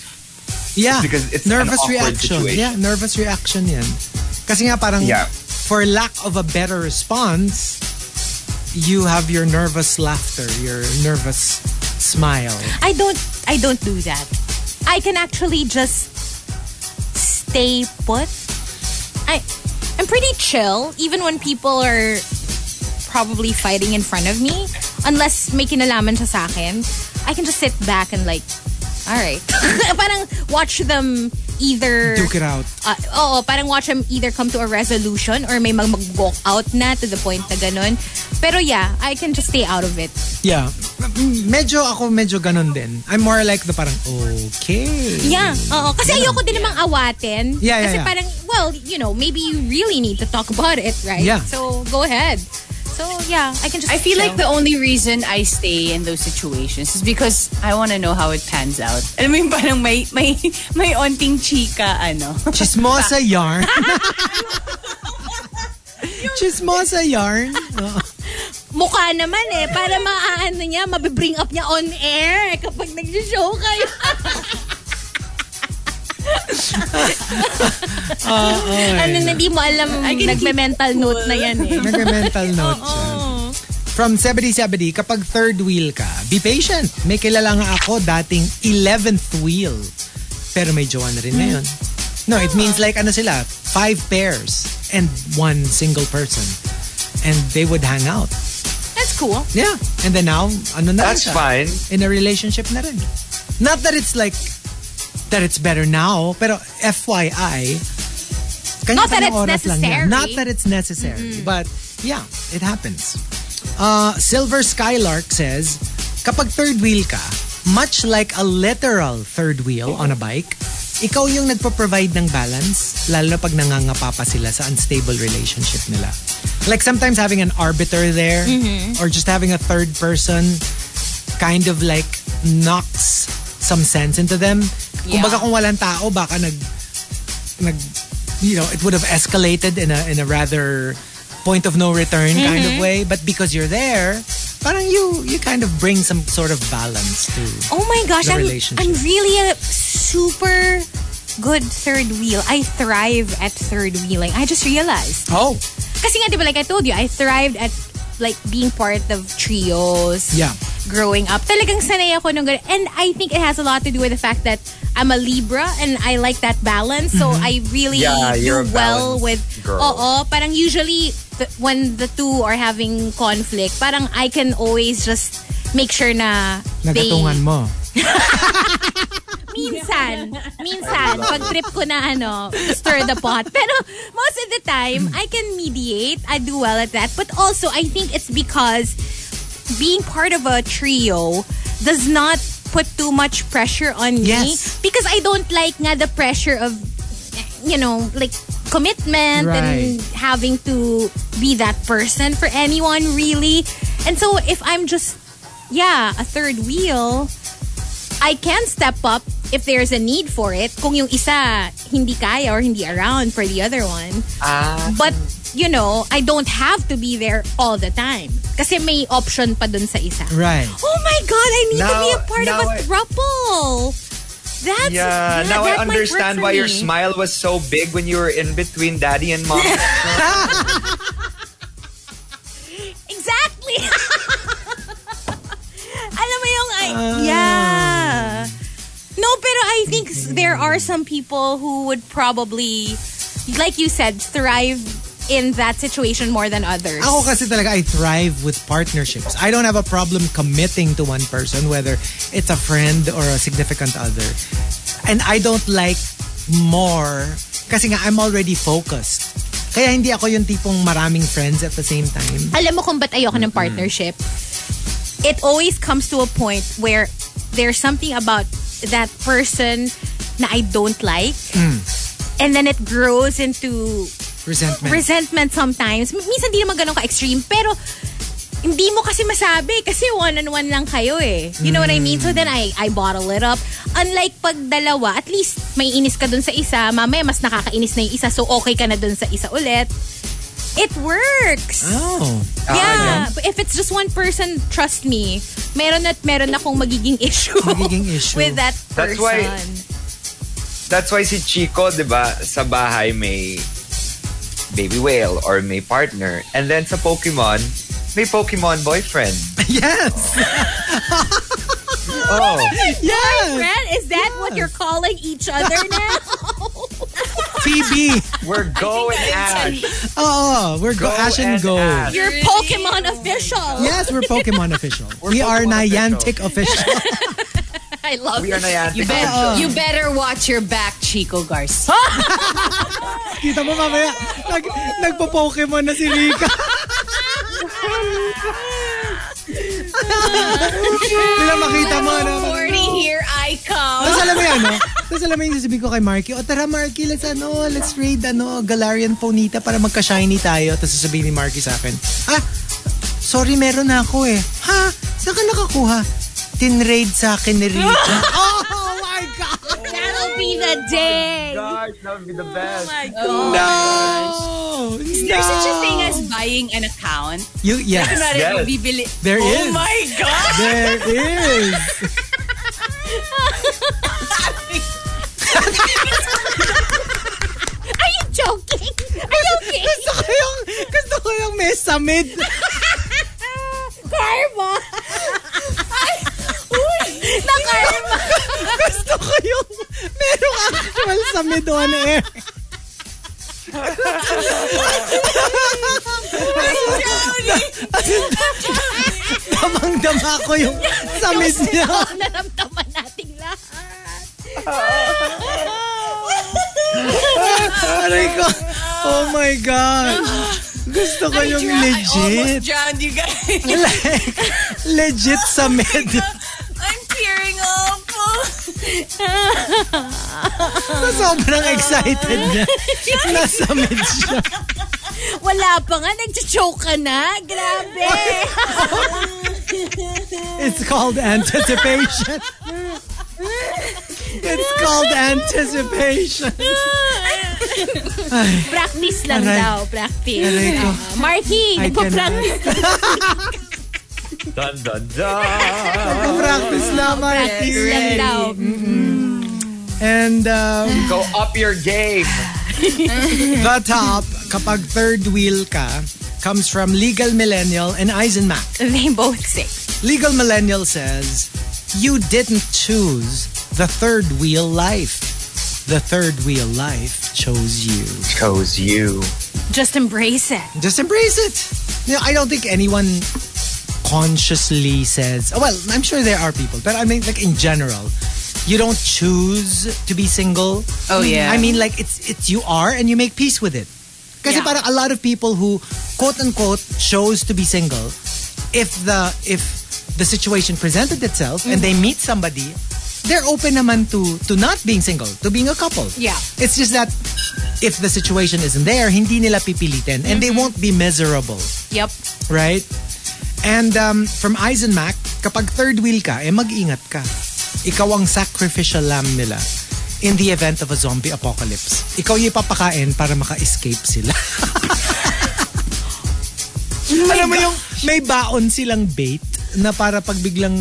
S3: Yeah.
S6: It's because it's an
S3: nervous
S6: awkward
S3: reaction.
S6: situation.
S3: Yeah, nervous reaction yan. Kasi nga parang
S6: Yeah.
S3: for lack of a better response, you have your nervous laughter, your nervous smile.
S4: I don't I don't do that. I can actually just stay put. I I'm pretty chill even when people are probably fighting in front of me unless may kinalaman siya sa akin. I can just sit back and like all right. parang watch them either
S3: Duke it out.
S4: uh, oo, parang watch them either come to a resolution or may mag- mag-walk out na to the point na ganun. Pero yeah, I can just stay out of it.
S3: Yeah. M- Medyo ako medyo ganun din. I'm more like the parang okay.
S4: Yeah, oo. Kasi ayoko din namang awatin.
S3: Yeah, yeah,
S4: Kasi
S3: yeah.
S4: parang, well, you know, maybe you really need to talk about it, right?
S10: Yeah.
S4: So, go ahead. So, yeah, I can just
S10: I feel
S4: chill.
S10: like the only reason I stay in those situations is because I want to know how it pans out. Alam mo yung parang may, may, may onting chika, ano.
S3: Chismosa yarn. Chismosa yarn. Oo.
S4: Mukha naman eh, para maaano niya, mabibring up niya on air eh, kapag nag-show kayo. ano na, di mo alam, nagme-mental note na yan eh.
S3: Nagme-mental note siya. From 7070, kapag third wheel ka, be patient. May kilala nga ako dating 11th wheel. Pero may jowa na rin ngayon. No, it means like ano sila, five pairs and one single person. And they would hang out.
S4: That's cool.
S3: Yeah. And then now, ano na rin
S6: That's
S3: siya.
S6: fine.
S3: In a relationship na rin. Not that it's like, that it's better now, pero FYI,
S4: Not that
S3: kanya-kanyang oras
S4: it's
S3: lang yan.
S4: necessary.
S3: Not that it's necessary. But yeah, it happens. Uh, Silver Skylark says, kapag third wheel ka, much like a literal third wheel on a bike, ikaw yung nagpo-provide ng balance, lalo na pag nangangapa pa sila sa unstable relationship nila. Like sometimes having an arbiter there,
S12: Mhm.
S4: Mm-hmm.
S3: or just having a third person kind of like knocks some sense into them.
S12: Yeah.
S3: Kumbaga kung walang tao, baka nag, nag, you know, it would have escalated in a, in a rather point of no return kind of
S4: Mhm.
S3: way. But because you're there, parang you, you kind of bring some sort of balance to
S4: Oh my gosh,
S3: the
S4: I'm,
S3: relationship.
S4: I'm really a super good third wheel. I thrive at third wheeling. I just realized.
S3: Oh.
S4: Kasi nga, di ba, like I told you, I thrived at like being part of trios.
S3: Yeah.
S4: Growing up. Talagang sanay ako nung ganun. And I think it has a lot to do with the fact that I'm a Libra and I like that balance. So
S3: Mm-hmm.
S12: Mhm.
S4: I really
S12: Yeah, you're
S4: do
S12: a
S4: well
S12: balanced
S4: with...
S12: girl.
S4: Oo, parang usually th- when the two are having conflict, parang I can always just make sure na
S3: Nagatungan
S4: they,
S3: mo.
S4: Minsan. Minsan. Pag trip ko na ano, stir the pot. Pero most of the time, I can mediate. I do well at that. But also, I think it's because being part of a trio does not put too much pressure on me.
S12: Yes.
S4: Because I don't like nga the pressure of, you know, like commitment
S12: Right.
S4: and having to be that person for anyone really. And so if I'm just, yeah, a third wheel, I can step up if there's a need for it. Kung yung isa hindi kaya or hindi around for the other one.
S6: Ah.
S4: But, you know, I don't have to be there all the time. Kasi may option pa dun sa isa.
S3: Right.
S4: Oh my God, I need to
S6: Now-
S4: be a part of
S6: now
S4: a
S6: I-
S4: thruple. That's,
S6: yeah, now I
S4: that might work
S6: understand
S4: for
S6: why your
S4: me.
S6: smile was so big when you were in between daddy and mom. Ah,
S4: Exactly. Alam mo yung, I,
S3: Ah.
S4: yeah. No, pero I think s- there are some people who would probably, like you said, thrive in that situation more than others.
S3: Ako kasi talaga, I thrive with partnerships. I don't have a problem committing to one person, whether it's a friend or a significant other. And I don't like more kasi nga I'm already focused. Kaya hindi ako yung tipong maraming friends at the same time.
S4: Alam mo kung ba't ayoko ng partnership? It always comes to a point where there's something about that person na I don't like.
S3: Mm.
S4: And then it grows into
S3: Resentment.
S4: resentment sometimes. Minsan di naman ganun ka-extreme. Pero hindi mo kasi masabi kasi one-on-one lang kayo eh. You know what I mean? So then I, I bottle it up. Unlike pag dalawa, at least may inis ka dun sa isa, mamaya mas nakakainis na yung isa, so okay ka na dun sa isa ulit. It works!
S3: Oh.
S4: Yeah, but if it's just one person, trust me, meron at meron akong magiging issue,
S3: magiging issue.
S4: with that person.
S6: That's why- That's why si Chico, di ba, sa bahay may baby whale or may partner. And then sa Pokemon, may Pokemon boyfriend.
S3: Yes!
S6: Oh.
S3: Yes!
S4: Boyfriend? Is that what you're calling each other now?
S3: PB.
S6: We're going Ash.
S3: Oo, we're go,
S6: Go
S3: Ash and,
S6: and
S3: Go.
S6: Ash.
S4: You're Pokemon official.
S3: Yes, we're Pokemon official. we are Niantic official.
S4: I love
S6: We are
S4: it.
S6: Niantic
S10: You, bet,
S3: Oh.
S6: official.
S10: you better watch your back, Chico Garcia.
S3: Kita mo mamaya, nag, nagpo-Pokemon na si Rika. Kaya makita mo, ano?
S10: Party here I
S3: Tapos
S10: come.
S3: alam mo yan, no? Tapos alam mo yung sasabihin ko kay Marky, o tara Marky, let's ano, let's raid ano, Galarian Ponita para magka-shiny tayo. Tapos sasabihin ni Marky sa akin, ah, sorry meron na ako eh. Ha? Saan ka nakakuha? Tin-raid sa akin ni Rika. oh my God!
S4: That'll be the
S6: Oh
S4: day.
S6: Gosh, that would be the
S4: Oh
S6: best.
S4: my
S3: No!
S4: God.
S10: Is there such a thing as buying an account?
S3: You, yes.
S10: Kunwari,
S6: Yes.
S10: bibili.
S3: There
S10: oh
S3: is.
S10: my God!
S3: There is.
S4: Are you joking? Are you
S3: gusto
S4: kidding?
S3: ko yung, gusto ko yung may summit.
S4: Karma. Na karma.
S3: gusto ko yung merong actual summit on air. As in, Damang-dama ko yung summit niya.
S4: Ang naramdaman nating lahat.
S3: Aray ko. Oh my God. Gusto ko yung legit.
S10: Almost drowned, you guys.
S3: Like, legit summit.
S10: I'm tearing awful.
S3: Sobrang excited niya. Nasummit siya.
S4: Wala pa nga, nag-choke ka na. Grabe.
S3: It's called anticipation. It's called anticipation.
S4: practice lang
S3: Aray.
S4: daw, practice.
S3: Aray ko.
S4: Ah, Marky,
S3: I
S4: nagpa-practice.
S6: Dun, dun, dun.
S3: Practice lang, Marky.
S4: Practice lang daw.
S3: And um,
S6: Go up your game.
S3: the top, kapag third wheel ka, comes from Legal Millennial and Eisenmack.
S4: They both sick.
S3: Legal Millennial says, You didn't choose the third wheel life. The third wheel life chose you.
S6: Chose you.
S4: Just embrace it.
S3: Just embrace it. You know, I don't think anyone consciously says, oh, well, I'm sure there are people, but I mean, like in general, you don't choose to be single. Mm-hmm.
S10: Oh, yeah.
S3: I mean, like it's it's you are and you make peace with it. Kasi
S10: Yeah.
S3: parang a lot of people who quote unquote chose to be single, if the if the situation presented itself
S10: Mm-hmm.
S3: and they meet somebody, they're open naman to to not being single, to being a couple.
S4: Yeah.
S3: It's just that if the situation isn't there, hindi nila pipilitin and they won't be miserable,
S4: Yep.
S3: right? And um, from Eisenmack, kapag third wheel ka, eh mag-ingat ka. Ikaw ang sacrificial lamb nila in the event of a zombie apocalypse. Ikaw yung ipapakain para maka-escape sila. Alam mo yung may baon silang bait na para pag biglang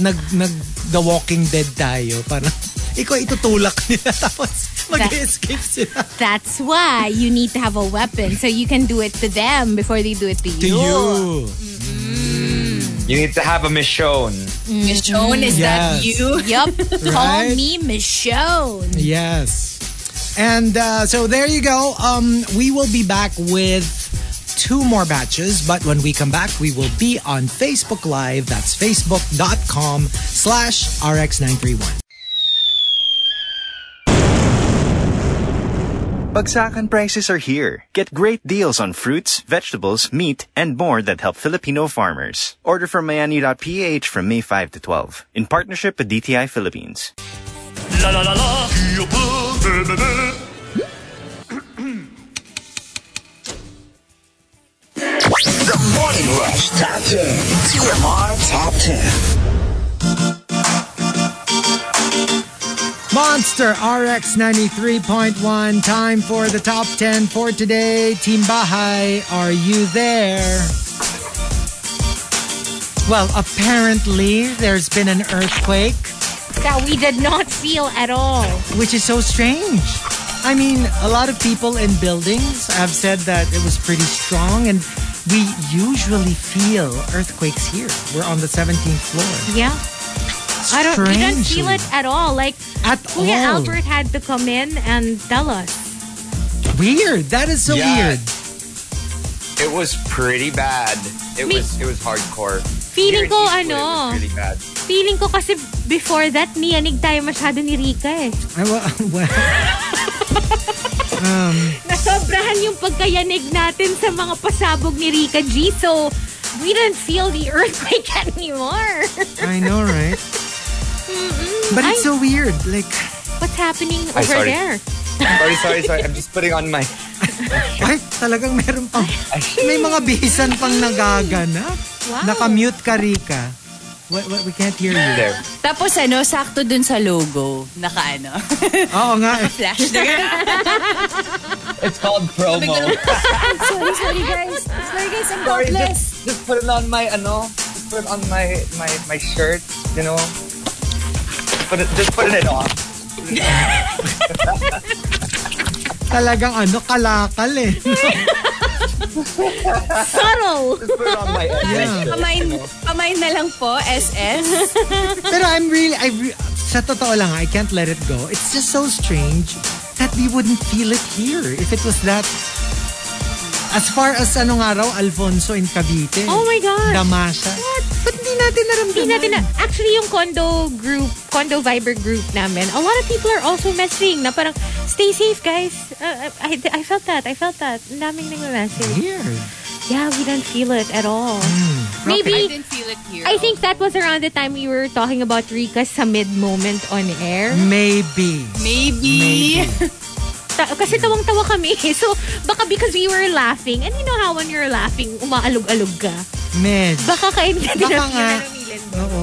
S3: nag, nag The Walking Dead tayo, parang ikaw itutulak nila tapos mag-escape sila.
S4: That's why you need to have a weapon so you can do it to them before they do it to you.
S3: To you.
S6: You need to have a Michonne.
S10: Michonne, is that
S3: Yes.
S10: you?
S4: Yep. Call
S3: Right?
S4: me Michonne.
S3: Yes. And uh, so there you go. Um, we will be back with two more batches, but when we come back, we will be on Facebook Live. That's facebook.com slash rx931.
S2: Bagsakan prices are here. Get great deals on fruits, vegetables, meat, and more that help Filipino farmers. Order from Mayani.ph from May 5 to 12 in partnership with DTI Philippines.
S11: The morning Morning Rush Top 10. TMR Top 10.
S3: Monster RX 93.1. Time for the top 10 for today. Team Bahay, are you there? Well, apparently there's been an earthquake.
S4: That we did not feel at all.
S3: Which is so strange. I mean, a lot of people in buildings have said that it was pretty strong, and we usually feel earthquakes here. We're on the 17th floor.
S4: Yeah. I don't. We don't feel
S3: Strangely. Oh.
S4: it at all. Like
S3: At
S4: Kuya
S3: all.
S4: Albert had to come in and tell us.
S3: Weird. That is so
S6: Yeah.
S3: weird.
S6: It was pretty bad. It
S4: Me-
S6: was it was hardcore.
S4: Feeling
S6: Here in
S4: ko
S6: Eastwood,
S4: ano.
S6: It was really bad.
S4: Feeling ko kasi before that niyanig tayo masyado ni Rika eh.
S3: I, wa- well, um,
S4: Nasobrahan yung pagkayanig natin sa mga pasabog ni Rika G. So we don't feel the earthquake anymore.
S3: I know, right?
S4: Mm-mm.
S3: But it's
S4: Ay,
S3: so weird. Like,
S4: What's happening
S6: Ay,
S4: over
S6: sorry.
S4: there?
S6: Sorry, sorry, sorry. I'm just putting on my.
S3: ay, talagang meron pang, may mga bihisan pang nagaganap.
S10: Wow.
S3: Naka-mute ka, Rika. What, what, we can't hear you.
S6: There.
S10: Tapos ano, sakto dun sa logo. Naka ano.
S3: Oo nga. eh.
S10: Flash na
S6: It's called promo.
S10: sorry, sorry guys. Sorry guys, I'm
S6: sorry,
S10: helpless.
S6: just, just put it on my ano. Just put it on my my my shirt. You know. Put it, just put it on.
S3: Talagang ano, kalakal eh.
S4: Subtle.
S6: Just put it on my.
S3: Yeah.
S10: Pamain, pamain na lang po, SS.
S3: Pero I'm really, I re- sa totoo lang, I can't let it go. It's just so strange that we wouldn't feel it here if it was that as far as ano nga raw, Alfonso in Cavite.
S4: Oh my gosh.
S3: Damasha. Ba't di natin naramdaman?
S4: Di natin na, actually, yung condo group, condo Viber group namin, a lot of people are also messaging na parang, stay safe, guys. Uh, I, I felt that. I felt that. Ang daming nagme-message.
S3: Weird.
S4: Yeah, we don't feel it at all.
S10: I
S4: Maybe,
S10: didn't feel it here.
S4: I think that was around the time we were talking about Rika's sa mid-moment on air.
S3: Hmm. Maybe.
S10: Maybe.
S4: Ta- kasi tawang-tawa kami. So, baka because we were laughing, and you know how when you're laughing, umaalog-alog ka.
S3: Med.
S4: Baka kain ka din
S3: Baka
S4: ang
S3: nga. Oo.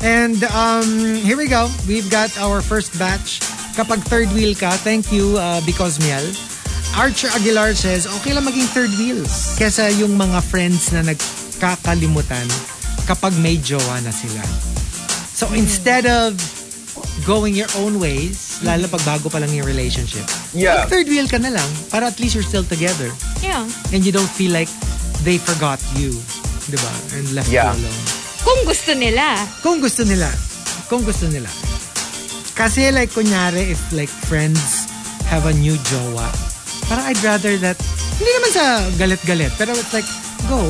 S3: And um, here we go. We've got our first batch. Kapag third wheel ka, thank you, uh, Because Miel. Archer Aguilar says, okay lang maging third wheel. Kesa yung mga friends na nagkakalimutan kapag may jowa na sila. So instead of going your own ways, lalo pag bago pa lang yung relationship,
S6: Yeah.
S3: mag third wheel ka na lang para at least you're still together
S4: Yeah.
S3: and you don't feel like they forgot you, di ba? And left
S6: Yeah.
S3: you alone.
S4: Kung gusto nila.
S3: Kung gusto nila. Kung gusto nila. Kasi like, kunyari, if like friends have a new jowa, parang I'd rather that, hindi naman sa galit-galit, pero it's like, go.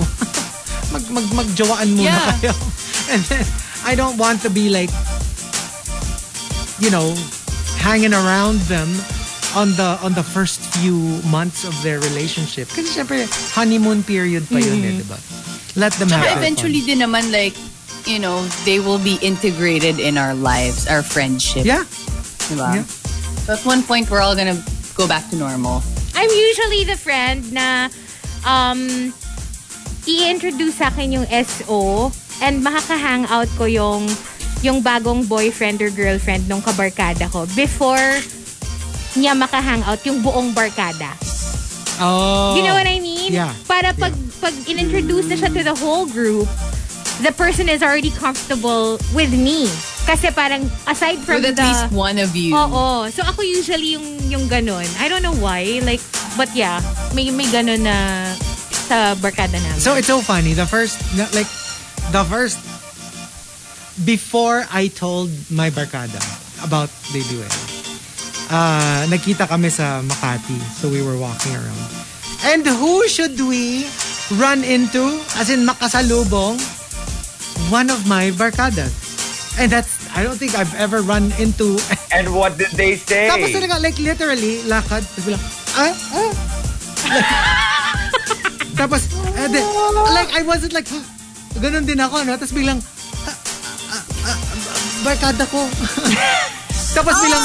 S3: mag, mag, magjowaan muna
S10: Yeah.
S3: kayo. And then, I don't want to be like, you know, hanging around them on the on the first few months of their relationship. Kasi syempre, honeymoon period pa yun
S4: Mm-hmm.
S3: eh, di ba? Let them
S10: Tsaka
S3: have their fun.
S10: eventually din naman like, you know, they will be integrated in our lives, our friendship.
S3: Yeah.
S10: Diba?
S3: Yeah.
S10: So at one point, we're all gonna go back to normal.
S4: I'm usually the friend na um, i-introduce sa akin yung SO and makaka-hangout ko yung yung bagong boyfriend or girlfriend nung kabarkada ko before niya makahangout yung buong barkada.
S3: Oh.
S4: You know what I mean?
S3: Yeah.
S4: Para pag, pag in-introduce na siya to the whole group, the person is already comfortable with me. Kasi parang aside from
S10: With at
S4: the...
S10: least one of you.
S4: Oo. So ako usually yung yung ganun. I don't know why. Like, but yeah, may may ganun na sa barkada namin.
S3: So it's so funny. The first, na- like, the first, before I told my barkada about Baby Well, uh, nagkita kami sa Makati. So we were walking around. And who should we run into? As in, makasalubong? One of my barkadas. And that's, I don't think I've ever run into
S6: And what did they say?
S3: Tapos talaga, like literally, lakad. Tapos bilang, ah, ah. Tapos, eh, de- like, I wasn't like, huh? ganun din ako, no? Tapos bilang, ah, ah, ah, barkada ko. Tapos bilang,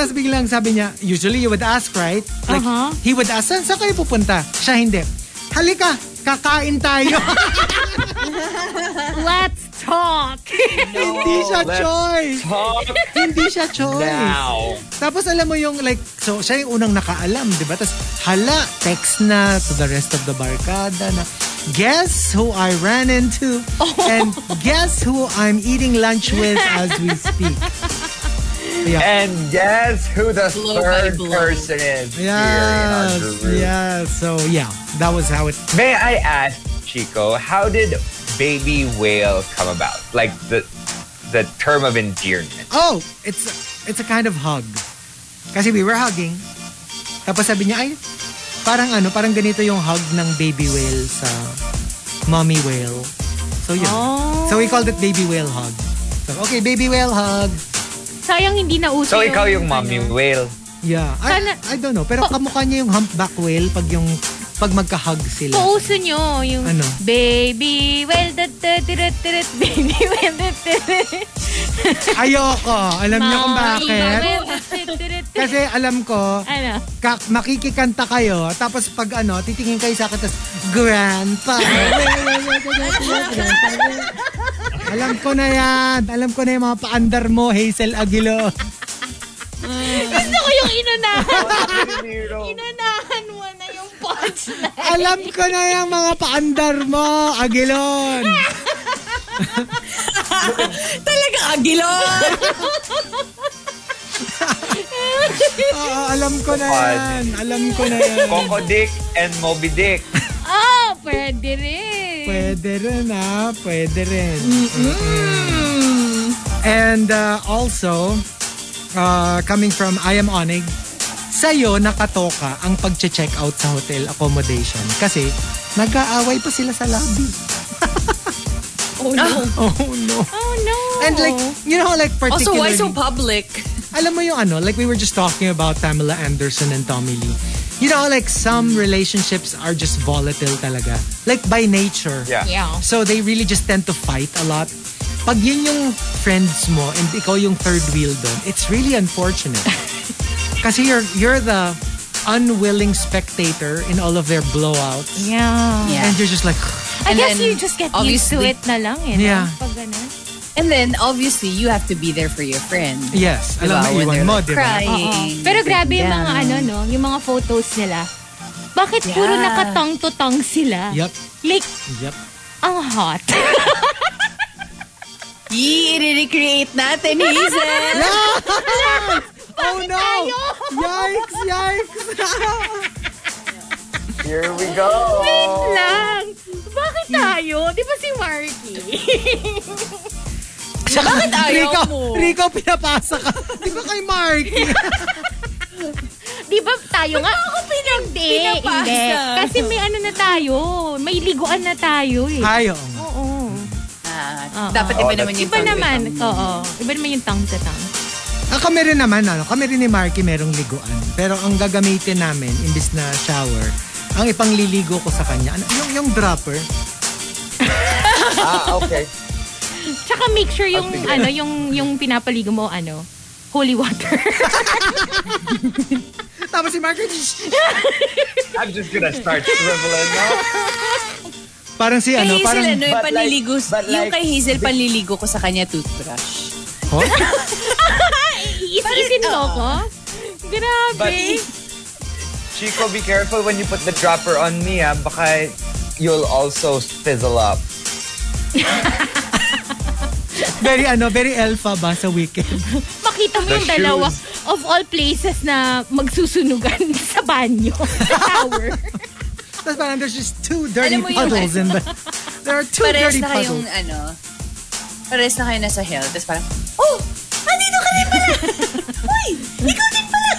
S3: tapos biglang sabi niya, usually you would ask, right? Like,
S4: Uh-huh.
S3: he would ask, saan saan kayo pupunta? Siya hindi. Halika, Kakain tayo.
S4: Let's talk.
S3: Hindi siya
S6: let's
S3: choice. Hindi siya choice.
S6: Now.
S3: Tapos alam mo yung like, so siya yung unang nakaalam, di ba? Tapos hala, text na to the rest of the barkada na, guess who I ran into and guess who I'm eating lunch with as we speak.
S6: And guess who the
S3: Blow by
S6: third
S3: blow.
S6: person is
S3: Yes,
S6: here in our group?
S3: yeah. So yeah, that was how it.
S6: May I ask, Chico, how did baby whale come about? Like the the term of endearment.
S3: Oh, it's it's a kind of hug. Kasi we were hugging. Tapos sabi niya, ay, parang ano, parang ganito yung hug ng baby whale sa mommy whale. So yun. So we called it baby whale hug. So, okay, baby whale hug.
S4: Sayang hindi na uso ano.
S6: So ikaw yung mommy whale.
S3: Yeah. I, I don't know. Pero kamukha niya yung humpback whale pag yung pag magka-hug sila.
S4: Pauso nyo yung
S3: Ano?
S4: baby, well, da, da, da, da, da, da, baby, well, da, da, da.
S3: Ayoko. Alam niyo Ano kung
S4: Mommy,
S3: bakit?
S4: well, da, da, da, da, da.
S3: Kasi alam ko,
S4: Ano?
S3: ka- makikikanta kayo, tapos pag ano, titingin kayo sa akin, tapos, Grandpa! alam ko na yan! Alam ko na yung mga paandar mo, Hazel Aguilo.
S4: Gusto ko yung inunahan. inunahan mo na yung punchline.
S3: alam ko na yung mga paandar mo, Aguilon!
S12: Talaga, Agilon!
S3: Oo, alam ko na yan. Alam ko na yan.
S6: Coco Dick and Moby Dick.
S4: Oh, pwede rin.
S3: Pwede rin ah, pwede rin. And uh, also, uh, coming from I Am Onig, sa'yo nakatoka ang pag-check out sa hotel accommodation kasi nag-aaway pa sila sa lobby.
S12: Oh no.
S3: Oh no.
S4: Oh no.
S3: And like, you know, like
S12: Also,
S3: particularly...
S12: why Oh, so public?
S3: alam mo yung ano, like we were just talking about Pamela Anderson and Tommy Lee. You know, like some relationships are just volatile talaga. Like by nature.
S12: Yeah. Yeah.
S3: So they really just tend to fight a lot. Pag yun yung friends mo and ikaw yung third wheel doon, it's really unfortunate. Kasi you're, you're the unwilling spectator in all of their blowouts.
S4: Yeah.
S3: And you're just like,
S4: I
S10: And
S4: guess
S10: then,
S4: you just get used to
S10: obviously-
S4: it na lang. Eh, no?
S3: Yeah.
S4: Pag ganun.
S10: And then, obviously, you have to be there for your friend.
S3: yes,
S10: Diba?
S3: alam mo,
S10: When
S3: iwan
S10: they're,
S3: mo,
S10: like,
S3: diba?
S10: crying.
S4: Oo. Pero grabe yung
S10: Yeah.
S4: mga ano, no? Yung mga photos nila. Bakit puro
S10: Yeah.
S4: nakatang-tutang sila?
S3: Yup,
S4: Like,
S3: yup.
S4: ang hot.
S10: Yee, i-recreate natin, Hazel!
S3: Oh no! Yikes, yikes!
S6: Here we go.
S4: Wait lang! Bakit tayo? Di ba si Marky?
S12: Bakit ayaw
S3: Rico,
S12: mo?
S3: Rico, pinapasa ka. Di ba kay Mark?
S4: Di ba tayo nga? ako hindi,
S12: pinapasa?
S4: hindi. Kasi may ano na tayo. May liguan na tayo eh.
S3: Ayo.
S4: Oo.
S10: Ah, dapat iba naman yung
S4: Iba
S10: tanggal.
S4: naman. Oo. Iba naman yung tongue to tongue.
S3: Ah, kami rin naman, ano, kami rin ni Marky merong liguan. Pero ang gagamitin namin, imbis na shower, ang ipangliligo ko sa kanya, ano, yung, yung dropper.
S6: ah, okay.
S4: Tsaka make sure yung
S6: At bigla.
S4: ano yung yung pinapaligo mo ano holy water.
S3: Tapos si Marky, "Shh."
S6: I'm just gonna start shriveling now.
S3: parang si
S12: Kay
S3: ano,
S12: Hazel,
S3: parang...
S12: ano, yung
S6: But like-
S12: panliligo.
S6: but
S12: yung
S6: like-
S12: kay Hazel, panliligo ko sa kanya toothbrush.
S3: Oh?
S4: Iisisin mo ko.
S6: But
S4: Grabe.
S6: Chico, be careful when you put the dropper on me, ah. Baka you'll also fizzle up.
S3: Very ano, very alpha ba sa weekend?
S4: Makita mo
S6: The
S4: yung dalawa of all places na magsusunugan sa banyo, sa shower.
S3: Tapos parang there's just two
S10: Alam
S3: dirty
S10: mo yung-
S3: puddles in the... There are two
S10: Pares
S3: dirty
S10: na kayong,
S3: puddles.
S10: ano, pares na kayo nasa hell. Tapos parang, oh, andito ka rin pala! Uy, ikaw din pala!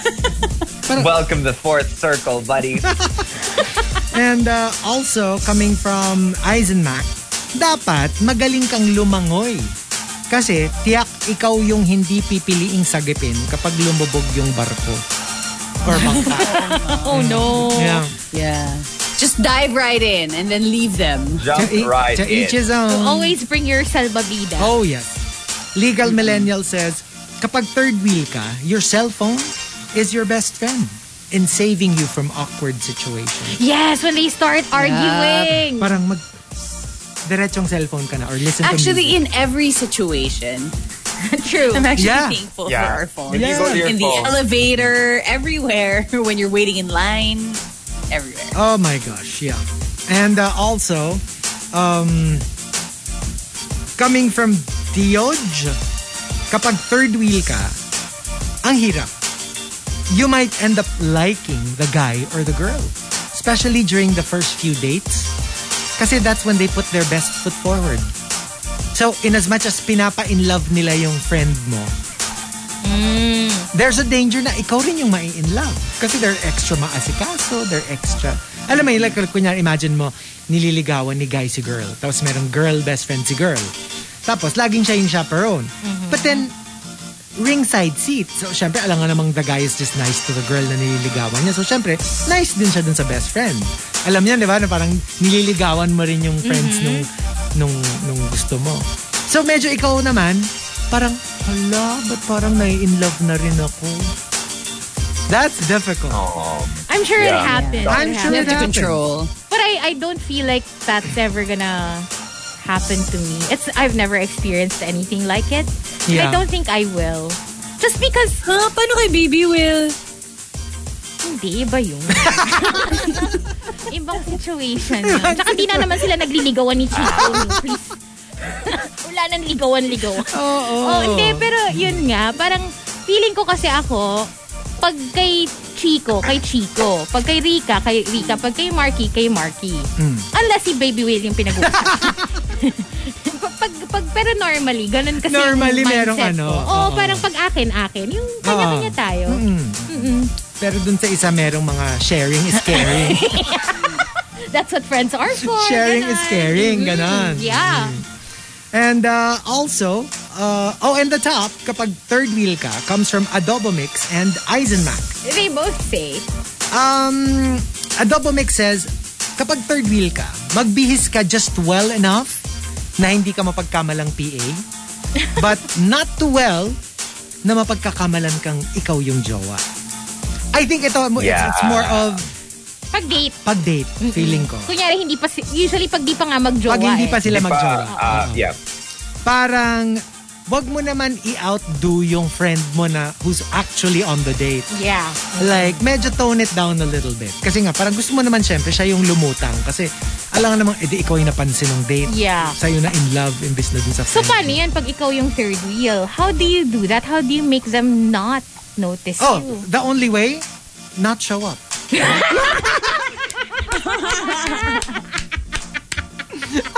S6: Welcome to fourth circle, buddy.
S3: And uh, also, coming from Eisenmack, dapat magaling kang lumangoy. Kasi tiyak ikaw yung hindi pipiliing sagipin kapag lumubog yung barko. Or bangka.
S4: Oh no.
S3: yeah.
S10: Yeah. Just dive right in and then leave them.
S6: Jump
S3: to, ea-
S6: right
S3: to each
S6: in.
S3: his own.
S4: Always bring your salbabida.
S3: um, Oh yes. Legal Millennial says, kapag third wheel ka, your cellphone is your best friend. in saving you from awkward situations.
S4: Yes, when they start arguing.
S3: Parang mag... Diretsong cellphone ka na or listen
S10: Actually,
S3: to music.
S10: in every situation.
S4: True.
S10: I'm actually
S3: Yeah.
S10: thankful
S3: Yeah.
S10: for our phone.
S3: If you go to your
S10: in the
S3: phone.
S10: elevator, everywhere, when you're waiting in line, everywhere.
S3: Oh my gosh, yeah. And uh, also, um, coming from Dioj, kapag third wheel ka, ang hirap. You might end up liking the guy or the girl. Especially during the first few dates. Kasi that's when they put their best foot forward. So, in as much as pinapa-in love nila yung friend mo, there's a danger na ikaw rin yung mai-in love. Kasi they're extra maasikaso, they're extra... Alam mo, yun, like, kunyari, imagine mo, nililigawan ni guy si girl. Tapos merong girl best friend si girl. Tapos, laging siya yung chaperone. But then, ringside seat. So, syempre, alam nga namang the guy is just nice to the girl na nililigawan niya. So, syempre, nice din siya dun sa best friend. Alam niya, di ba, na parang nililigawan mo rin yung friends
S13: Mhm.
S3: nung, nung, nung gusto mo. So, medyo ikaw naman, parang, hala, ba't parang nai-in love na rin ako? That's difficult.
S4: I'm sure it happens.
S3: I'm sure it
S4: happens.
S3: happens.
S4: But I, I don't feel like that's ever gonna happen to me. It's I've never experienced anything like it. And I
S12: Yeah.
S4: don't think I will. Just because... Ha? Paano kay Baby Will? Hindi, iba yun. Ibang situation yun. Tsaka di na naman sila nagliligawan ni Chico. Please. Wala nang ligawan-ligawan.
S12: Oo.
S4: Oh, hindi, pero yun nga. Parang feeling ko kasi ako, pag kay Chico, kay Chico. Pag kay Rika, kay Rika. Pag kay Marky, kay Marky.
S3: Hmm.
S4: Unless si Baby Will yung pinag-uusapan. pag, pag, pero normally, ganun kasi yung
S3: Normally, merong
S4: mindset
S3: ano,
S4: ko. Oo,
S3: oo.
S4: parang pag akin, akin. Yung kanya-kanya
S3: Oo.
S4: tayo.
S3: Mm-mm.
S4: Mm-mm.
S3: Pero dun sa isa, merong mga sharing is caring.
S4: That's what friends are for.
S3: Sharing is
S4: ganon.
S3: caring,
S4: Mm,
S3: ganon.
S4: Yeah.
S3: And uh, also, uh, oh, and the top, kapag third wheel ka, comes from Adobo Mix and Eisenmack.
S4: They both say,
S3: Um, Adobo Mix says, kapag third wheel ka, magbihis ka just well enough na hindi ka mapagkamalang PA, but not too well na mapagkakamalan kang ikaw yung jowa. I think ito, mo- it's- it's,
S13: Yeah.
S3: more of
S4: pag-date.
S3: pag-date, feeling ko.
S4: Kunyari, hindi pa, si- usually pag di pa nga mag-jowa
S3: Pag hindi
S4: eh.
S3: pa sila
S6: Di ba?
S3: mag-jowa.
S6: Ah, yeah.
S3: parang wag mo naman i-outdo yung friend mo na who's actually on the date.
S4: eh. Yeah.
S3: Like, medyo tone it down a little bit. Kasi nga, parang gusto mo naman syempre siya yung lumutang. Kasi, alam nga namang, edi ikaw yung napansin ng date.
S4: Yeah.
S3: Sa'yo na in love, imbis na dun sa
S4: So
S3: friend.
S4: paano yan pag ikaw yung third wheel? How do you do that? How do you make them not notice
S3: oh,
S4: you?
S3: the only way, not show up.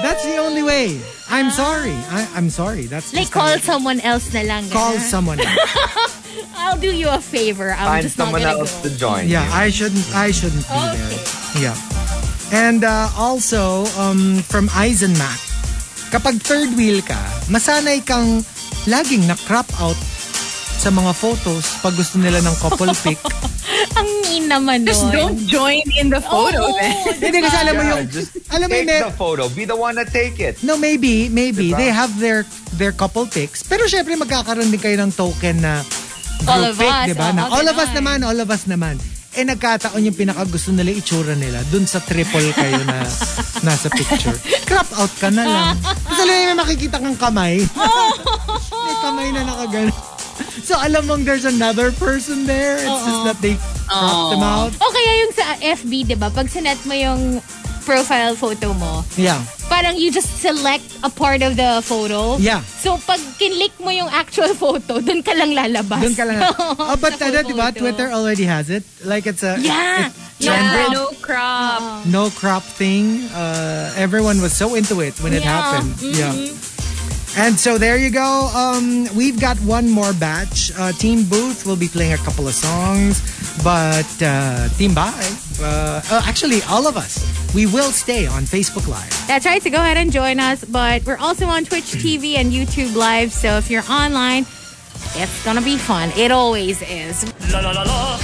S3: That's the only way. I'm sorry. I, I'm sorry. That's
S4: like
S3: just the
S4: call
S3: only-
S4: someone else na lang.
S3: Call
S4: ganun.
S3: someone else.
S4: I'll do you a favor. I'm
S6: Find
S4: just not
S6: someone
S4: gonna
S6: else to join.
S3: Yeah, I shouldn't. I shouldn't be there. Yeah. And uh, also um, from Eisenmack, kapag third wheel ka, masanay kang laging na crop out sa mga photos pag gusto nila ng couple pic.
S4: Ang mean naman
S10: Just
S4: nun.
S10: don't join Oh! in the photo.
S4: Oo,
S10: then.
S3: Hindi kasi alam mo
S6: Yeah,
S3: yung
S6: just
S3: alam mo
S6: take
S3: yung mer-
S6: the photo. Be the one that take it.
S3: No, maybe, maybe
S6: Diba?
S3: they have their their couple pics. Pero syempre magkakaroon din kayo ng token na group
S4: All of
S3: pic,
S4: us,
S3: 'di ba? Na
S4: oo,
S3: all of us
S4: ganun.
S3: naman, all of us naman. Eh nagkataon yung pinakagusto nila itsura nila dun sa triple kayo na nasa picture. Crop out ka na lang. Kasi alam mo yung may makikita kang kamay. may kamay na nakagano. So alam mong there's another person there. It's just that they cropped them out.
S4: O kaya yung sa FB, di ba? Pag sinet mo yung profile photo mo,
S3: Yeah.
S4: parang you just select a part of the photo.
S3: Yeah.
S4: So pag kinlik mo yung actual photo, dun ka lang lalabas.
S3: Doon ka lang. Oh, but
S4: Sa
S3: ano,
S4: full
S3: di ba?
S4: photo.
S3: Twitter already has it. Like it's a...
S4: Yeah.
S3: It's trending.
S12: No crop.
S3: no crop thing. Uh, everyone was so into it when it
S12: Yeah.
S3: happened.
S12: Mhm.
S3: Yeah. And so there you go. Um, we've got one more batch. Uh, Team Booth will be playing a couple of songs, but uh, Team Bai, uh, uh, actually all of us, we will stay on Facebook Live.
S4: That's right. So go ahead and join us. But we're also on Twitch TV and YouTube Live. So if you're online, it's gonna be fun. It always is.
S13: La la la la.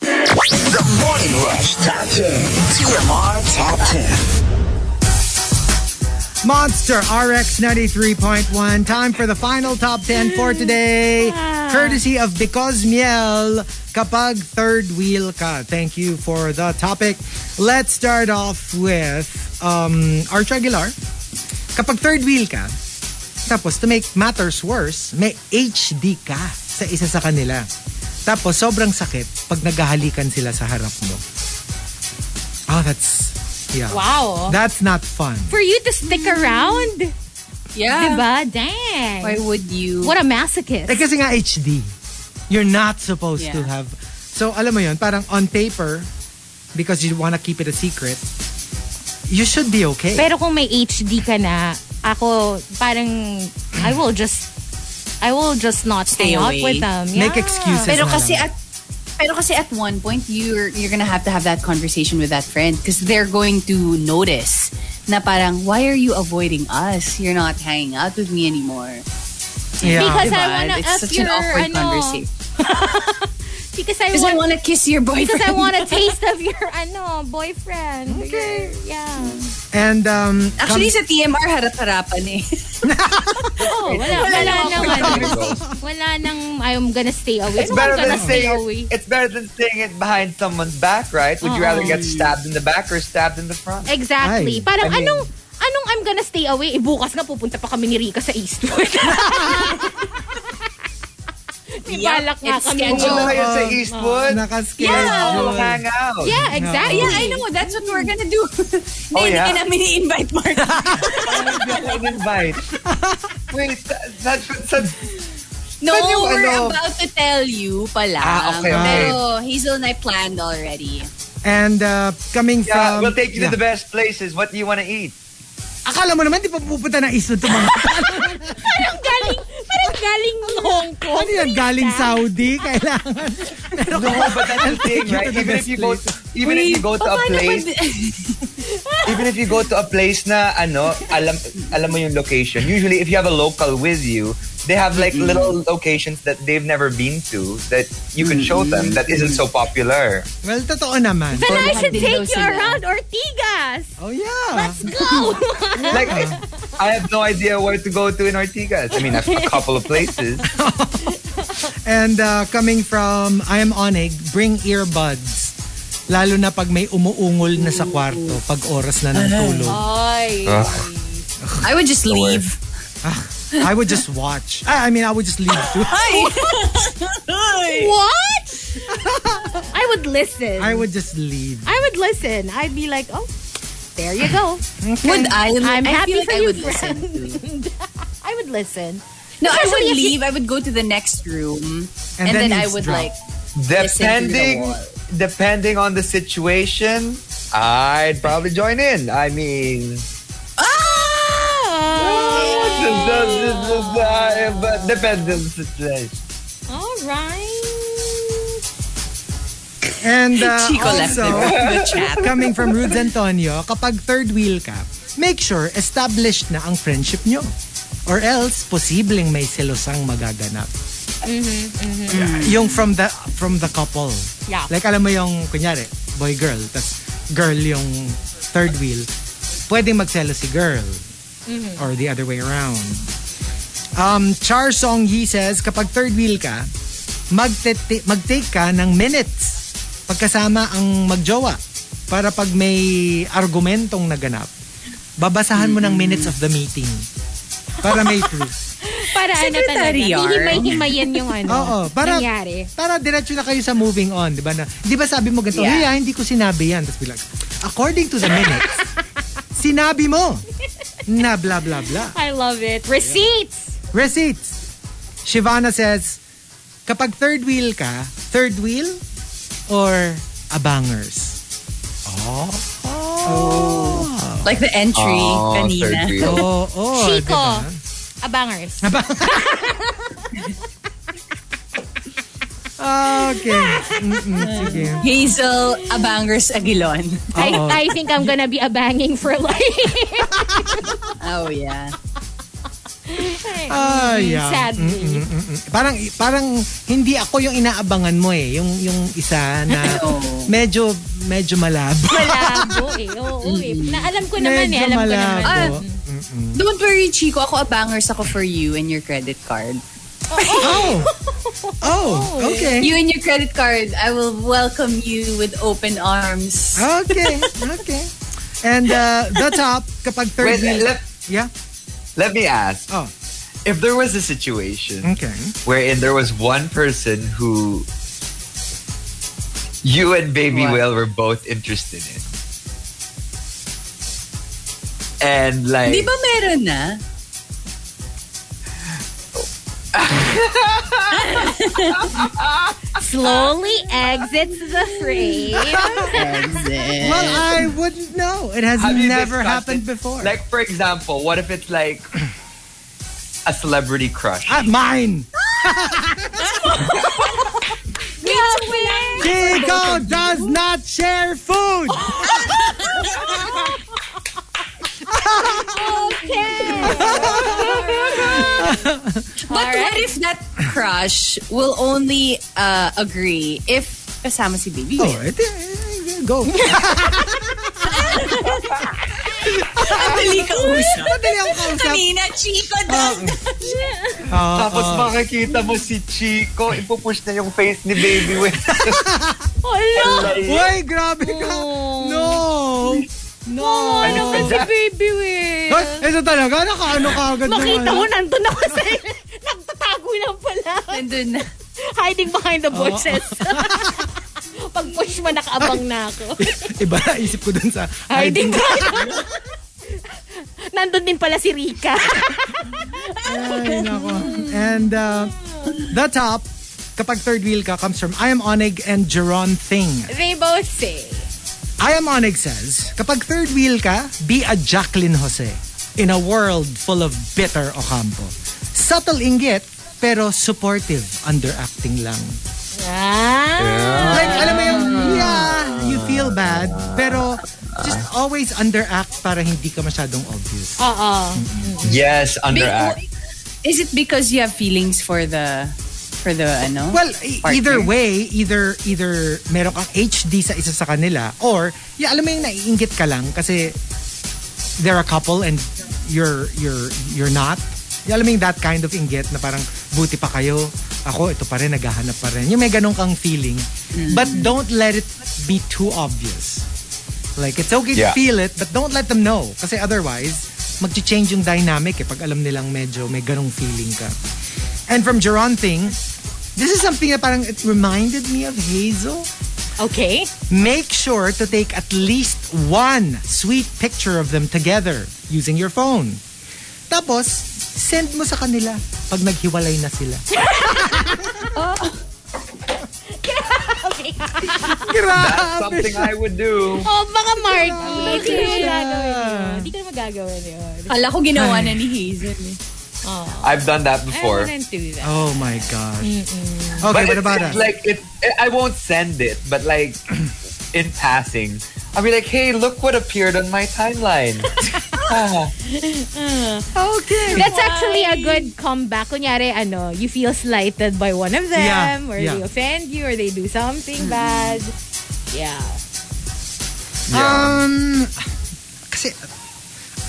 S11: The Morning Rush Top 10. TMR Top 10.
S3: Monster Monster RX 93.1. Time for the final top 10 for today. Courtesy of Because Miel, kapag third wheel ka. Thank you for the topic. Let's start off with um, Arch Aguilar. Kapag third wheel ka, tapos to make matters worse, may HD ka sa isa sa kanila. Tapos sobrang sakit pag naghahalikan sila sa harap mo. Ah, that's... Yeah.
S4: Wow.
S3: That's not fun.
S4: For you to stick around?
S12: Yeah.
S4: Diba? Dang.
S12: Why would you?
S4: What a masochist.
S3: Eh kasi nga HD. You're not supposed
S4: Yeah.
S3: to have. So alam mo yun, parang on paper, because you wanna keep it a secret, you should be okay.
S4: Pero kung may HD ka na, ako parang I will just I will just not stay out with them. Yeah.
S10: Pero kasi at pero kasi at one point you're you're gonna have to have that conversation with that friend because they're going to notice na parang why are you avoiding us? You're not hanging out with me anymore.
S12: Yeah. Because I
S10: Ah, Diba?
S12: wanna
S10: It's
S12: up
S10: such an
S12: your,
S10: awkward
S12: ano,
S10: conversation.
S4: because I
S10: Because I wanna kiss your boyfriend.
S4: Because I want a taste of your ano, boyfriend. Okay. yeah.
S3: And um,
S12: Actually,
S3: come-
S12: sa TMR, harap-harapan eh.
S4: Oh, wala,
S12: Wala nang
S4: wala, nang
S12: awkward
S4: ano.
S6: conversation.
S4: Wala nang I'm gonna stay away.
S6: It's
S4: No,
S6: better
S4: I'm gonna
S6: than
S4: stay
S6: saying
S4: away.
S6: it, it's better than saying it behind someone's back, right? Would you rather
S4: Uh-uh.
S6: get stabbed in the back or stabbed in the front?
S4: Exactly.
S6: Ay.
S4: Parang
S6: I mean-
S4: anong anong I'm gonna stay away? Eh, bukas nga pupunta pa kami ni Rika sa Eastwood. May balak nga
S12: it's
S4: kami.
S12: scheduled.
S6: Pupunta kayo sa
S12: Oo.
S6: Eastwood?
S3: Nakaschedule.
S6: Yeah. All hang out.
S4: Yeah, exactly.
S12: Yeah, I know. That's what we're gonna do. Hindi,
S6: Oh,
S12: hindi
S6: yeah?
S12: ka namin i-invite, Mark.
S6: invite. Wait, that- that's that's
S12: No,
S6: Saan yung
S12: we're
S6: ano?
S12: about to tell you pala.
S3: Ah, okay, okay.
S12: Pero Hazel and I planned already.
S3: and uh, coming
S6: yeah,
S3: from...
S6: we'll take you
S3: Yeah.
S6: to the best places. What do you want to eat?
S3: Akala mo naman, di pa pupunta na Eastwood to mga...
S4: parang galing, parang galing Hong Kong. ah.
S3: ano yan, galing Saudi? Kailangan. Pero
S6: No, but that's the thing, right? Even if you go, to, even if you go to a place, even if you go to a place na ano, alam alam mo yung location. Usually, if you have a local with you, they have like
S11: Mhm.
S6: little locations that they've never been to that you can show them that isn't so popular.
S3: Well, totoo naman.
S4: Then I should take you around Ortigas.
S3: Oh, yeah.
S4: Let's go.
S6: Like I have no idea where to go to in Ortigas. I mean, a, a couple of places.
S3: And uh, coming from I am Onig, bring earbuds. Lalo na pag may umuungol na sa kwarto pag oras na ng tulog.
S12: Ay.
S10: I would just leave. Oh.
S3: I would just watch. I, I mean, I would just leave too.
S4: what? I would listen.
S3: I would just leave.
S4: I would listen. I'd be like, oh, there you go.
S12: Would I?
S4: I'm
S12: I
S4: happy
S12: feel like
S4: for
S12: I
S4: you,
S12: would
S4: friend.
S12: listen.
S4: I would listen.
S10: No, I
S4: Especially
S10: would
S4: if you-
S10: leave. I would go to the next room. And, then,
S6: then
S10: I
S6: eavesdrop.
S10: would like Listen to the
S6: Depending,
S10: wall.
S6: depending on the situation, I'd probably join in. I mean. But depends on the situation.
S4: All right.
S3: And uh,
S12: Chico left
S3: also,
S12: it in the chat.
S3: coming from Rudes Antonio, kapag third wheel ka, make sure established na ang friendship nyo. Or else, posibleng may selosang magaganap. Mm. Yung from the from the couple.
S12: Yeah.
S3: Like alam mo yung, kunyari, boy-girl, tas girl yung third wheel, pwedeng magselo si girl or the other way around. Um, Char Song Yi says, kapag third wheel ka, magtete- mag-take ka ng minutes pagkasama ang magjowa para pag may argumentong naganap, babasahan mo ng minutes of the meeting para may truth.
S4: Para ano talaga,
S3: Secretary, yar.
S4: hihimay-himayan yung ano,
S3: Oo, para,
S4: nangyari.
S3: para diretso na kayo sa moving on, di ba? Na, di ba sabi mo ganito,
S4: Yeah.
S3: "Hey, ah, hindi ko sinabi yan. Tapos bilang, according to the minutes, sinabi mo na blah, blah, blah.
S4: I love it. Receipts!
S3: Receipts. Shivana says, kapag third wheel ka, third wheel or abangers? Oh.
S10: like the entry
S3: Oh,
S10: kanina.
S3: third wheel. Oo, oo,
S4: Chico,
S3: diba?
S4: abangers.
S3: Ah, Okay. Mm-mm, sige.
S10: Hazel Abangers Aguilon.
S3: Ah,
S4: I, I think I'm gonna be abanging for life.
S10: oh yeah.
S3: Ah,
S4: Hmm,
S3: yeah.
S4: Sadly.
S3: Mm-mm, mm-mm. mm. Parang parang hindi ako yung inaabangan mo eh, yung yung isa na medyo medyo malabo.
S4: Malabo eh. Oo, eh. Na, alam ko naman eh.
S3: Medyo
S4: Alam ko naman.
S3: malabo.
S4: Ah,
S10: Don't worry, Chico. Ako abangers ako for you and your credit card.
S3: Oh. Oh, okay.
S10: You and your credit card, I will welcome you with open arms.
S3: Oh. Okay, okay. And uh, the top, kapag third
S6: Wait,
S3: wheel.
S6: let,
S3: yeah?
S6: let me ask.
S3: Oh. Hmm?
S6: If there was a situation
S3: Okay.
S6: wherein there was one person who you and Baby
S13: What?
S6: Whale were both interested in. And like
S10: Di ba meron na?
S4: Slowly exits the frame.
S6: Exit.
S3: Well, I wouldn't know. It has
S6: Eh. Have you
S3: never
S6: discussed
S3: happened
S6: it?
S3: before.
S6: Like for example, what if it's like a celebrity crush?
S3: Ah, mine. Chico does not share food.
S10: But what if that crush will only uh, agree if kasama si Baby?
S3: Oh, it, go.
S10: Madali ka usap.
S3: Madali ako kausap. Ah.
S12: Kanina, Chico, does
S3: Uh-uh.
S6: Tapos makikita mo si Chico, ipupush na yung face ni Baby Whale.
S4: Wala.
S3: Uy, grabe ka. No. No.
S6: Oh,
S4: Ano ba si Baby Will?
S3: Hoy, ito talaga, nakaano ka agad ng
S4: Makita
S3: ano.
S4: mo, nandun ako sa... Nagtatago lang pala.
S10: Nandun na.
S4: Hiding behind the bushes. Pag push mo, nakaabang na ako.
S3: Iba na isip ko dun sa
S4: Hiding behind Nandun din pala si Rika.
S3: Ay, nako. And uh, the top, kapag third wheel ka, comes from I am Onig and Jeron Thing.
S4: They both say.
S3: I am Onyx says, kapag third wheel ka, be a Jacqueline Jose in a world full of bitter Ocampo. Subtle inggit, pero supportive underacting lang.
S4: Ah.
S3: Like, alam mo yung, yeah, you feel bad, pero just always underact para hindi ka masyadong obvious.
S10: Oo.
S6: Yes, underact.
S5: oh,
S10: Is it because you have feelings for the for the ano?
S3: Well, e-
S10: partner?
S3: either way, either either meron kang HD sa isa sa kanila or yeah, alam mo yung naiinggit ka lang kasi they're a couple and you're you're you're not. Yeah, alam mo yung that kind of inggit na parang buti pa kayo. Ako, ito pa rin, naghahanap pa rin. Yung may ganun kang feeling. But don't let it be too obvious. Like, it's okay to
S6: Yeah.
S3: feel it, but don't let them know. Kasi otherwise, mag-change yung dynamic eh, pag alam nilang medyo may ganong feeling ka. And from Jeron Thing, this is something na parang it reminded me of Hazel.
S4: Okay.
S3: Make sure to take at least one sweet picture of them together using your phone. Tapos, send mo sa kanila pag naghiwalay na sila.
S6: That's something I would do.
S4: Oh, mga Marky. Hindi ko
S10: Grabe.
S4: magagawin yun. Hindi ko na magagawin yun.
S10: Kala ko ginawa na ni Hazel. eh.
S4: Oh.
S6: I've done that
S4: I
S6: before.
S4: wouldn't do that.
S3: Oh my gosh. Okay, what
S6: but it's-
S3: about that?
S6: it's Like it, I won't send it, but like in passing, I'll be like, "Hey, look what appeared on my timeline." Ah.
S3: okay.
S4: That's actually a good comeback. Kunyari, ano, you feel slighted by one of them
S3: Yeah,
S4: or
S3: yeah.
S4: they offend you or they do something bad. Yeah.
S3: Um, kasi,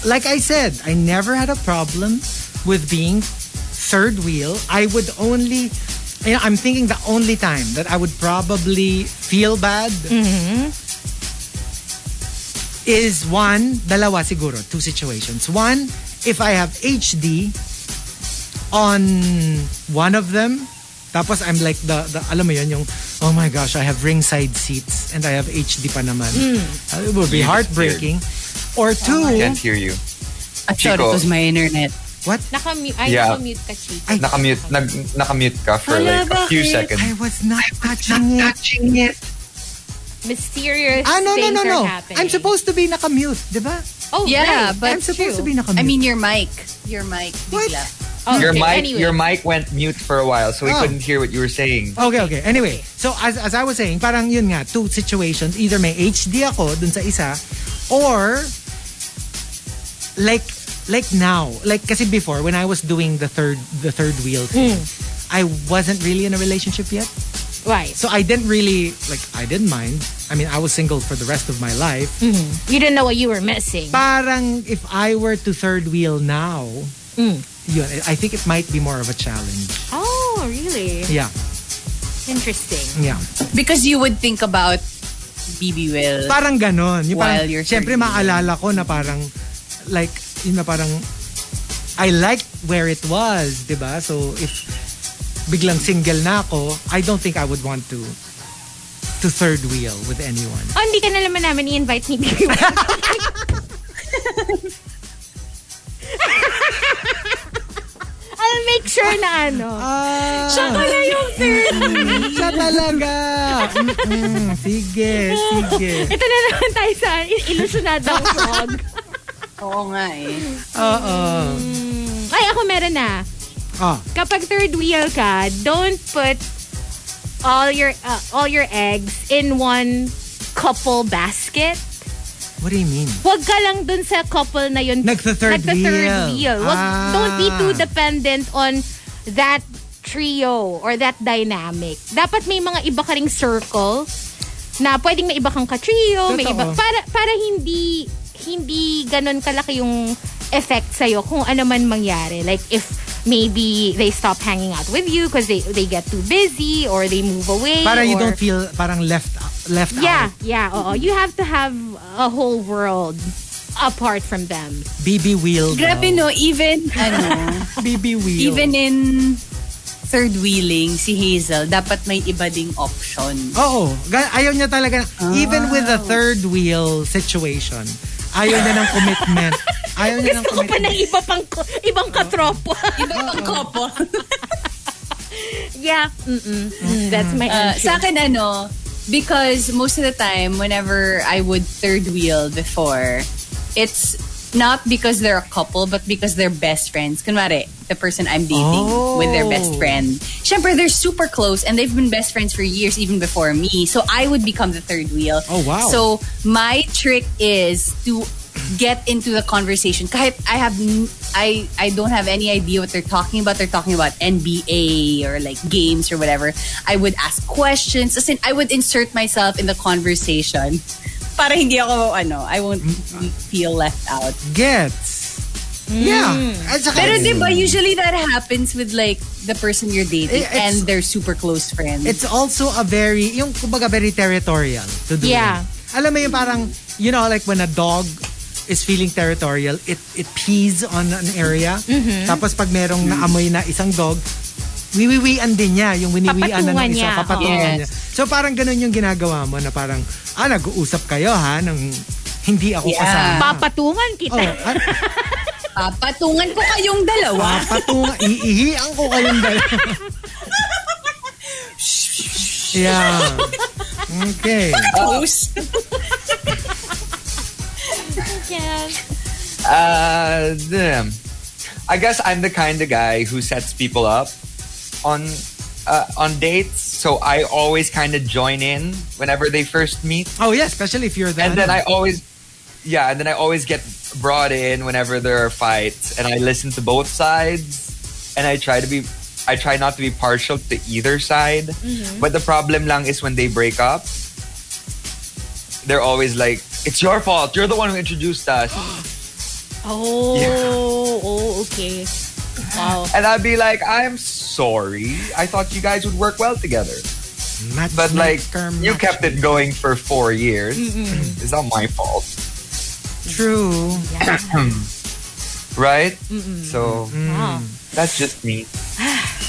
S3: like I said, I never had a problem with being third wheel. I would only, you know, I'm thinking the only time that I would probably feel bad is one, dalawa siguro, two situations. One, if I have HD on one of them, tapos I'm like the, the alam mo yun, yung, oh my gosh, I have ringside seats and I have HD pa naman. Uh, It would be
S6: You disappeared.
S3: heartbreaking. Or two,
S6: I can't hear you.
S10: I thought it
S6: Chico.
S10: was my internet.
S3: what?
S4: Nakamute. Ay,
S6: Yeah.
S4: nakamute ka, Chico.
S6: Nakamute, nag, nakamute ka for like a few seconds.
S3: I was not touching it.
S4: Mysterious
S3: Ah, no, no,
S4: things
S3: no, no.
S4: are happening.
S3: I'm supposed to be nakamute, di ba?
S4: Oh,
S10: Yeah,
S4: right.
S10: but
S3: I'm supposed
S10: true.
S3: to be nakamute.
S10: I mean your mic. Your mic. Bigla.
S4: Oh,
S6: your
S4: okay,
S6: mic,
S4: anyway.
S6: your mic went mute for a while, so we
S3: Oh.
S6: couldn't hear what you were saying.
S3: Okay, okay. Anyway, so as, as I was saying, parang yun nga, two situations. Either may HD ako dun sa isa, or like like now, like kasi before when I was doing the third the third wheel thing, I wasn't really in a relationship yet.
S4: Right.
S3: So I didn't really like I didn't mind. I mean, I was single for the rest of my life.
S4: You didn't know what you were missing.
S3: Parang if I were to third wheel now,
S5: Hmm.
S3: yun, I I think it might be more of a challenge.
S4: Oh, really?
S3: Yeah,
S4: Interesting.
S3: yeah.
S5: Because you would think about BB Will.
S3: Parang ganon. Yung parang,
S5: While you're
S3: syempre, maalala ko na parang, like, yun na parang, I liked where it was, di ba? So, if biglang single na ako, I don't think I would want to to third wheel with anyone.
S4: Oh, hindi ka na naman namin i-invite ni Bibi. I'll make sure na ano.
S5: Ah.
S4: siya pala yung third.
S3: Siya talaga. Mm-mm. Sige, sige.
S4: Ito na naman tayo sa il- ilusyonadang vlog.
S5: Oo nga eh.
S3: Oo.
S4: Ay, ako meron na.
S3: Ah,
S4: Kapag third wheel ka, don't put all your uh, all your eggs in one couple basket.
S3: what do you mean?
S4: Huwag ka lang dun sa couple na yun.
S3: Nagsa-third wheel.
S4: Nagsa-third wheel. Huwag-
S3: Ah.
S4: Don't be too dependent on that trio or that dynamic. Dapat may mga iba ka ring circle na pwedeng may iba kang ka-trio, may
S14: Totoo.
S4: iba, para, para hindi hindi ganun kalaki yung effect sa'yo kung ano man mangyari. Like, if maybe they stop hanging out with you because they, they get too busy or they move away.
S3: Para you
S4: or-
S3: don't feel parang left left out.
S4: yeah, yeah, oo. You have to have a whole world apart from them.
S3: BB wheel.
S5: Grabe
S3: daw.
S5: no, even, ano,
S3: BB wheel.
S5: even in third wheeling, si Hazel, dapat may iba ding option.
S3: Oo. Ga- Ayaw niya talaga. Even with the third wheel situation, ayaw niya ng commitment. Ayaw niya ng
S4: Gusto ko pa ng iba pang, ko- ibang katropo.
S5: iba pang kopo.
S4: yeah, mm-mm. Mm, That's my
S5: Uh,
S4: answer.
S5: sa akin, ano, because most of the time, whenever I would third wheel before, it's not because they're a couple, but because they're best friends. Kunwari, the person I'm dating
S14: Oh.
S5: with their best friend. Siyempre, they're super close and they've been best friends for years, even before me. So, I would become the third wheel.
S14: Oh, wow.
S5: So, my trick is to get into the conversation. Kahit I have, n- I, I don't have any idea what they're talking about. They're talking about NBA or like games or whatever. I would ask questions. As in, I would insert myself in the conversation. Para hindi ako, ano, I won't feel left out.
S3: Gets. Yeah. At saka-
S5: Pero di ba, usually that happens with like the person you're dating
S3: Eh,
S5: and
S3: it's-
S5: they're super close friends.
S3: It's also a very, yung kumbaga very territorial to do
S5: Yeah.
S3: it. Alam mo yung parang, you know, like when a dog is feeling territorial, it it pees on an area.
S14: Mhm.
S3: Tapos pag merong naamoy na isang dog, wiwiwian din niya yung winiwian na
S14: Papatungan
S3: ng
S14: niya,
S3: isa, papatungan
S14: oo.
S3: niya. So parang ganun yung ginagawa mo na parang, ah, nag-uusap kayo ha, ng hindi ako kasama. Oh, ah,
S4: Papatungan kita.
S5: Papatungan ko kayong dalawa.
S3: Papatungan, iihian ko kayong dalawa. yeah. Okay.
S5: Close.
S4: Oh.
S6: Uh, damn. I guess I'm the kind of guy who sets people up on uh, on dates, so I always kind of join in whenever they first meet.
S3: Oh yeah, especially if you're that.
S6: And then I always, yeah, and then I always get brought in whenever there are fights, and I listen to both sides, and I try to be, I try not to be partial to either side.
S14: Mhm.
S6: But the problem lang is when they break up, they're always like, "It's your fault. You're the one who introduced us."
S4: Oh,
S6: Yeah.
S4: oh, okay. Wow.
S6: And I'd be like, I'm sorry. I thought you guys would work well together. but like, you kept it going for four years.
S14: Mm-mm.
S6: It's not my fault.
S3: True.
S6: right?
S14: Mm-mm.
S6: So,
S4: Oh.
S14: Wow.
S6: that's just me.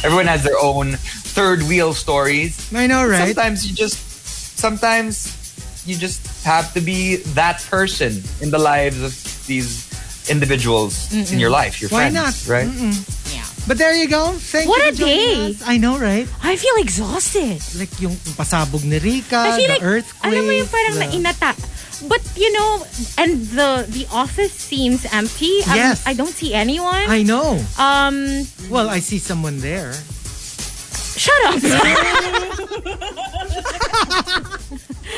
S6: Everyone has their own third wheel stories.
S3: I know, right?
S6: Sometimes you just, sometimes you just have to be that person in the lives of these individuals in
S3: Mm-mm.
S6: your life, your
S3: Why not?
S6: friends, right?
S3: But there you go. Thank
S4: What
S3: you.
S4: a
S3: for joining
S4: day.
S3: us. I know, right?
S4: I feel exhausted.
S3: Like yung pasabog ni Rika,
S4: I feel
S3: Ah, the
S4: like,
S3: earthquake.
S4: alam mo yung parang
S3: the-
S4: nainata. But, you know, and the the office seems empty. Um,
S3: Yes.
S4: I don't see anyone.
S3: I know.
S4: Um,
S3: Well, I see someone there.
S4: Shut up.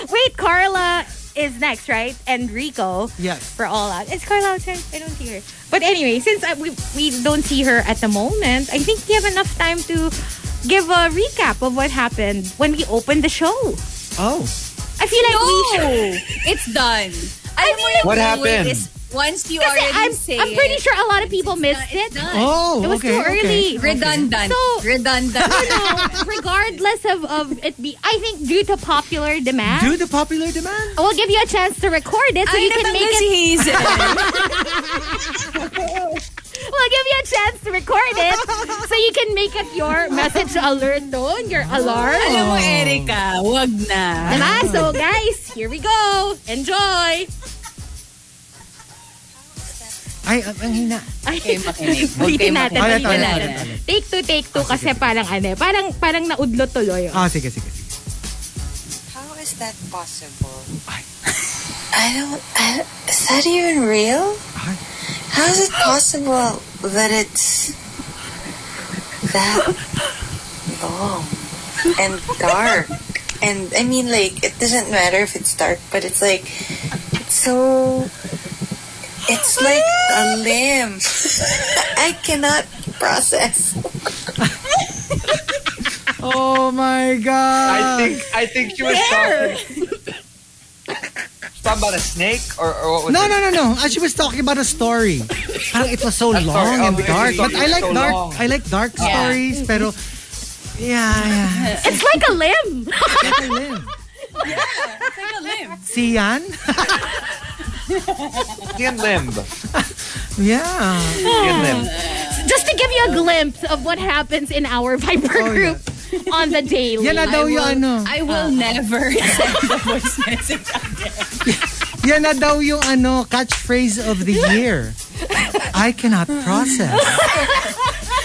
S4: Wait, Carla is next, right? And Rico.
S3: Yes.
S4: For all out. Is Carla outside? I don't see her. But anyway, since I, we, we don't see her at the moment, I think we have enough time to give a recap of what happened when we opened the show.
S3: Oh.
S4: I feel like we
S12: No. It's done. I mean,
S6: What happened?
S12: once you
S4: Kasi
S12: already
S4: I'm,
S12: say
S4: I'm pretty
S12: it,
S4: sure a lot of people missed it.
S12: Oh,
S4: it was
S12: okay,
S4: too
S12: okay,
S4: early.
S12: okay. Redundant.
S4: So,
S12: Redundant.
S4: You know, regardless of, of it be, I think due to popular demand.
S3: Due to popular demand?
S4: We'll give you a chance to record it
S12: Ay,
S4: so you can make it.
S12: natanggal
S4: we'll give you a chance to record it so you can make it your message alert tone, your alarm.
S12: Alam mo, Erica, wag na.
S4: Diba? So guys, here we go. Enjoy.
S3: Ay, ang ang hina.
S4: Ay,
S3: makinig. Huwag
S4: ulitin
S3: kayo
S4: natin.
S3: makinig.
S4: ulitin
S3: Ulit, ulit,
S4: natin. Take two, take two kasi parang ano, eh, parang parang naudlot tuloy.
S3: Ah, sige, sige. sige.
S7: How is that possible? I don't. I, is that even real? How is it possible that it's that long and dark? And I mean, like, it doesn't matter if it's dark, but it's like it's so. It's like a limb. I cannot process.
S3: Oh my god.
S6: I think I think she was
S3: There.
S6: talking. talking about a snake or, or what was
S3: No,
S6: it?
S3: no, no, no. Ah, she was talking about a story. Parang it was so
S6: I'm
S3: long
S6: sorry. Oh,
S3: and
S6: it was
S3: dark.
S6: so-
S3: But I like
S6: so
S3: dark.
S6: long.
S3: I like dark
S6: Yeah.
S3: stories. Pero yeah, yeah.
S4: It's like a limb.
S3: Like a limb. Si Yan?
S6: Yan limb.
S3: Yeah.
S6: Yan limb.
S4: Just to give you a glimpse of what happens in our Viper group on the daily.
S3: Oh, Yan na daw yung ano.
S4: I will never send the voice message.
S3: Yan na daw yung ano, catchphrase of the year. I cannot process.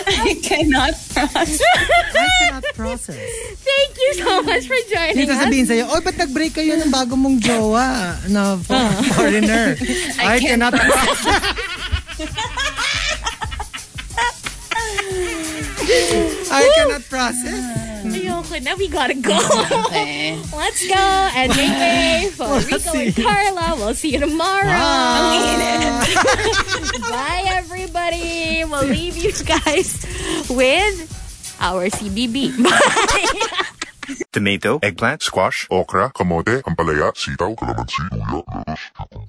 S12: I cannot process.
S3: I cannot process.
S4: Thank you so much for joining
S3: Hindi
S4: us.
S3: sasabihin sa'yo, oy, ba't nag-break kayo ng bago mong jowa na fo- foreigner? I, cannot process. I cannot process.
S4: Ayoko na, we gotta go. Let's go. And anyway, for
S3: Wala
S4: Rico
S3: si-
S4: and Carla, we'll see you tomorrow.
S3: Bye.
S4: Bye, everybody. We'll leave you guys with our CBB. Bye.
S2: Tomato, eggplant, squash, okra, kamote, ampalaya, sitaw, kalamansi, luya,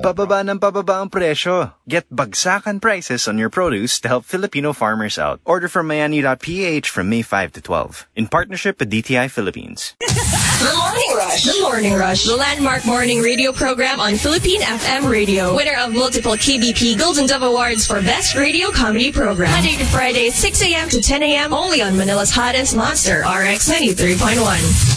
S2: Pababa ng pababa ang presyo. Get bagsakan prices on your produce to help Filipino farmers out. Order from Mayani.ph from May 5 to 12 in partnership with DTI Philippines.
S1: The Morning Rush. The Morning Rush. The landmark morning radio program on Philippine FM Radio. Winner of multiple KBP Golden Dove Awards for Best Radio Comedy Program. Monday to Friday, 6 a.m. to 10 a.m. Only on Manila's hottest monster, RX 93.1.